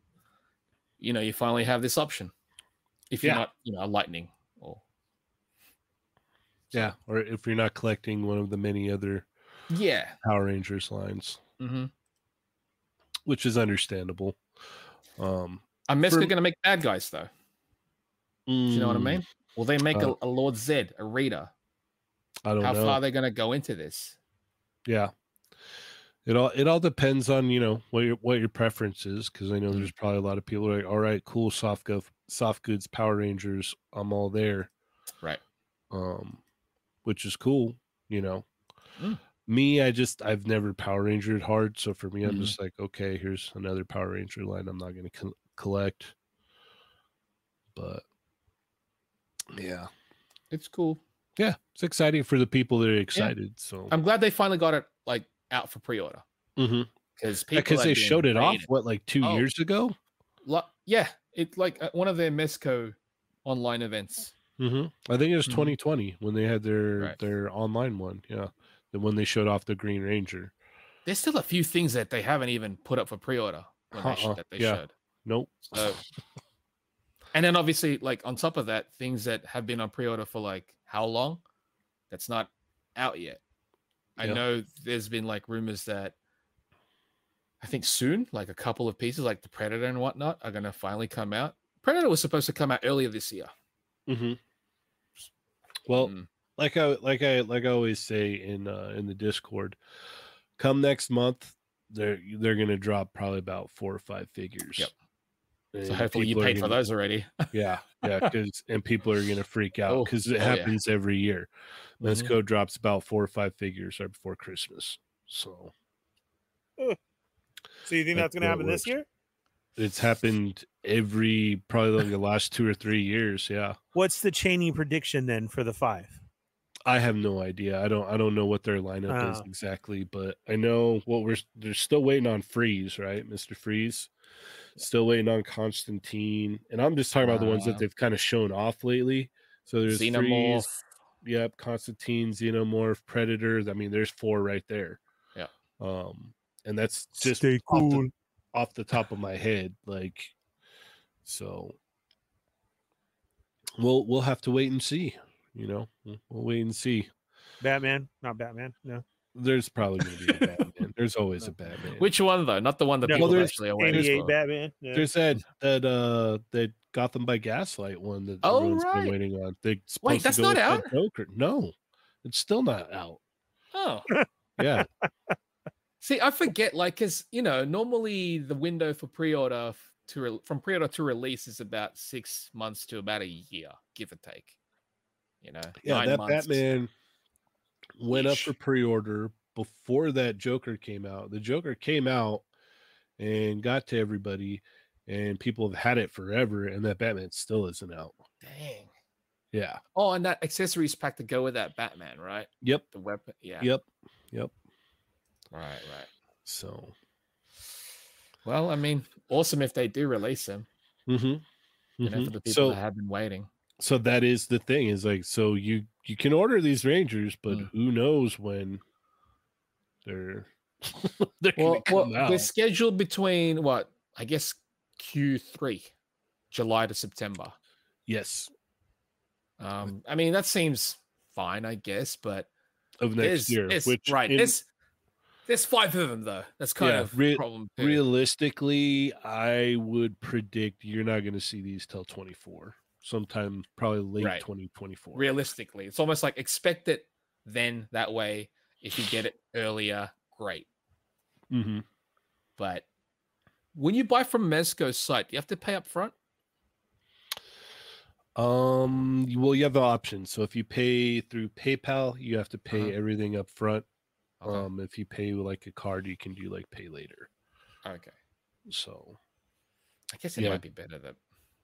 Speaker 3: you know you finally have this option. If you're
Speaker 1: Yeah.
Speaker 3: not, you know, a lightning or
Speaker 1: Yeah, or if you're not collecting one of the many other
Speaker 3: yeah,
Speaker 1: Power Rangers lines,
Speaker 3: mm-hmm.
Speaker 1: which is understandable. Um,
Speaker 3: I'm
Speaker 1: For-
Speaker 3: going to make bad guys though. Do you know what I
Speaker 1: mm,
Speaker 3: mean? Will they make
Speaker 1: Uh,
Speaker 3: a, a Lord Zed, a Rita?
Speaker 1: I don't
Speaker 3: How
Speaker 1: know.
Speaker 3: far are they going to go into this?
Speaker 1: Yeah. It all it all depends on you know what your what your preference is because I know there's
Speaker 3: Mm-hmm.
Speaker 1: probably a lot of people who are like all right cool soft go soft goods Power Rangers I'm all there
Speaker 3: Right.
Speaker 1: um which is cool you know
Speaker 3: Mm.
Speaker 1: me I just I've never Power Rangered hard so for me I'm
Speaker 3: Mhm.
Speaker 1: just like okay here's another Power Ranger line I'm not going to co- collect but yeah
Speaker 3: It's cool.
Speaker 1: yeah it's exciting for the people that are excited so
Speaker 3: I'm glad they finally got it like out for pre-order
Speaker 1: Mhm.
Speaker 3: because people
Speaker 1: because
Speaker 3: have
Speaker 1: they
Speaker 3: been
Speaker 1: showed it off
Speaker 3: raving.
Speaker 1: what like two
Speaker 3: Oh.
Speaker 1: years ago
Speaker 3: Lo- yeah, it's like at one of their Mesco online events.
Speaker 1: hmm I think it was
Speaker 3: Mhm.
Speaker 1: 2020 when they had their
Speaker 3: Right.
Speaker 1: their online one. Yeah, the one they showed off the Green Ranger.
Speaker 3: There's still a few things that they haven't even put up for pre-order when they sh-
Speaker 1: Uh-uh,
Speaker 3: that they
Speaker 1: yeah.
Speaker 3: should.
Speaker 1: Nope.
Speaker 3: So, and then obviously, like on top of that, things that have been on pre-order for like how long? That's not out yet. I
Speaker 1: Yeah.
Speaker 3: know there's been like rumors that I think soon, like a couple of pieces, like the Predator and whatnot, are gonna finally come out. Predator was supposed to come out earlier this year.
Speaker 1: hmm Well,
Speaker 3: Mm,
Speaker 1: like I like I like I always say in uh, in the Discord, come next month, they're they're gonna drop probably about four or five figures.
Speaker 3: Yep. so
Speaker 1: And
Speaker 3: hopefully you
Speaker 1: people are
Speaker 3: paid for
Speaker 1: gonna-
Speaker 3: those already.
Speaker 1: Yeah, yeah, because and people are gonna freak out
Speaker 3: Oh,
Speaker 1: because
Speaker 3: oh,
Speaker 1: it
Speaker 3: yeah.
Speaker 1: happens every year.
Speaker 3: Mhm.
Speaker 1: Mesco drops about four or five figures right before Christmas, so
Speaker 2: So you think
Speaker 1: That's
Speaker 2: that's going to
Speaker 1: how it
Speaker 2: happen this
Speaker 1: works.
Speaker 2: year?
Speaker 1: it's happened every probably like the last two or three years. Yeah.
Speaker 2: What's the Cheney prediction then for the five?
Speaker 1: I have no idea. I don't. I don't know what their lineup is
Speaker 3: Uh.
Speaker 2: Oh.
Speaker 1: exactly, but I know what we're. They're still waiting on Freeze, right, Mister Freeze? Still waiting on Constantine, and I'm just talking about the ones
Speaker 3: Uh,
Speaker 1: that they've kind of shown off lately. So there's
Speaker 3: Xenomorph.
Speaker 1: Freeze, yep, Constantine, Xenomorph, Predator. I mean, there's four right there.
Speaker 3: Yeah.
Speaker 1: Um, and that's just
Speaker 2: Stay
Speaker 1: off the-
Speaker 2: cool.
Speaker 1: off the top of my head like so we'll we'll have to wait and see you know we'll we'll wait and see
Speaker 2: Batman, not Batman. No.
Speaker 1: there's probably going to be a batman there's always a batman
Speaker 3: Which one though? Not the one that
Speaker 2: No,
Speaker 3: people
Speaker 1: well, there's E
Speaker 3: actually are waiting
Speaker 2: 88
Speaker 3: for.
Speaker 2: Batman. yeah.
Speaker 1: there's that that uh that gotham by gaslight one that
Speaker 3: Oh,
Speaker 1: everyone's
Speaker 3: right.
Speaker 1: been waiting on they
Speaker 3: that's not out?
Speaker 1: joker no it's still not out
Speaker 3: Oh,
Speaker 1: yeah
Speaker 3: See, I forget, like, because you know, normally the window for pre-order f- to re- from pre-order to release is about six months to about a year, give or take. You know,
Speaker 1: yeah
Speaker 3: nine
Speaker 1: that
Speaker 3: months.
Speaker 1: batman went up
Speaker 3: Ish.
Speaker 1: for pre-order before that joker came out the joker came out and got to everybody and people have had it forever and that batman still isn't out
Speaker 3: Dang.
Speaker 1: yeah
Speaker 3: Oh, and that accessories pack to go with that Batman, right?
Speaker 1: yep
Speaker 3: The weapon. Yeah.
Speaker 1: yep
Speaker 3: Right. Right.
Speaker 1: so
Speaker 3: Well, I mean, awesome if they do release them.
Speaker 1: mhm,
Speaker 3: You know,
Speaker 1: mhm.
Speaker 3: for the people
Speaker 1: so
Speaker 3: that have been waiting.
Speaker 1: so that is the thing is like so you you can order these rangers but
Speaker 3: Mm.
Speaker 1: who knows when they're they're
Speaker 3: Well,
Speaker 1: gonna come
Speaker 3: well they're
Speaker 1: out
Speaker 3: scheduled between what I guess Q3, July to September.
Speaker 1: yes
Speaker 3: Um, I mean, that seems fine, I guess, but
Speaker 1: of next
Speaker 3: There's-
Speaker 1: year
Speaker 3: there's-
Speaker 1: which
Speaker 3: right.
Speaker 1: in-
Speaker 3: there's, there's five of them though. That's kind
Speaker 1: Yeah,
Speaker 3: of
Speaker 1: rea-
Speaker 3: problem. too.
Speaker 1: Realistically, I would predict you're not going to see these till 24, sometime probably late
Speaker 3: Right.
Speaker 1: 2024.
Speaker 3: Realistically, it's almost like expect it then that way. If you get it earlier, great.
Speaker 1: hmm
Speaker 3: But when you buy from Mezco's site, do you have to pay up front? Mm-hmm.
Speaker 1: Um, y- well, you have the option. So if you pay through PayPal, you have to pay
Speaker 3: Uh-huh.
Speaker 1: everything up front.
Speaker 3: Okay.
Speaker 1: Um, if you pay with like a card, you can do like pay later.
Speaker 3: okay.
Speaker 1: So
Speaker 3: I guess it
Speaker 1: yeah.
Speaker 3: uh, might be better that.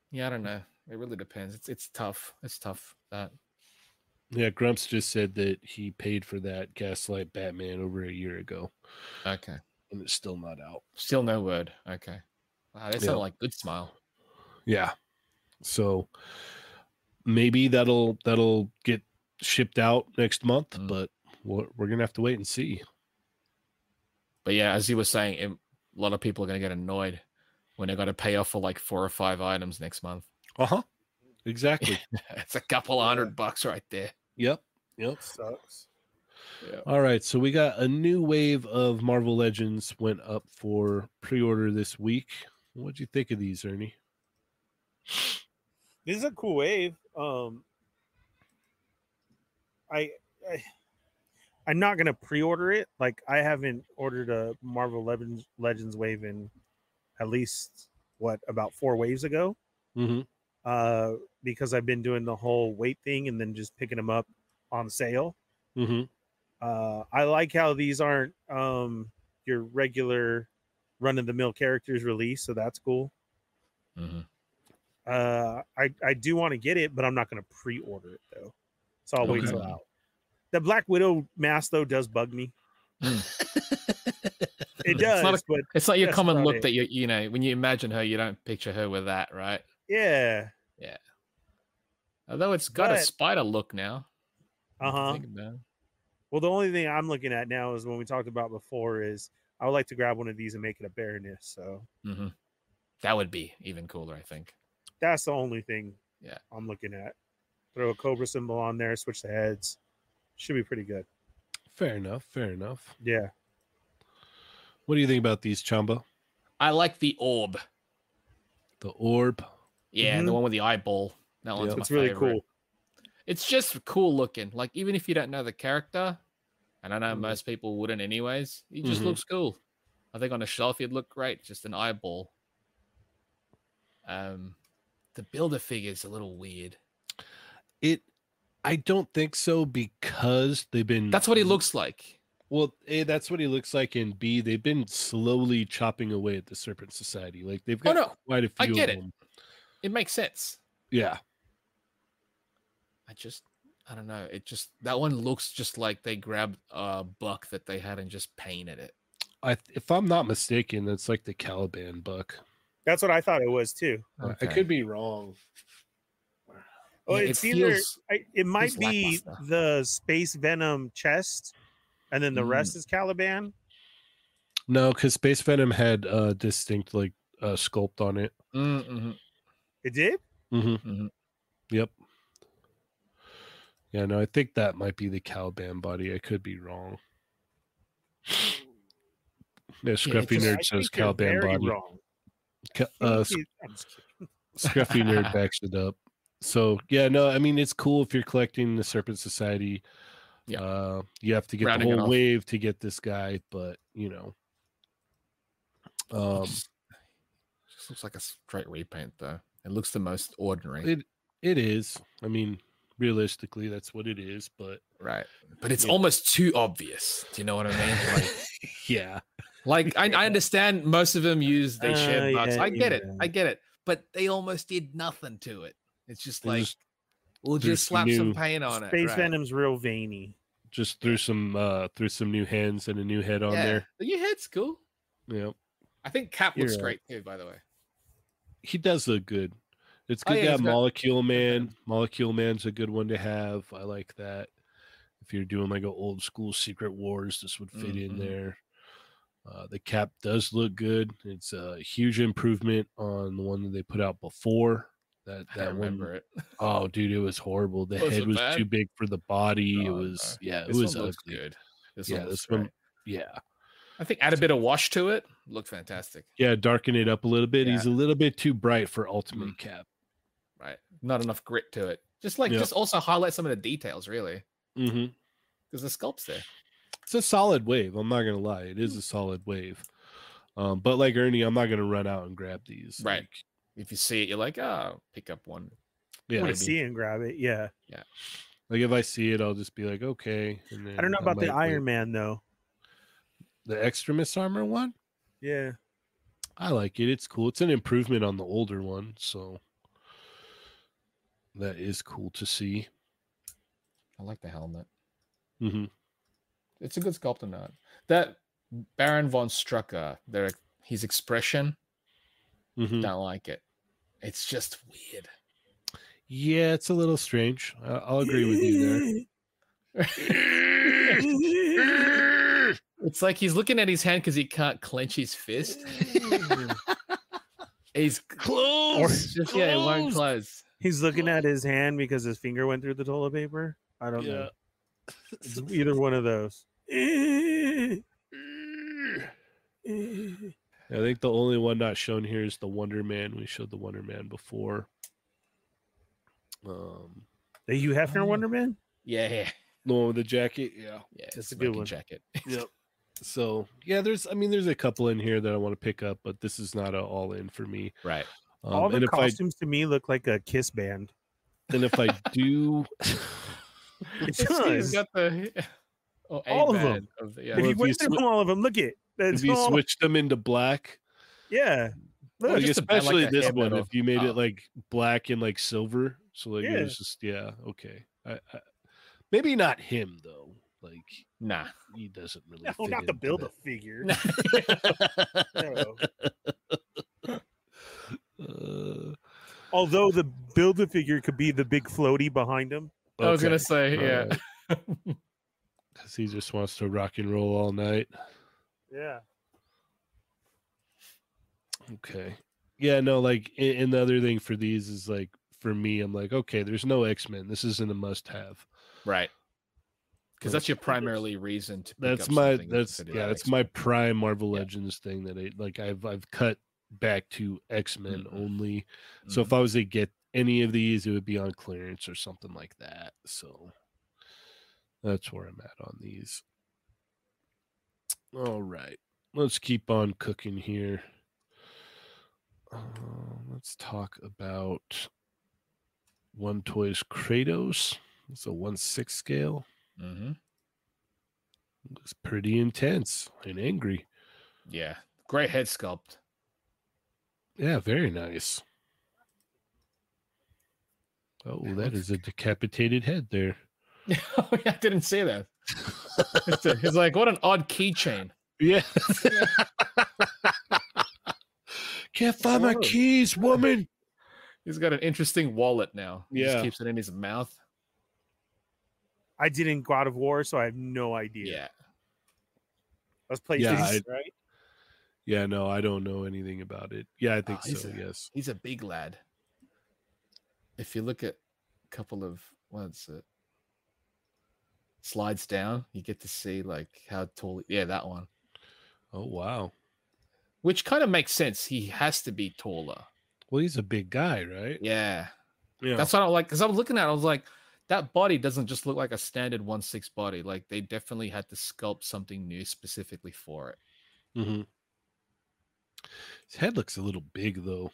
Speaker 3: Yeah, I don't know. It really depends. It's it's tough. It's tough that.
Speaker 1: Yeah, Grumps just said that he paid for that Gaslight Batman over a year ago,
Speaker 3: Okay.
Speaker 1: and it's still not out.
Speaker 3: Still no word. Okay. Wow, that's
Speaker 1: Yeah.
Speaker 3: not like good smile.
Speaker 1: Yeah, so maybe that'll that'll get shipped out next month,
Speaker 3: Mm.
Speaker 1: but we're, we're gonna have to wait and see.
Speaker 3: But yeah, as you were saying, it, a lot of people are going to get annoyed when they got to pay off for like four or five items next month.
Speaker 1: Uh huh. Exactly.
Speaker 3: it's a couple of hundred bucks right there.
Speaker 1: yep. Yep.
Speaker 4: Sucks.
Speaker 3: Yeah.
Speaker 1: All right, so we got a new wave of Marvel Legends went up for pre-order this week. What'd you think of these, Ernie?
Speaker 2: this is a cool wave. Um, I, I I'm not gonna pre-order it. Like I haven't ordered a Marvel Legends Legends wave in at least what about four waves ago.
Speaker 1: Mm-hmm.
Speaker 2: Uh, because I've been doing the whole wait thing and then just picking them up on sale.
Speaker 1: Mm-hmm.
Speaker 2: Uh, I like how these aren't um your regular run-of-the-mill characters release, so that's cool.
Speaker 3: hmm
Speaker 2: Uh, I I do want to get it, but I'm not going to pre-order it though. So I'll wait
Speaker 3: Okay.
Speaker 2: till out. The Black Widow mask though does bug me. It
Speaker 3: Hmm. It's not
Speaker 2: does,
Speaker 3: a-
Speaker 2: but
Speaker 3: It's like your
Speaker 2: That's
Speaker 3: common
Speaker 2: about
Speaker 3: look
Speaker 2: it.
Speaker 3: that you you know when you imagine her, you don't picture her with that, right?
Speaker 2: yeah,
Speaker 3: Although it's got a
Speaker 2: But-
Speaker 3: spider look now.
Speaker 2: uh
Speaker 3: now that I
Speaker 2: huh.
Speaker 3: Hmm, think about it.
Speaker 2: Well, the only thing I'm looking at now is when we talked about before is I would like to grab one of these and make it a Baroness. So
Speaker 3: Mhm. That would be even cooler, I think.
Speaker 2: that's the only thing.
Speaker 3: Yeah.
Speaker 2: I'm looking at. Throw a Cobra symbol on there, switch the heads. Should be pretty good.
Speaker 1: Fair enough. Fair enough.
Speaker 2: Yeah,
Speaker 1: What do you think about these, Chamba?
Speaker 3: I like the orb.
Speaker 1: The orb.
Speaker 3: Yeah, the
Speaker 2: Mhm.
Speaker 3: one with the eyeball. That one's
Speaker 1: Yep.
Speaker 3: my
Speaker 2: it's really
Speaker 3: favorite.
Speaker 2: cool.
Speaker 3: It's just cool looking. Like even if you don't know the character, and I know
Speaker 2: Mhm.
Speaker 3: most people wouldn't anyways, he just
Speaker 2: Mm-hmm.
Speaker 1: Mhm.
Speaker 3: looks cool. I think on a shelf he'd look great, just an eyeball. Um the builder figure's a little weird.
Speaker 1: It. I don't think so because they've been.
Speaker 3: That's
Speaker 2: Mm-hmm.
Speaker 3: what he looks like.
Speaker 1: Well, a that's what he looks like, and b they've been slowly chopping away at the Serpent Society. Like they've
Speaker 3: Oh
Speaker 1: got
Speaker 3: no,
Speaker 1: quite a few.
Speaker 3: I get
Speaker 1: of
Speaker 3: it.
Speaker 1: Them.
Speaker 3: it makes sense.
Speaker 1: Yeah.
Speaker 3: I just I don't know. It just that one looks just like they grabbed a buck that they had and just painted it.
Speaker 1: I, if I'm not mistaken, that's like the Caliban buck.
Speaker 2: That's what I thought it was too.
Speaker 1: I- I could be wrong.
Speaker 2: Uh, Oh,
Speaker 3: Yeah,
Speaker 2: it's either I, it might
Speaker 3: feels
Speaker 2: be
Speaker 3: lackluster.
Speaker 2: the space venom chest, and then the rest is Caliban.
Speaker 1: No, because Space Venom had uh, distinct like uh, sculpt on it.
Speaker 3: Mm, mhm,
Speaker 2: It did.
Speaker 1: Mm-hmm.
Speaker 3: mhm.
Speaker 1: Yep. Yeah, no, I think that might be the Caliban body. I could be wrong. Yeah, Scruffy
Speaker 3: just-
Speaker 1: Nerd says
Speaker 2: you're
Speaker 1: Caliban
Speaker 2: very
Speaker 1: body.
Speaker 2: Wrong.
Speaker 1: Ca- uh, S-
Speaker 2: You- I'm just kidding.
Speaker 1: Scruffy Nerd backs it up. So yeah, no, I mean it's cool if you're collecting the Serpent Society.
Speaker 3: Yeah.
Speaker 1: Uh, you have to get
Speaker 3: Rounding it
Speaker 1: the whole
Speaker 3: off.
Speaker 1: wave to get this guy, but you know. Um
Speaker 3: just, just looks like a straight repaint though. It looks the most ordinary,
Speaker 1: it it is. I mean, realistically, that's what it is, but
Speaker 3: right? But it's
Speaker 1: Yeah.
Speaker 3: almost too obvious. Do you know what I mean? Like,
Speaker 1: yeah.
Speaker 3: like, I, I understand most of them use they share
Speaker 2: Uh,
Speaker 3: bucks.
Speaker 2: yeah,
Speaker 3: I get it.
Speaker 2: yeah.
Speaker 3: I get it. But they almost did nothing to it. It's just
Speaker 1: They
Speaker 3: like
Speaker 1: just
Speaker 3: we'll
Speaker 1: threw
Speaker 3: just
Speaker 1: some
Speaker 3: slap some
Speaker 1: new
Speaker 3: paint on it.
Speaker 2: Space
Speaker 3: right?
Speaker 2: Venom's real veiny.
Speaker 1: Just threw some uh threw some new hands and a new head on
Speaker 3: yeah.
Speaker 1: there.
Speaker 3: Your head's cool.
Speaker 1: Yeah.
Speaker 3: I think Cap looks
Speaker 1: You're
Speaker 3: great too, by the way.
Speaker 1: He does look good. It's
Speaker 3: Oh,
Speaker 1: good to
Speaker 3: yeah, he's
Speaker 1: have
Speaker 3: got-
Speaker 1: Molecule Man. Molecule Man's a good one to have. I like that. If you're doing like an old school Secret Wars, this would fit
Speaker 3: Mhm.
Speaker 1: in there. Uh, the cap does look good. It's a huge improvement on the one that they put out before. That
Speaker 3: I
Speaker 1: that one
Speaker 3: don't remember it.
Speaker 1: Oh, dude, it was horrible. The
Speaker 3: Was
Speaker 1: head
Speaker 3: it
Speaker 1: was
Speaker 3: bad?
Speaker 1: too big for the body. it
Speaker 3: No,
Speaker 1: was yeah, it
Speaker 3: This
Speaker 1: was
Speaker 3: one
Speaker 1: ugly.
Speaker 3: looks good. This
Speaker 1: Yeah,
Speaker 3: one looks
Speaker 1: this one-
Speaker 3: great.
Speaker 1: Yeah,
Speaker 3: I think add a bit of wash to it. Looked fantastic.
Speaker 1: yeah, darken it up a little bit.
Speaker 3: Yeah. Mm-hmm.
Speaker 1: He's a little bit too bright for Ultimate Cap.
Speaker 3: Right. Not enough grit to it. Just like
Speaker 1: Yeah.
Speaker 3: just also highlight some of the details, really.
Speaker 1: Mm-hmm.
Speaker 3: Because the sculpt's there.
Speaker 1: It's a solid wave. I'm not gonna lie, it
Speaker 2: Hmm.
Speaker 1: is a solid wave. Um, but like Ernie, I'm not gonna run out and grab these.
Speaker 3: Right.
Speaker 1: like,
Speaker 3: If you see it, you're like, oh, pick up one.
Speaker 1: yeah.
Speaker 2: Want
Speaker 1: Like,
Speaker 2: to see and grab it? Yeah.
Speaker 1: if I see it, I'll just be like, okay. And then
Speaker 2: I don't know about the
Speaker 1: might wait.
Speaker 2: Iron Man though.
Speaker 1: the extremist armor one.
Speaker 2: Yeah.
Speaker 1: I like it. It's cool. It's an improvement on the older one, so that is cool to see.
Speaker 3: I like the helmet.
Speaker 1: hmm
Speaker 3: It's a good sculpting art. That Baron von Strucker, their his expression,
Speaker 2: Mm.
Speaker 1: hmm
Speaker 3: don't like it. It's just weird.
Speaker 1: Yeah, it's a little strange. I- I'll agree with you there.
Speaker 3: it's like he's looking at his hand because he can't clench his fist. He's
Speaker 1: Close.
Speaker 3: it's just yeah, it won't close.
Speaker 2: He's looking at his hand because his finger went through the toilet paper. I don't know. It's either one of those.
Speaker 1: I think the only one not shown here is the Wonder Man. We showed the Wonder Man before. Um,
Speaker 2: The Hugh Hefner
Speaker 3: Oh.
Speaker 2: Wonder Man?
Speaker 3: Yeah, yeah,
Speaker 1: the one with the jacket. Yeah.
Speaker 3: yeah.
Speaker 2: That's a
Speaker 3: it's
Speaker 2: good
Speaker 3: monkey
Speaker 2: one.
Speaker 3: Jacket.
Speaker 1: Yep. So yeah, there's. I mean, there's a couple in here that I want to pick up, but this is not a all in for me.
Speaker 3: Right.
Speaker 1: Um,
Speaker 2: All the
Speaker 1: and if
Speaker 2: costumes to me look like a kiss band.
Speaker 1: I and if I do,
Speaker 2: It
Speaker 3: He's
Speaker 2: does.
Speaker 3: got the oh,
Speaker 2: All of
Speaker 3: A-band
Speaker 2: them.
Speaker 3: Of the, yeah.
Speaker 2: If
Speaker 1: Well,
Speaker 2: you
Speaker 1: if
Speaker 2: went
Speaker 1: you
Speaker 2: through all of them, look it. That's
Speaker 1: if you
Speaker 2: all-
Speaker 1: switch them into black,
Speaker 2: Yeah. Look,
Speaker 3: Well,
Speaker 1: like,
Speaker 3: just a bad- like
Speaker 1: especially
Speaker 3: a
Speaker 1: this
Speaker 3: head
Speaker 1: one,
Speaker 3: metal.
Speaker 1: if you made
Speaker 3: Oh.
Speaker 1: it like black and like silver, so like
Speaker 2: Yeah.
Speaker 1: it was just yeah, okay. I, I, maybe not him though. Like
Speaker 3: Nah.
Speaker 1: he doesn't really.
Speaker 2: no,
Speaker 1: fit
Speaker 2: not
Speaker 1: into
Speaker 2: the build a
Speaker 1: that.
Speaker 2: figure.
Speaker 3: Nah.
Speaker 2: No.
Speaker 1: Uh,
Speaker 2: Although the build a figure could be the big floaty behind him.
Speaker 3: I was gonna
Speaker 1: okay,
Speaker 3: say yeah.
Speaker 1: alright. 'Cause he just wants to rock and roll all night.
Speaker 2: Yeah.
Speaker 1: Okay. Yeah, no, like, a- and, the other thing for these is like, for me, I'm like, okay, there's no X Men. This isn't a must have.
Speaker 3: Right.
Speaker 1: Well,
Speaker 3: Because that's your primarily reason to. pick
Speaker 1: That's
Speaker 3: up
Speaker 1: my,
Speaker 3: something
Speaker 1: that's,
Speaker 3: instead of
Speaker 1: yeah,
Speaker 3: that
Speaker 1: that's
Speaker 3: extra.
Speaker 1: my prime Marvel
Speaker 3: Yeah.
Speaker 1: Legends thing that I, like, I've, I've cut back to X Men
Speaker 3: Mhm.
Speaker 1: only. So
Speaker 3: Mm-hmm.
Speaker 1: if I was to get any of these, it would be on clearance or something like that. So that's where I'm at on these. All right. Let's keep on cooking here. Um, let's talk about One Toys Kratos. It's a 1 6 scale.
Speaker 3: Mhm.
Speaker 1: Looks pretty intense and angry.
Speaker 3: Yeah. Great head sculpt.
Speaker 1: Yeah, very nice. Oh, that
Speaker 3: That looks
Speaker 1: is a decapitated head there.
Speaker 3: oh, yeah, I didn't see that. it's, a- it's like what an odd keychain.
Speaker 1: Yeah. Can't find my
Speaker 3: Whoa.
Speaker 1: keys, woman.
Speaker 3: He's got an interesting wallet now. He just
Speaker 1: Yeah.
Speaker 3: keeps it in his mouth.
Speaker 2: I did in God of War, so I have no idea.
Speaker 3: Yeah.
Speaker 2: That's PlayStation,
Speaker 1: Yeah, I-
Speaker 2: right?
Speaker 1: Yeah, no, I don't know anything about it. Yeah, I think
Speaker 3: Oh, he's
Speaker 1: so.
Speaker 3: a-
Speaker 1: Yes.
Speaker 3: He's a big lad. If you look at a couple of what's it slides down, you get to see like how tall. Yeah, that one.
Speaker 1: Oh wow.
Speaker 3: Which kind of makes sense. He has to be taller.
Speaker 1: Well, he's a big guy, right?
Speaker 3: Yeah.
Speaker 1: Yeah.
Speaker 3: That's what I like because I'm looking at. It, I was like, that body doesn't just look like a standard one six body. Like they definitely had to sculpt something new specifically for it.
Speaker 1: hmm Mm-hmm. His head looks a little big though.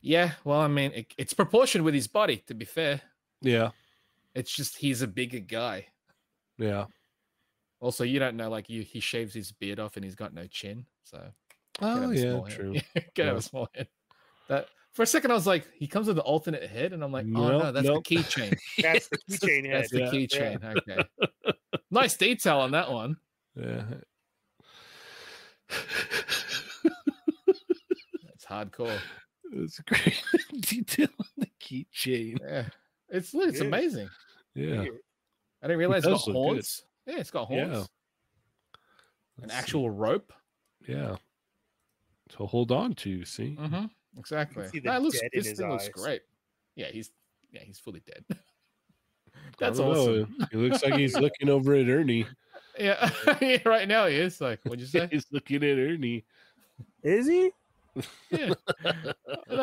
Speaker 3: Yeah. Well, I mean, it, it's proportioned with his body. To be fair,
Speaker 1: Yeah.
Speaker 3: it's just he's a bigger guy.
Speaker 1: Yeah.
Speaker 3: Also, you don't know, like you, he shaves his beard off and he's got no chin, so could
Speaker 1: Oh
Speaker 3: have a
Speaker 1: yeah,
Speaker 3: small head.
Speaker 1: true.
Speaker 3: Yeah, could have
Speaker 1: Yeah.
Speaker 3: a small head. That for a second, I was like, he comes with an alternate head, and I'm like, oh
Speaker 1: Nope,
Speaker 3: no, that's
Speaker 1: nope.
Speaker 3: the keychain.
Speaker 2: That's the keychain head.
Speaker 3: That's the
Speaker 1: Yeah,
Speaker 2: yeah.
Speaker 3: keychain. Okay, nice detail on that one.
Speaker 1: Yeah.
Speaker 3: That's hardcore.
Speaker 1: That's great detail on the keychain.
Speaker 3: Yeah, it's it's
Speaker 2: Yeah.
Speaker 3: amazing.
Speaker 1: Yeah.
Speaker 3: I didn't realize it's
Speaker 1: does look
Speaker 3: got
Speaker 1: good.
Speaker 3: horns. Yeah, it's got
Speaker 1: Yeah.
Speaker 3: horns. An
Speaker 1: Let's see.
Speaker 3: actual rope.
Speaker 1: Yeah. To hold on to, see?
Speaker 3: Mm-hmm. Exactly.
Speaker 2: see the
Speaker 3: That looks.
Speaker 2: dead in
Speaker 3: This
Speaker 2: his
Speaker 3: thing looks
Speaker 2: eyes.
Speaker 3: great. Yeah, he's yeah he's fully dead.
Speaker 1: I
Speaker 3: That's
Speaker 1: don't know.
Speaker 3: awesome.
Speaker 1: It looks like he's looking over at Ernie.
Speaker 3: Yeah, yeah, right now he is like, what'd you say?
Speaker 1: he's looking at Ernie.
Speaker 2: Is he?
Speaker 3: Yeah.
Speaker 2: I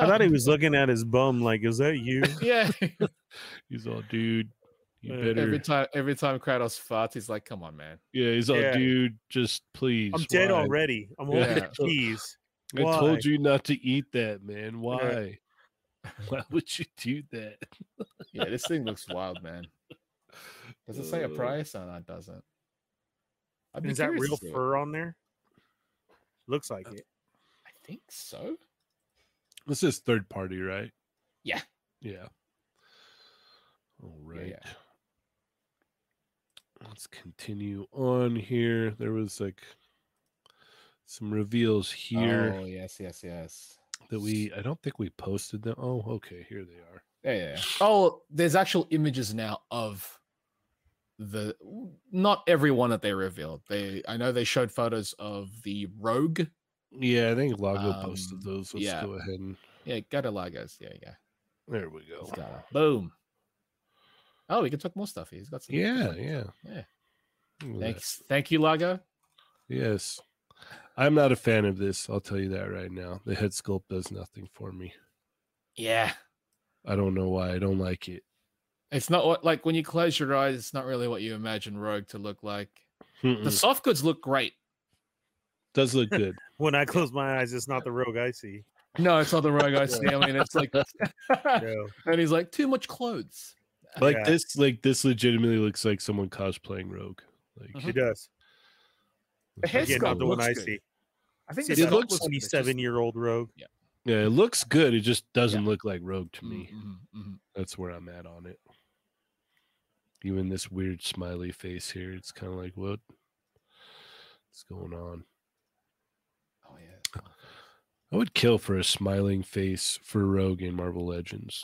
Speaker 2: thought he was looking at his bum like, is that you?
Speaker 3: Yeah.
Speaker 1: He's all, dude, you
Speaker 2: Uh,
Speaker 1: better.
Speaker 3: Every time, every time Kratos farts, he's like, "Come on, man."
Speaker 1: yeah, he's all,
Speaker 2: Yeah.
Speaker 1: dude, just please.
Speaker 2: I'm dead
Speaker 1: why?
Speaker 2: already. I'm holding
Speaker 3: Yeah.
Speaker 2: the keys.
Speaker 1: I
Speaker 2: Why?
Speaker 1: told you not to eat that, man. Why? Why would you do that?
Speaker 3: Yeah, this thing looks wild, man. Does it say a
Speaker 1: Uh,
Speaker 3: price? Oh, No, it doesn't. I'd be
Speaker 2: Is that
Speaker 3: curious
Speaker 2: real
Speaker 3: to see it.
Speaker 2: fur on there? Looks like it.
Speaker 3: I think so.
Speaker 1: This is third party, right?
Speaker 3: Yeah.
Speaker 1: Yeah. All right.
Speaker 3: yeah.
Speaker 1: let's continue on here. There was like some reveals here
Speaker 3: Oh yes, yes, yes.
Speaker 1: that we I don't think we posted them. Oh, okay, here they are.
Speaker 3: Yeah, yeah, yeah. Oh, there's actual images now of the not everyone that they revealed. They I know they showed photos of the rogue.
Speaker 1: Yeah, I think Lago posted
Speaker 3: Um,
Speaker 1: those. Let's
Speaker 3: yeah.
Speaker 1: go ahead and
Speaker 3: Yeah, go to Lagos. Yeah, yeah.
Speaker 1: there we go.
Speaker 3: He's got a boom. Oh, we can talk more stuff. here. He's got some
Speaker 1: Yeah, yeah.
Speaker 3: Yeah.
Speaker 1: Look at that.
Speaker 3: Thanks. Thank you, Lago.
Speaker 1: Yes. I'm not a fan of this. I'll tell you that right now. The head sculpt does nothing for me.
Speaker 3: Yeah.
Speaker 1: I don't know why. I don't like it.
Speaker 3: It's not what like when you close your eyes, it's not really what you imagine Rogue to look like. The
Speaker 1: Mm-mm.
Speaker 3: soft goods look great.
Speaker 1: Does look good.
Speaker 2: When I close my eyes, it's not the rogue I see.
Speaker 3: No, it's not the Rogue I see. I mean, it's like,
Speaker 2: No.
Speaker 3: and he's like, too much clothes.
Speaker 1: Like
Speaker 2: Yeah.
Speaker 1: this, like this legitimately looks like someone cosplaying Rogue. Like
Speaker 3: Mhm.
Speaker 2: She does.
Speaker 3: The head
Speaker 2: Again, not
Speaker 3: sculpt
Speaker 2: the one
Speaker 3: looks
Speaker 2: I
Speaker 3: good.
Speaker 2: see. I think
Speaker 3: See,
Speaker 2: it's
Speaker 1: it
Speaker 2: a
Speaker 1: looks- it's just-
Speaker 2: 27 year old rogue.
Speaker 1: Yeah, it looks good. It just doesn't look like Rogue to
Speaker 2: Mm-hmm.
Speaker 1: me.
Speaker 3: Mhm, mhm.
Speaker 1: That's where I'm at on it. Even this weird smiley face here, it's kind of like what? What's going on?
Speaker 3: Oh yeah.
Speaker 1: I would kill for a smiling face for Rogue in Marvel Legends.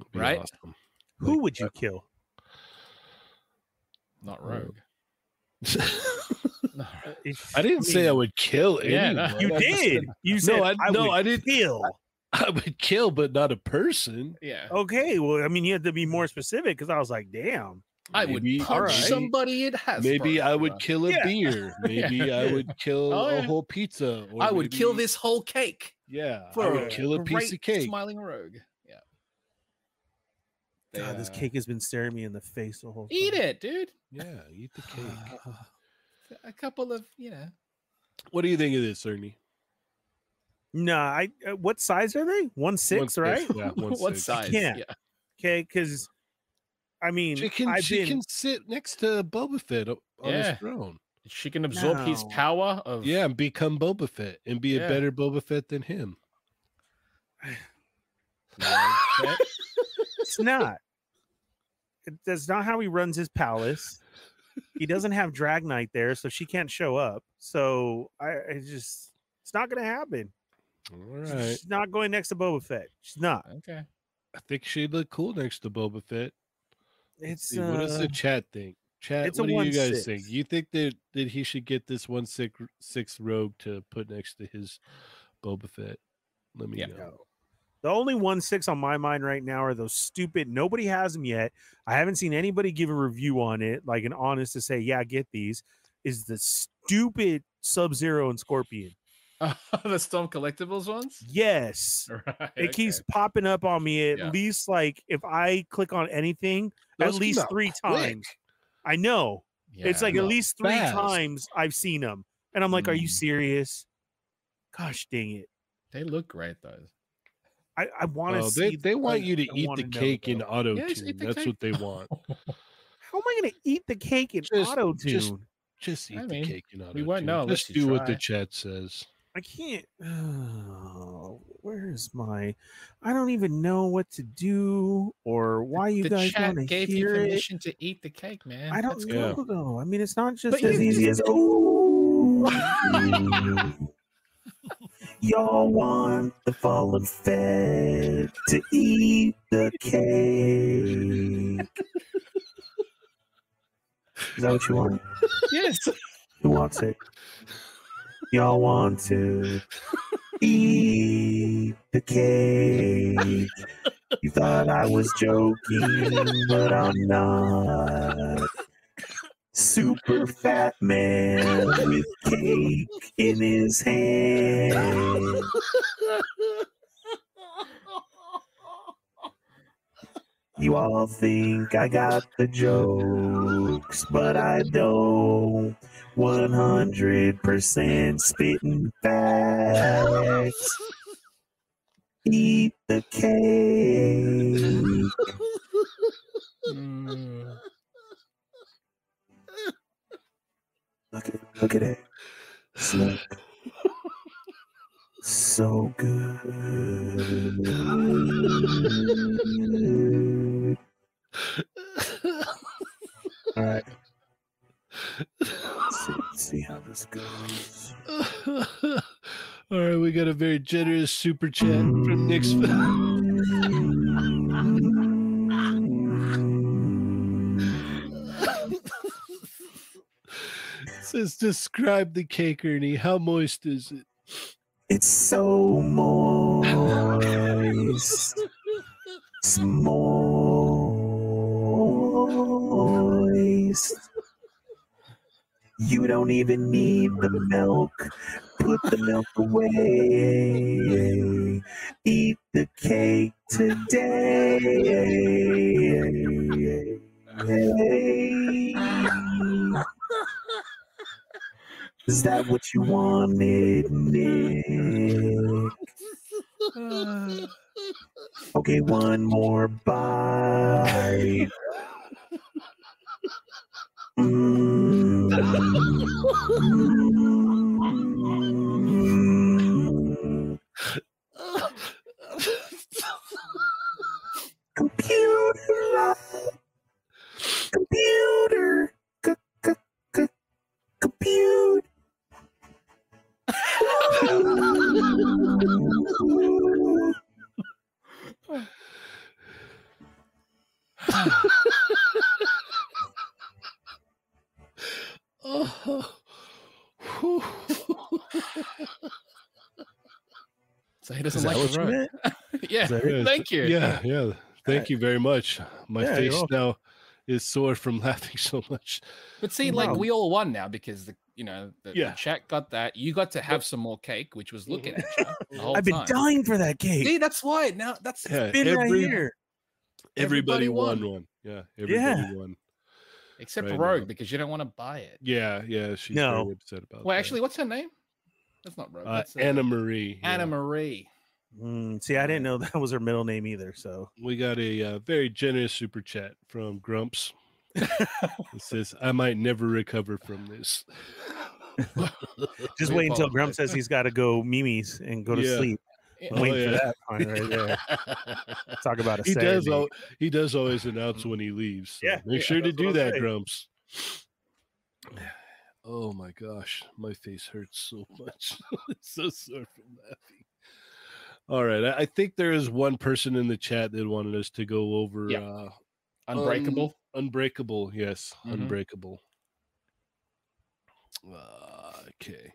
Speaker 1: It'd be
Speaker 3: Right?
Speaker 1: awesome.
Speaker 2: Who
Speaker 1: Like, uh,
Speaker 2: would you kill?
Speaker 3: Not
Speaker 1: Oh.
Speaker 3: Rogue. Not Rogue.
Speaker 1: I didn't say I would kill
Speaker 3: Yeah, no.
Speaker 1: anyone.
Speaker 2: You
Speaker 3: I just
Speaker 2: did. You said
Speaker 1: no, I, no,
Speaker 2: would
Speaker 1: I didn't.
Speaker 2: kill.
Speaker 1: I would kill, but not a person.
Speaker 3: Yeah.
Speaker 2: Okay, well, I mean, you had to be more specific because I was like, damn.
Speaker 3: I would
Speaker 1: Maybe-
Speaker 3: punch
Speaker 1: alright.
Speaker 3: somebody it has.
Speaker 1: Maybe
Speaker 3: burned,
Speaker 1: I
Speaker 3: you
Speaker 1: would
Speaker 3: know?
Speaker 1: kill a
Speaker 2: Yeah.
Speaker 1: beer. Maybe I would kill
Speaker 3: Oh,
Speaker 1: a
Speaker 3: yeah.
Speaker 1: whole pizza. or
Speaker 3: I would kill
Speaker 1: maybe-
Speaker 3: this whole cake.
Speaker 1: Yeah, I
Speaker 3: for
Speaker 1: would kill a piece
Speaker 3: great
Speaker 1: of cake.
Speaker 3: Smiling rogue. Yeah. They,
Speaker 2: God, this
Speaker 3: uh,
Speaker 2: cake has been staring me in the face the whole time.
Speaker 3: Eat it, dude.
Speaker 1: Yeah, eat the
Speaker 2: Ah.
Speaker 1: cake.
Speaker 3: A couple of you know.
Speaker 1: What do you think of this, Ernie?
Speaker 2: nah, I uh, what size are they? One six,
Speaker 1: One
Speaker 2: right?
Speaker 1: six, Yeah, one
Speaker 3: what
Speaker 1: six.
Speaker 3: size?
Speaker 2: can't.
Speaker 3: Yeah.
Speaker 2: Okay, because I mean,
Speaker 1: She can,
Speaker 2: I've
Speaker 1: she
Speaker 2: been
Speaker 1: can sit next to Boba Fett o- on
Speaker 3: Yeah.
Speaker 1: his throne.
Speaker 3: She can absorb his
Speaker 2: No.
Speaker 3: power of
Speaker 1: Yeah, and become Boba Fett and be
Speaker 3: Yeah.
Speaker 1: a better Boba Fett than him.
Speaker 3: Rogue Fett.
Speaker 2: it's not. It, that's not how he runs his palace. He doesn't have Drag Knight there, so she can't show up. So I, I just, it's not going to happen.
Speaker 1: All right.
Speaker 2: She's not going next to Boba Fett. She's not.
Speaker 3: Okay.
Speaker 1: I think she'd look cool next to Boba Fett. Let's
Speaker 2: It's
Speaker 1: see, what does the
Speaker 2: uh,
Speaker 1: chat think? Chat,
Speaker 2: it's a
Speaker 1: what do you guys
Speaker 2: 1-6.
Speaker 1: think? You think that that he should get this one six six rogue to put next to his Boba Fett? Let me
Speaker 3: Yeah.
Speaker 1: know.
Speaker 2: The only one six on my mind right now are those stupid. Nobody has them yet. I haven't seen anybody give a review on it, like an honest to say, yeah, get these. Is the stupid Sub Zero and Scorpion?
Speaker 3: the Storm Collectibles ones.
Speaker 2: Yes,
Speaker 3: Right,
Speaker 2: it keeps popping up on me at
Speaker 3: Yeah.
Speaker 2: least like if I click on anything,
Speaker 1: Those
Speaker 2: at
Speaker 1: came
Speaker 2: least
Speaker 1: out
Speaker 2: three
Speaker 1: quick.
Speaker 2: times. I know it's like at least three
Speaker 1: fast.
Speaker 2: times I've seen them, and I'm like, are you
Speaker 3: Mm.
Speaker 2: serious? Gosh dang it!
Speaker 3: they look great though.
Speaker 2: I, I want to
Speaker 1: Well,
Speaker 2: see.
Speaker 1: Oh, they, they
Speaker 2: the
Speaker 1: want
Speaker 2: ones
Speaker 1: you to
Speaker 2: I
Speaker 1: eat
Speaker 2: wanna
Speaker 1: the
Speaker 2: know,
Speaker 1: cake in
Speaker 2: though.
Speaker 1: auto
Speaker 3: Yeah, just
Speaker 1: tune.
Speaker 3: eat the
Speaker 1: That's
Speaker 3: cake.
Speaker 1: what they want.
Speaker 2: How am I going to eat the cake in
Speaker 1: Just-
Speaker 2: auto
Speaker 1: just-
Speaker 2: tune?
Speaker 1: Just
Speaker 3: I
Speaker 1: eat
Speaker 3: mean,
Speaker 1: the cake in auto tune.
Speaker 3: won't know unless
Speaker 1: Just
Speaker 3: you
Speaker 1: do what the
Speaker 3: try.
Speaker 1: chat says.
Speaker 2: I can't. Oh, where is my? I don't even know what to do or why you
Speaker 3: the
Speaker 2: guys
Speaker 3: chat
Speaker 2: want to
Speaker 3: gave
Speaker 2: hear
Speaker 3: you
Speaker 2: it.
Speaker 3: permission to eat the cake, man.
Speaker 2: I don't
Speaker 3: That's
Speaker 1: Yeah.
Speaker 2: know though. I mean, it's not just
Speaker 3: you
Speaker 2: as easy as oh. Y'all want the fall of fed to eat the cake. Is that what you want?
Speaker 3: Yes.
Speaker 2: Who wants it? Y'all want to eat the cake. You thought I was joking, but I'm not. Super fat man with cake in his hand. You all think I got the jokes, but I don't. 100% spitting facts. Eat the cake.
Speaker 1: Mm.
Speaker 2: Look at, look at it. Slick. So good. All right.
Speaker 4: Let's see how this goes.
Speaker 1: All right, we got a very generous super chat from Nick's. It says, describe the cake, Ernie. How moist is it?
Speaker 4: It's so moist. It's moist. You don't even need the milk. Put the milk away. Eat the cake today. Is that what you wanted, Nick? Okay, one more bite. Mm. Computer love. Computer. C- c- c- Compute.
Speaker 1: Oh, whew.
Speaker 3: So he doesn't
Speaker 4: Is that
Speaker 3: like
Speaker 4: what
Speaker 3: the
Speaker 4: you
Speaker 3: road.
Speaker 4: meant?
Speaker 3: yeah,
Speaker 4: Is that it?
Speaker 3: thank you.
Speaker 1: yeah, yeah. Thank you very much. My
Speaker 4: Yeah, you're
Speaker 1: face
Speaker 4: welcome.
Speaker 1: now is sore from laughing so much.
Speaker 3: But see, like
Speaker 4: No.
Speaker 3: we all won now because the you know the, the
Speaker 1: Yeah.
Speaker 3: chat got that. You got to have some more cake, which was looking at
Speaker 4: Mm-hmm.
Speaker 3: you the whole
Speaker 4: I've been
Speaker 3: time.
Speaker 4: dying for that cake.
Speaker 3: See, that's why now that's
Speaker 1: Yeah,
Speaker 4: been right
Speaker 1: every-
Speaker 4: here.
Speaker 1: Everybody,
Speaker 3: Everybody
Speaker 1: won.
Speaker 3: won.
Speaker 1: one. Yeah, everybody won.
Speaker 3: except
Speaker 1: Right
Speaker 3: for Rogue
Speaker 1: now.
Speaker 3: because you don't want to buy it.
Speaker 1: Yeah, yeah. She's
Speaker 4: No.
Speaker 1: very upset about.
Speaker 3: Well,
Speaker 1: that.
Speaker 3: actually, what's her name? That's not Rogue.
Speaker 1: uh,
Speaker 3: that's, uh,
Speaker 1: Anna Marie. yeah.
Speaker 3: Anna Marie.
Speaker 4: Mm, see, I didn't know that was her middle name either. So
Speaker 1: We got a uh, very generous super chat from Grumps. it says, "I might never recover from this."
Speaker 4: just
Speaker 3: We
Speaker 4: wait until
Speaker 3: apologize.
Speaker 4: Grump says he's got to go Mimi's and go to
Speaker 1: Yeah.
Speaker 4: sleep.
Speaker 1: Oh,
Speaker 4: wait for
Speaker 1: yeah.
Speaker 4: that line right there. Talk about a
Speaker 1: he does.
Speaker 4: Saturday.
Speaker 1: Al- he does always announce when he leaves. so
Speaker 4: Mm-hmm. Yeah,
Speaker 1: make
Speaker 4: yeah,
Speaker 1: sure to
Speaker 4: that's what
Speaker 1: do
Speaker 4: I'm
Speaker 1: that,
Speaker 4: saying.
Speaker 1: Grumps. Oh my gosh, my face hurts so much. it's so sore from laughing. All right, I, I think there is one person in the chat that wanted us to go over
Speaker 3: Yeah.
Speaker 1: uh,
Speaker 3: Um, Unbreakable.
Speaker 1: Unbreakable, yes,
Speaker 4: Mm-hmm.
Speaker 3: Mhm.
Speaker 1: Unbreakable. Uh, okay.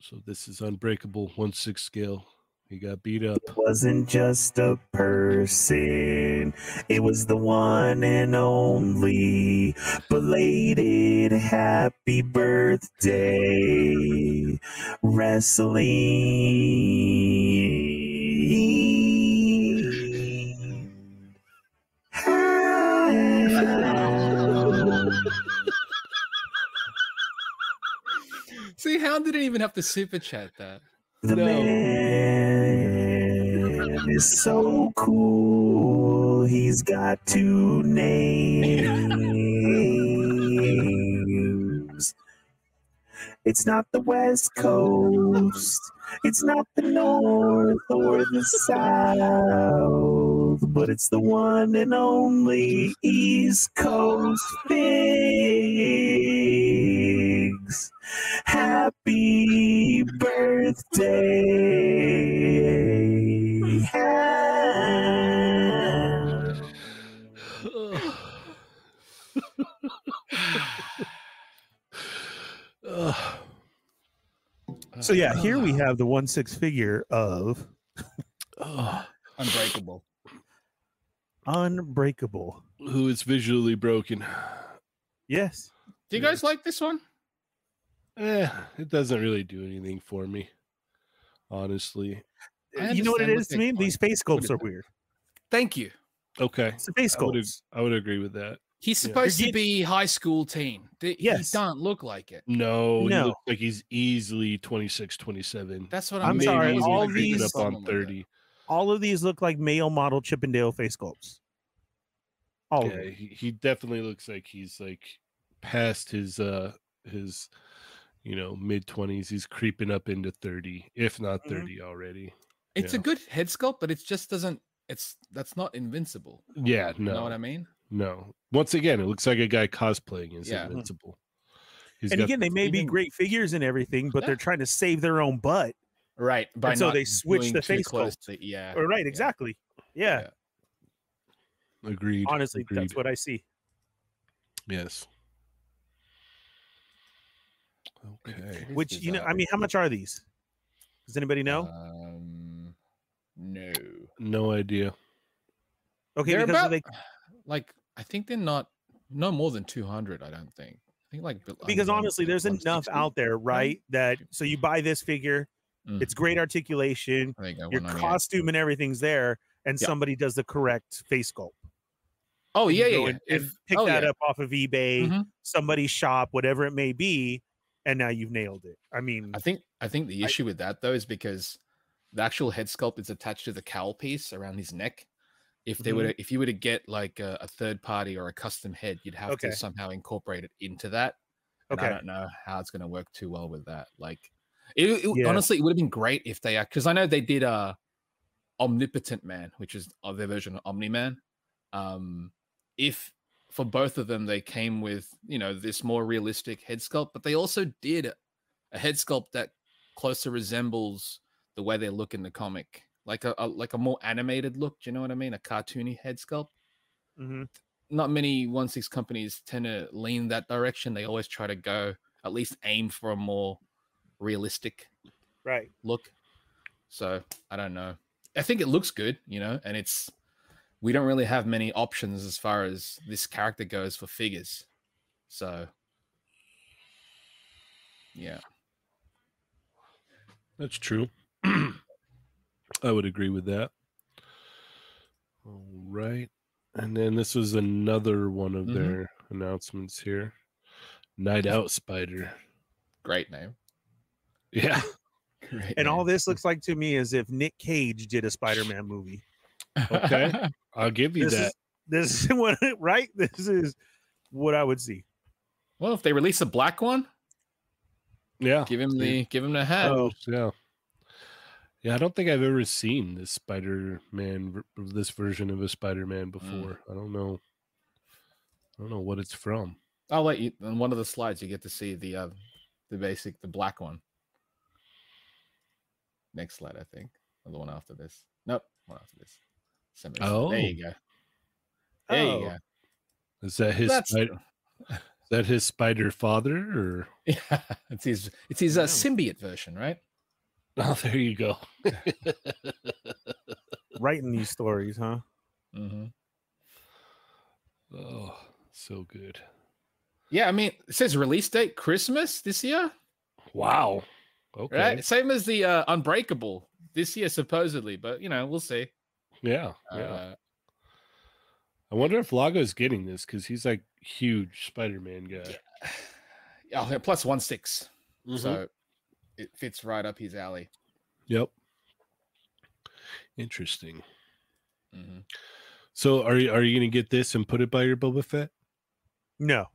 Speaker 1: So this is Unbreakable, one six scale. He got beat up.
Speaker 4: It wasn't just a person, it was the one and only belated happy birthday, wrestling.
Speaker 3: See, how didn't even have to super chat that.
Speaker 4: The
Speaker 1: No.
Speaker 4: man is so cool. He's got two names. It's not the West Coast. It's not the North or the South. But it's the one and only East Coast Figs. Happy birthday.
Speaker 1: Ugh.
Speaker 4: So yeah, here we have the one six figure of
Speaker 1: Ugh.
Speaker 3: Unbreakable.
Speaker 4: Unbreakable.
Speaker 1: who is visually broken.
Speaker 4: Yes.
Speaker 3: Do you guys like this one?
Speaker 1: Eh, it doesn't really do anything for me, honestly.
Speaker 3: I
Speaker 4: You know what it
Speaker 3: understand what
Speaker 4: is to
Speaker 3: they're
Speaker 4: me?
Speaker 3: going
Speaker 4: These space
Speaker 3: What is
Speaker 4: sculpts are
Speaker 3: that?
Speaker 4: weird.
Speaker 3: Thank you.
Speaker 1: Okay,
Speaker 4: Space
Speaker 1: I would, ag-
Speaker 4: sculpts.
Speaker 1: I would agree with that.
Speaker 3: He's
Speaker 1: Yeah.
Speaker 3: supposed
Speaker 4: You're
Speaker 3: to be high school teen. Th-
Speaker 4: Yes.
Speaker 3: He don't look like it.
Speaker 1: No,
Speaker 4: No.
Speaker 1: he looks like he's easily 26, 27.
Speaker 3: That's what I
Speaker 4: I'm
Speaker 3: mean.
Speaker 4: sorry,
Speaker 3: I
Speaker 1: even
Speaker 3: wasn't
Speaker 4: all
Speaker 3: expecting
Speaker 1: creeping
Speaker 4: these-
Speaker 1: up
Speaker 3: something
Speaker 1: on
Speaker 3: like that.
Speaker 1: 30.
Speaker 4: All of these look like male model Chippendale face sculpts. All of
Speaker 1: yeah,
Speaker 4: them.
Speaker 1: he, he definitely looks like he's like past his uh his you know mid 20s. He's creeping up into 30, if not
Speaker 4: Mhm.
Speaker 1: 30 already.
Speaker 3: It's
Speaker 1: Yeah.
Speaker 3: a good head sculpt, but it just doesn't. It's that's not invincible.
Speaker 1: Yeah,
Speaker 3: You
Speaker 1: no.
Speaker 3: know what I mean?
Speaker 1: No. Once again, it looks like a guy cosplaying is
Speaker 3: Yeah.
Speaker 1: invincible. His He's
Speaker 2: and
Speaker 1: got-
Speaker 2: again, they may be
Speaker 3: even-
Speaker 2: great figures and everything, but
Speaker 3: Yeah.
Speaker 2: they're trying to save their own butt.
Speaker 3: Right. By
Speaker 2: And so
Speaker 3: not
Speaker 2: they switch
Speaker 3: doing
Speaker 2: the
Speaker 3: too
Speaker 2: face
Speaker 3: close to yeah.
Speaker 2: Or right, exactly. Yeah,
Speaker 3: Yeah.
Speaker 1: agreed.
Speaker 2: honestly,
Speaker 1: agreed.
Speaker 2: that's what I see.
Speaker 1: Yes. Okay.
Speaker 3: This
Speaker 2: Which
Speaker 3: is,
Speaker 2: you know,
Speaker 3: uh,
Speaker 2: I mean, how much are these? Does anybody know?
Speaker 3: Um, no.
Speaker 1: No idea.
Speaker 2: okay,
Speaker 3: they're
Speaker 2: because
Speaker 3: about
Speaker 2: they
Speaker 3: like I think they're not no more than two hundred. I don't think. I think like bel-
Speaker 2: because
Speaker 3: under one-
Speaker 2: honestly,
Speaker 3: like
Speaker 2: there's enough
Speaker 3: 160.
Speaker 2: out there, right? That so you buy this figure,
Speaker 3: Mm,
Speaker 2: it's great articulation,
Speaker 3: there you go,
Speaker 2: your
Speaker 3: 198.
Speaker 2: costume and everything's there, and
Speaker 3: Yeah.
Speaker 2: somebody does the correct face sculpt.
Speaker 3: Oh
Speaker 2: You
Speaker 3: yeah,
Speaker 2: can
Speaker 3: yeah.
Speaker 2: go
Speaker 3: yeah.
Speaker 2: and- and
Speaker 3: If-
Speaker 2: pick
Speaker 3: oh,
Speaker 2: that
Speaker 3: yeah.
Speaker 2: up off of eBay,
Speaker 3: Mhm.
Speaker 2: somebody's shop, whatever it may be, and now you've nailed it. I mean,
Speaker 3: I think I think the
Speaker 2: Mm. I-
Speaker 3: issue with that though is because the actual head sculpt is attached to the cowl piece around his neck. If
Speaker 2: Mm-hmm.
Speaker 3: they were to, if you were to get like a, a third party or a custom head, you'd have
Speaker 2: Okay.
Speaker 3: to somehow incorporate it into that. and I
Speaker 2: okay,
Speaker 3: don't know how it's going to work too well with that. Like, it, it-
Speaker 2: Yeah.
Speaker 3: honestly, it would have been great if they because I know they did uh Omnipotent Man, which is uh, their version of Omni Man. Um, if for both of them they came with you know this more realistic head sculpt, but they also did a head sculpt that closer resembles the way they look in the comic, like a, a like a more animated look. Do you know what I mean? A cartoony head sculpt
Speaker 2: mhm,
Speaker 3: not many one six companies tend to lean that direction. They always try to go at least aim for a more realistic
Speaker 2: right,
Speaker 3: look. So I don't know. I think it looks good, you know, and it's we don't really have many options as far as this character goes for figures. So yeah,
Speaker 1: That's true. I would agree with that. All right. And then this was another one of
Speaker 3: Mhm.
Speaker 1: their announcements here. Night Out Spider.
Speaker 3: great name.
Speaker 1: Yeah.
Speaker 3: Great
Speaker 2: and all
Speaker 3: name.
Speaker 2: this looks like to me as if Nick Cage did a Spider-Man movie.
Speaker 1: Okay. I'll give you
Speaker 2: This
Speaker 1: that.
Speaker 2: is this is what right. This is what I would see.
Speaker 3: well, if they release a black one,
Speaker 1: yeah.
Speaker 3: give him
Speaker 1: Yeah.
Speaker 3: the give him the hat.
Speaker 2: Oh.
Speaker 1: Yeah. Yeah, I don't think I've ever seen this Spider-Man, ver- this version of a Spider-Man before. I don't know. I don't know what it's from.
Speaker 3: I'll let you on one of the slides you get to see the uh the basic the black one. Next slide, I think. Or the one after this. Nope, one after this. Same as- There you go. There
Speaker 2: Oh.
Speaker 3: you go.
Speaker 1: Is that his?
Speaker 3: That's
Speaker 1: Spider- is that his spider father? Or
Speaker 3: yeah, it's his it's his uh,
Speaker 2: Wow.
Speaker 3: symbiote version, right?
Speaker 1: oh, there you go.
Speaker 2: Writing these stories, huh?
Speaker 3: hmm
Speaker 1: Oh, so good.
Speaker 3: Yeah, I mean it says release date Christmas this year,
Speaker 1: Wow. Okay.
Speaker 3: right? Same as the uh, Unbreakable this year supposedly, but you know we'll see.
Speaker 1: Yeah. Yeah.
Speaker 3: Uh,
Speaker 1: I wonder if Lago's getting this because he's like huge Spider-Man guy.
Speaker 3: yeah, oh, plus one six,
Speaker 1: Mhm.
Speaker 3: so it fits right up his alley.
Speaker 1: Yep. Interesting.
Speaker 3: Mhm.
Speaker 1: So are you are you gonna get this and put it by your Boba Fett?
Speaker 2: No,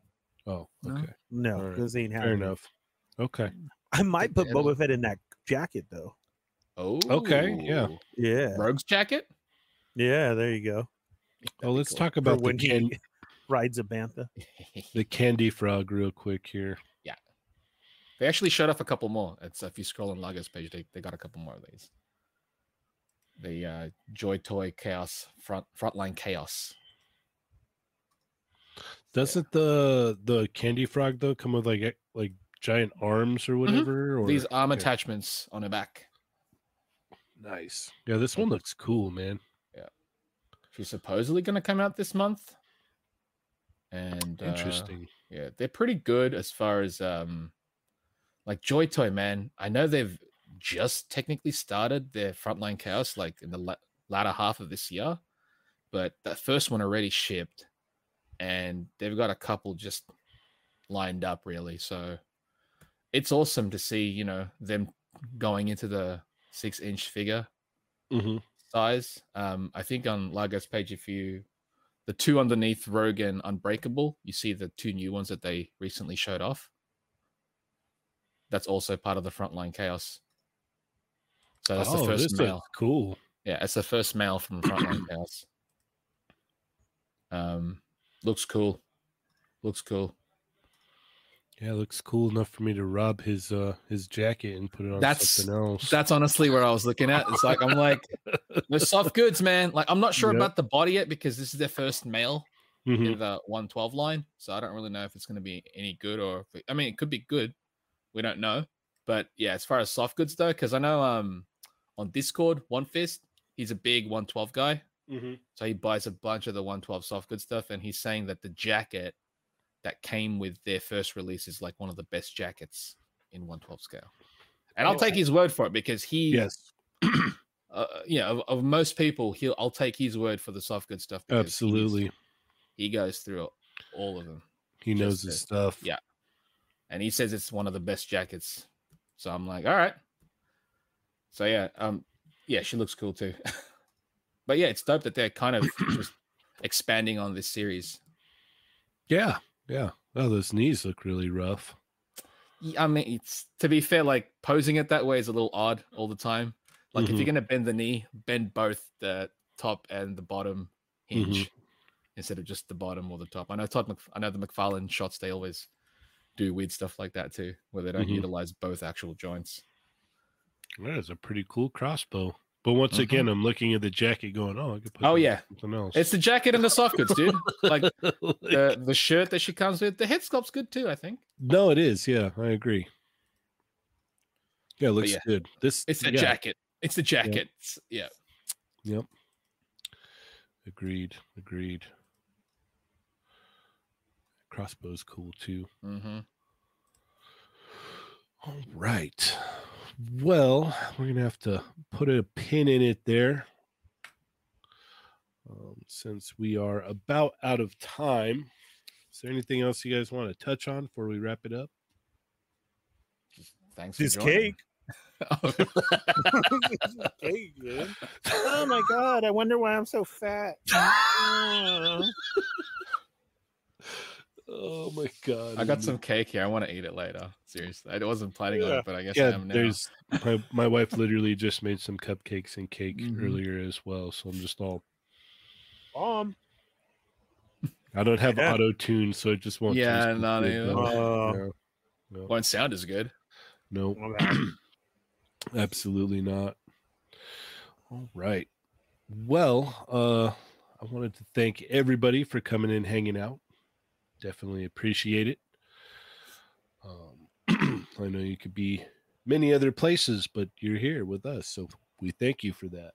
Speaker 1: Oh,
Speaker 3: No.
Speaker 1: okay.
Speaker 2: no,
Speaker 1: All right,
Speaker 2: this ain't
Speaker 1: Fair
Speaker 2: happening.
Speaker 1: enough. Okay.
Speaker 2: I might put
Speaker 3: Think that'll-
Speaker 2: Boba Fett in that jacket though.
Speaker 3: Oh,
Speaker 1: Okay, yeah.
Speaker 2: Yeah,
Speaker 3: Rogue's jacket.
Speaker 2: yeah. There you go.
Speaker 1: Well, Oh, let's talk
Speaker 2: For
Speaker 1: about the,
Speaker 2: when he
Speaker 1: can-
Speaker 2: rides a bantha.
Speaker 1: the candy frog real quick here.
Speaker 3: they actually showed off a couple more. It's if you scroll on Lagos page, they, they got a couple more of these. The uh, Joy Toy Chaos front frontline chaos.
Speaker 1: Doesn't the the candy frog though come with like e- like giant arms or whatever? Or
Speaker 3: Mm-hmm. these arm
Speaker 1: yeah.
Speaker 3: attachments on her back.
Speaker 1: nice. Yeah, this one looks cool, man.
Speaker 3: She's supposedly going to come out this month. And uh,
Speaker 1: Interesting.
Speaker 3: yeah, they're pretty good as far as um, like Joy Toy man. I know they've just technically started their frontline chaos like in the la- latter half of this year, but that first one already shipped, and they've got a couple just lined up really. So it's awesome to see you know them going into the six inch figure
Speaker 1: hmm
Speaker 3: size. Um, I think on Largo's page, if you the two underneath Rogue and Unbreakable, you see the two new ones that they recently showed off. That's also part of the frontline chaos. So that's the
Speaker 1: oh, this
Speaker 3: first
Speaker 1: looks
Speaker 3: male.
Speaker 1: cool.
Speaker 3: Yeah, it's the first male from frontline chaos. Um, looks cool. Looks cool.
Speaker 1: Yeah, looks cool enough for me to rob his uh his jacket and put it on
Speaker 3: That's-
Speaker 1: something else.
Speaker 3: That's honestly where I was looking at. It's like I'm like the soft goods, man. Like I'm not sure
Speaker 1: Yep.
Speaker 3: about the body yet because this is their first male
Speaker 1: Mhm.
Speaker 3: in the 112 line, so I don't really know if it's going to be any good or if it- I mean it could be good. We don't know, but yeah, as far as soft goods though, because I know um on Discord, One Fist, he's a big 112 guy, so he buys a bunch of the 112 soft goods stuff, and he's saying that the jacket that came with their first release is like one of the best jackets in 112 scale. And I'll
Speaker 1: Okay.
Speaker 3: take his word for it because he
Speaker 1: Yes,
Speaker 3: uh, you know, of, of most people, he'll I'll take his word for the soft good stuff. because he's-
Speaker 1: absolutely.
Speaker 3: he goes through all of them,
Speaker 1: He knows
Speaker 3: just
Speaker 1: his
Speaker 3: it.
Speaker 1: stuff.
Speaker 3: Yeah. and he says it's one of the best jackets. So I'm like, all right. So yeah, um, yeah, she looks cool too. but yeah, it's dope that they're kind of just expanding on this series.
Speaker 1: Yeah. Yeah. Oh, those knees look really rough.
Speaker 3: Y- I mean, it's to be fair, like posing it that way is a little odd all the time. Like if
Speaker 1: Mhm.
Speaker 3: you're gonna bend the knee, bend both the top and the bottom
Speaker 1: Mhm.
Speaker 3: hinge instead of just the bottom or the top. I know Todd, Mc, I know the McFarlane shots. They always do weird stuff like that too, where they don't
Speaker 1: Mhm.
Speaker 3: utilize both actual joints.
Speaker 1: That is a pretty cool crossbow. But once
Speaker 3: Mhm.
Speaker 1: again, I'm looking at the jacket, going, "Oh, I could put
Speaker 3: Oh,
Speaker 1: that on
Speaker 3: yeah.
Speaker 1: something else."
Speaker 3: It's the jacket and the soft goods, dude. Like
Speaker 1: Like-
Speaker 3: the the shirt that she comes with. The head sculpt's good too. I think
Speaker 1: No, it is. Yeah, I agree. Yeah, it looks
Speaker 3: yeah.
Speaker 1: good. This
Speaker 3: it's the
Speaker 1: yeah,
Speaker 3: jacket. It's the jacket. It's- Yeah.
Speaker 1: Yep. Agreed. Agreed. Crossbow's cool too.
Speaker 3: Mm-hmm.
Speaker 1: All right. Well, we're gonna have to put a pin in it there, um, since we are about out of time. Is there anything else you guys want to touch on before we wrap it up?
Speaker 3: Thanks.
Speaker 2: This
Speaker 3: for joining.
Speaker 2: cake. Cake, dude. Oh my god! I wonder why I'm so fat. Oh.
Speaker 1: Oh my god!
Speaker 3: I got
Speaker 1: Andy.
Speaker 3: some cake here. I want to eat it later. Seriously, I wasn't planning on
Speaker 2: Yeah.
Speaker 3: it, but I guess I
Speaker 1: yeah,
Speaker 3: am now.
Speaker 1: there's my, my wife literally just made some cupcakes and cake
Speaker 3: Mhm.
Speaker 1: earlier as well, so I'm just all
Speaker 2: Bomb.
Speaker 1: I don't have
Speaker 2: Yeah.
Speaker 1: auto tune, so it just won't.
Speaker 3: Yeah,
Speaker 1: taste as
Speaker 3: not
Speaker 1: good,
Speaker 3: even.
Speaker 1: though.
Speaker 2: Oh.
Speaker 1: No, no,
Speaker 3: Won't sound as good.
Speaker 1: no.
Speaker 2: My bad.
Speaker 1: Absolutely not. All right. Well, uh, I wanted to thank everybody for coming in, hanging out. Definitely appreciate it. Um, I know you could be many other places, but you're here with us, so we thank you for that.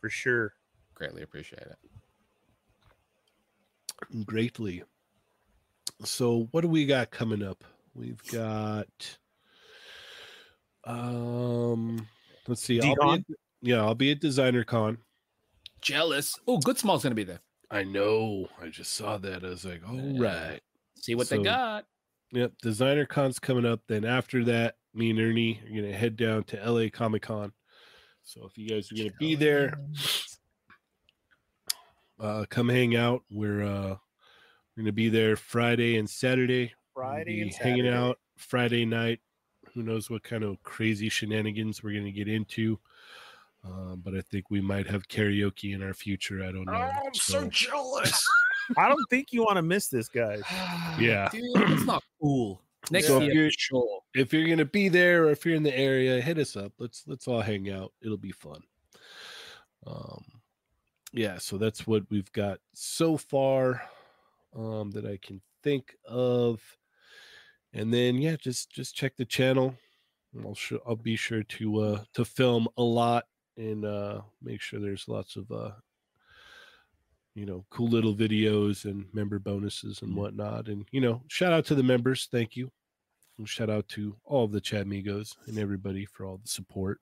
Speaker 2: for sure.
Speaker 3: Greatly appreciate it.
Speaker 1: greatly. So what do we got coming up? We've got um let's see. I'll be
Speaker 2: D-Con?
Speaker 1: at, yeah, I'll be at designer con.
Speaker 3: Jealous. Oh, Good Small's gonna be there.
Speaker 1: I know. I just saw that. I was like, all right.
Speaker 3: Yeah. See what
Speaker 1: So-
Speaker 3: they got.
Speaker 1: Yep, designer con's coming up. Then after that, me and Ernie are gonna head down to LA Comic Con. So if you guys are gonna be there, uh come hang out. We're uh we're gonna be there Friday and Saturday. We'll
Speaker 2: Friday and
Speaker 1: be hanging
Speaker 2: Saturday.
Speaker 1: out Friday night. Who knows what kind of crazy shenanigans we're going to get into? Uh, but I think we might have karaoke in our future. I don't know. So,
Speaker 3: jealous.
Speaker 2: I don't think you want to miss this, guys.
Speaker 1: Yeah.
Speaker 3: Dude, that's not cool. Next
Speaker 1: So if
Speaker 3: year,
Speaker 1: you're-
Speaker 3: sure.
Speaker 1: if you're going to be there or if you're in the area, hit us up. Let's let's all hang out. It'll be fun. Um, yeah. So that's what we've got so far um, that I can think of. And then yeah, just just check the channel. and I'll sure I'll be sure to uh to film a lot and uh make sure there's lots of uh you know cool little videos and member bonuses and whatnot. And you know, shout out to the members, thank you. And shout out to all of the Chad Migos and everybody for all the support.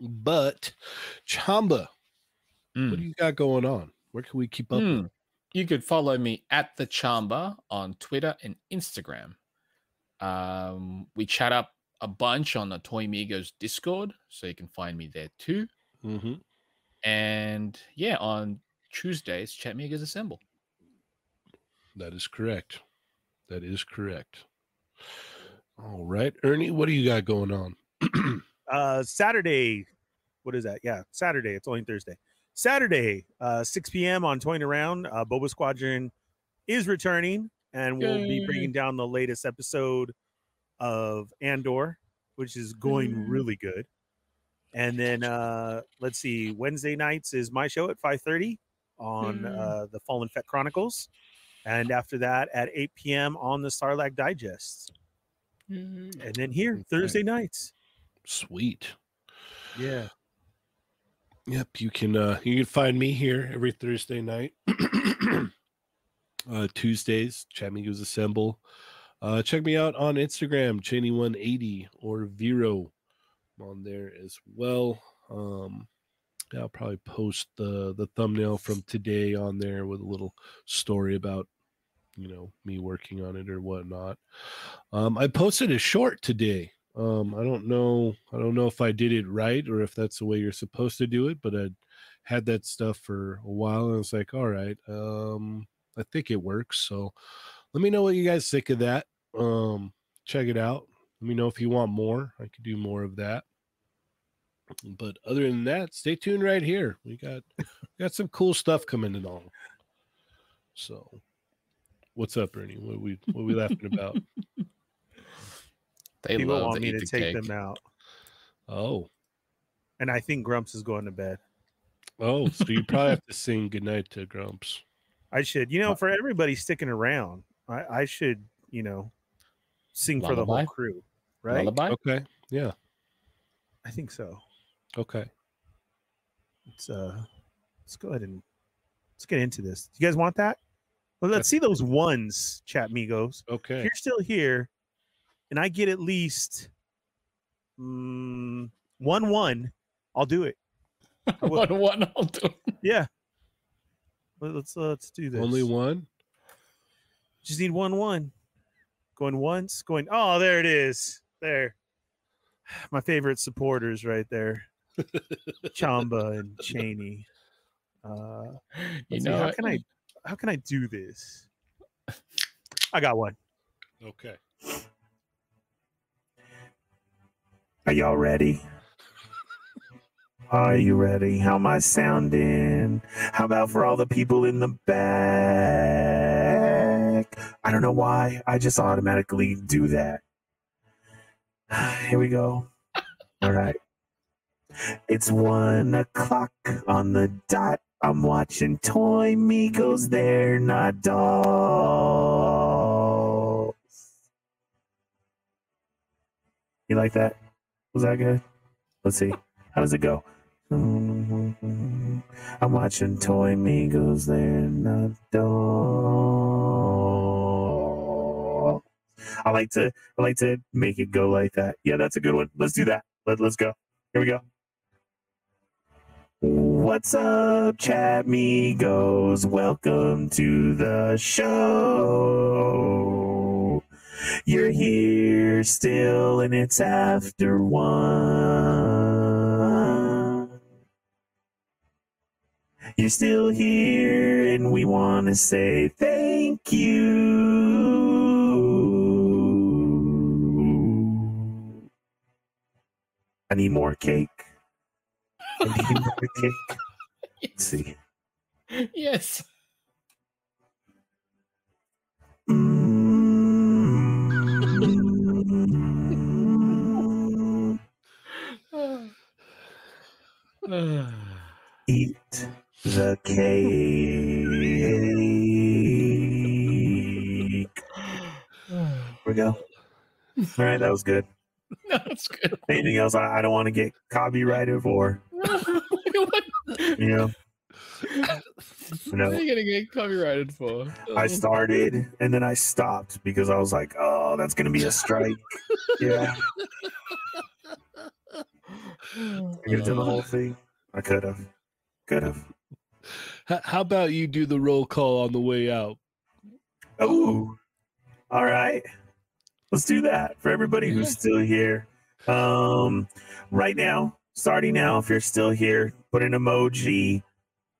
Speaker 1: But Chamba,
Speaker 3: Mm.
Speaker 1: what do you got going on? Where can we keep up?
Speaker 3: Hmm. You could follow me at the Chamba on Twitter and Instagram. Um, we chat up a bunch on the Toy Migos Discord, so you can find me there too.
Speaker 1: Mm-hmm.
Speaker 3: And yeah, on Tuesdays, Chat Migos Assemble.
Speaker 1: That is correct. That is correct. All right, Ernie, what do you got going on?
Speaker 2: Uh, Saturday, what is that? Yeah, Saturday. It's only Thursday. Saturday, uh, 6 p.m. on Toying Around. Uh, Boba Squadron is returning.
Speaker 4: and we'll be
Speaker 3: Yay.
Speaker 4: bringing down the latest episode of Andor, which is going
Speaker 3: Mm.
Speaker 4: really good. And then uh, let's see, Wednesday nights is my show at 5:30 on
Speaker 3: Mm.
Speaker 4: uh, the Fallen Fet Chronicles, and after that at 8 p.m. on the Sarlacc Digest, and then here
Speaker 1: Okay.
Speaker 4: Thursday nights.
Speaker 1: Sweet.
Speaker 4: Yeah,
Speaker 1: Yep, you can uh you can find me here every Thursday night. uh Tuesdays, Chamigos Assemble. Uh check me out on Instagram, Cheney180 or Vero. I'm on there as well. Um yeah, I'll probably post the the thumbnail from today on there with a little story about you know me working on it or whatnot. Um I posted a short today. Um, I don't know. I don't know if I did it right or if that's the way you're supposed to do it, but I had that stuff for a while and it's like, all right, um, I think it works. So let me know what you guys think of that. Um, check it out. Let me know if you want more. I could do more of that. But other than that, stay tuned right here. We got we got some cool stuff coming along. So what's up, Ernie? What we what we laughing about?
Speaker 3: They
Speaker 4: people
Speaker 3: love
Speaker 4: want
Speaker 3: to
Speaker 4: me
Speaker 3: eat
Speaker 4: to
Speaker 3: the cake.
Speaker 4: take them out,
Speaker 1: Oh.
Speaker 4: and I think Grumps is going to bed.
Speaker 1: Oh, so you probably have to sing goodnight to Grumps.
Speaker 4: I should, you know,
Speaker 1: Wow.
Speaker 4: for everybody sticking around, I, I should, you know, sing for the whole
Speaker 3: Lullaby?
Speaker 4: crew, right?
Speaker 3: Lullaby?
Speaker 1: Okay. Yeah.
Speaker 4: I think so.
Speaker 1: Okay.
Speaker 4: Let's uh, let's go ahead and let's get into this. You guys want that? Well, let's see those ones, chat migos. If
Speaker 1: Okay.
Speaker 4: you're still here, and I get at least mm, one one, I'll do it. I will.
Speaker 3: one, one, I'll do it.
Speaker 4: Yeah. Let- Let's uh, let's do this.
Speaker 1: Only one.
Speaker 4: Just need one one. Going once, going oh, there it is. There. My favorite supporters right there. Chamba and Cheney. Uh
Speaker 3: You
Speaker 4: let's see,
Speaker 3: know,
Speaker 4: how
Speaker 3: what?
Speaker 4: can I how can I do this? I got one.
Speaker 1: Okay.
Speaker 4: Are y'all ready? Are you ready? How am I sounding? How about for all the people in the back? I don't know why. I just automatically do that. Here we go. All right. It's one o'clock on the dot. I'm watching Toy Migos. They're not dolls. You like that? Was that good? Let's see. How does it go? I'm watching Toy Migos, they're not dolls. I like to I like to make it go like that. Yeah, that's a good one. Let's do that. Let, let's go. Here we go. What's up, chat migos? Welcome to the show. You're here still, and it's after one. You're still here, and we want to say thank you. I need more cake. I need more cake. Let's see.
Speaker 3: Yes.
Speaker 4: Eat the cake.
Speaker 3: no,
Speaker 4: we go. All right, that was good.
Speaker 3: it's good.
Speaker 4: Anything else? I, I don't want to get copyrighted or
Speaker 3: what?
Speaker 4: you know. No.
Speaker 3: What are you gonna get copyrighted for?
Speaker 4: I started and then I stopped because I was like, oh, that's gonna be a strike. yeah, I could have done the whole thing. I could have, could have.
Speaker 1: H- how about you do the roll call on the way out?
Speaker 4: Oh, all right. Let's do that for everybody who's
Speaker 3: Yeah.
Speaker 4: still here. Um, right now, starting now, if you're still here, put an emoji,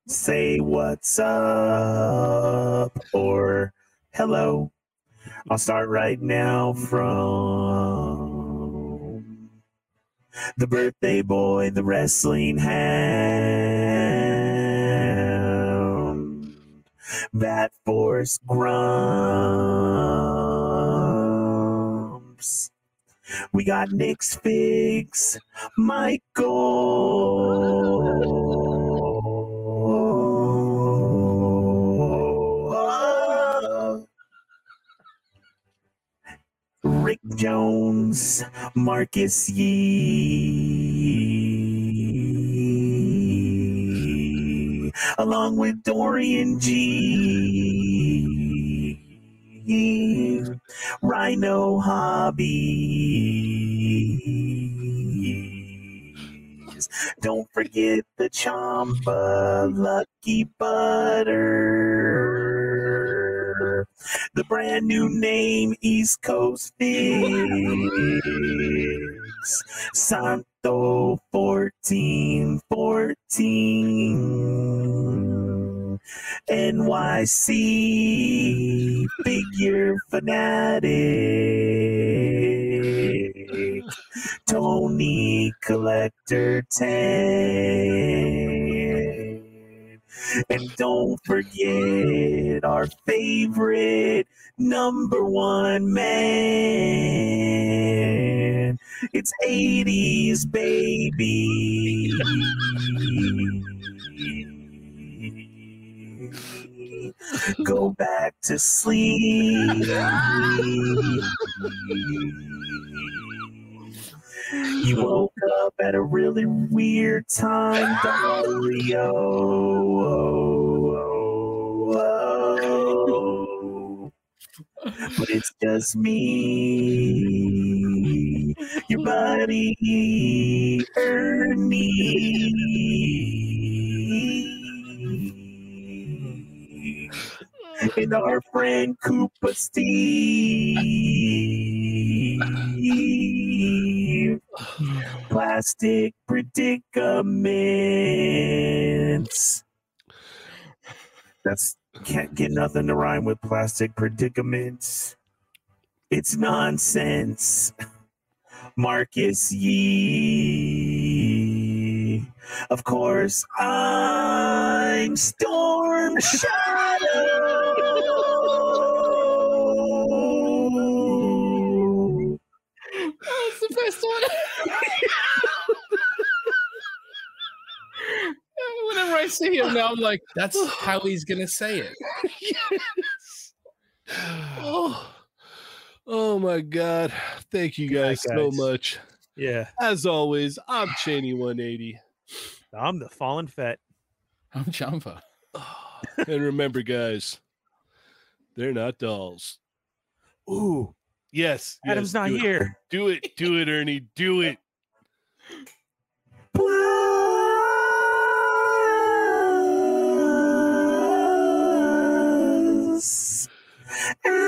Speaker 4: say what's up or hello. I'll start right now from the birthday boy, the wrestling hand. that force grumps. We got Nick's Figs, Michael. Rick Jones, Marcus Yee, along with Dorian G, Rhino Hobbies. Don't forget the Chompa Lucky Butter. The brand new name East Coast Fix. Santo 1414. NYC figure fanatic. Tony Collector 10. And don't forget our favorite number one man. It's 80s, baby. Go back to sleep. You woke up at a really weird time, Dario. But it's just me, your buddy Ernie, and our friend Koopa Steve. Plastic predicaments. That's can't get nothing to rhyme with plastic predicaments. It's nonsense. Marcus Yee. Of course, I'm Storm Shadow.
Speaker 3: That's Oh, the best one. Whenever I see him now, I'm like, that's how he's gonna say it.
Speaker 1: yes. Oh, oh my God. Thank you
Speaker 2: Good night,
Speaker 1: guys, so
Speaker 2: guys.
Speaker 1: much.
Speaker 2: Yeah.
Speaker 1: As always, I'm Cheney180.
Speaker 2: I'm the fallen fet.
Speaker 3: I'm Champa.
Speaker 1: and remember, guys, they're not dolls.
Speaker 2: Ooh,
Speaker 1: Yes.
Speaker 2: Adam's
Speaker 1: yes,
Speaker 2: not
Speaker 1: do it.
Speaker 2: here.
Speaker 1: Do it. Do it, Ernie. Do it.
Speaker 4: Plus,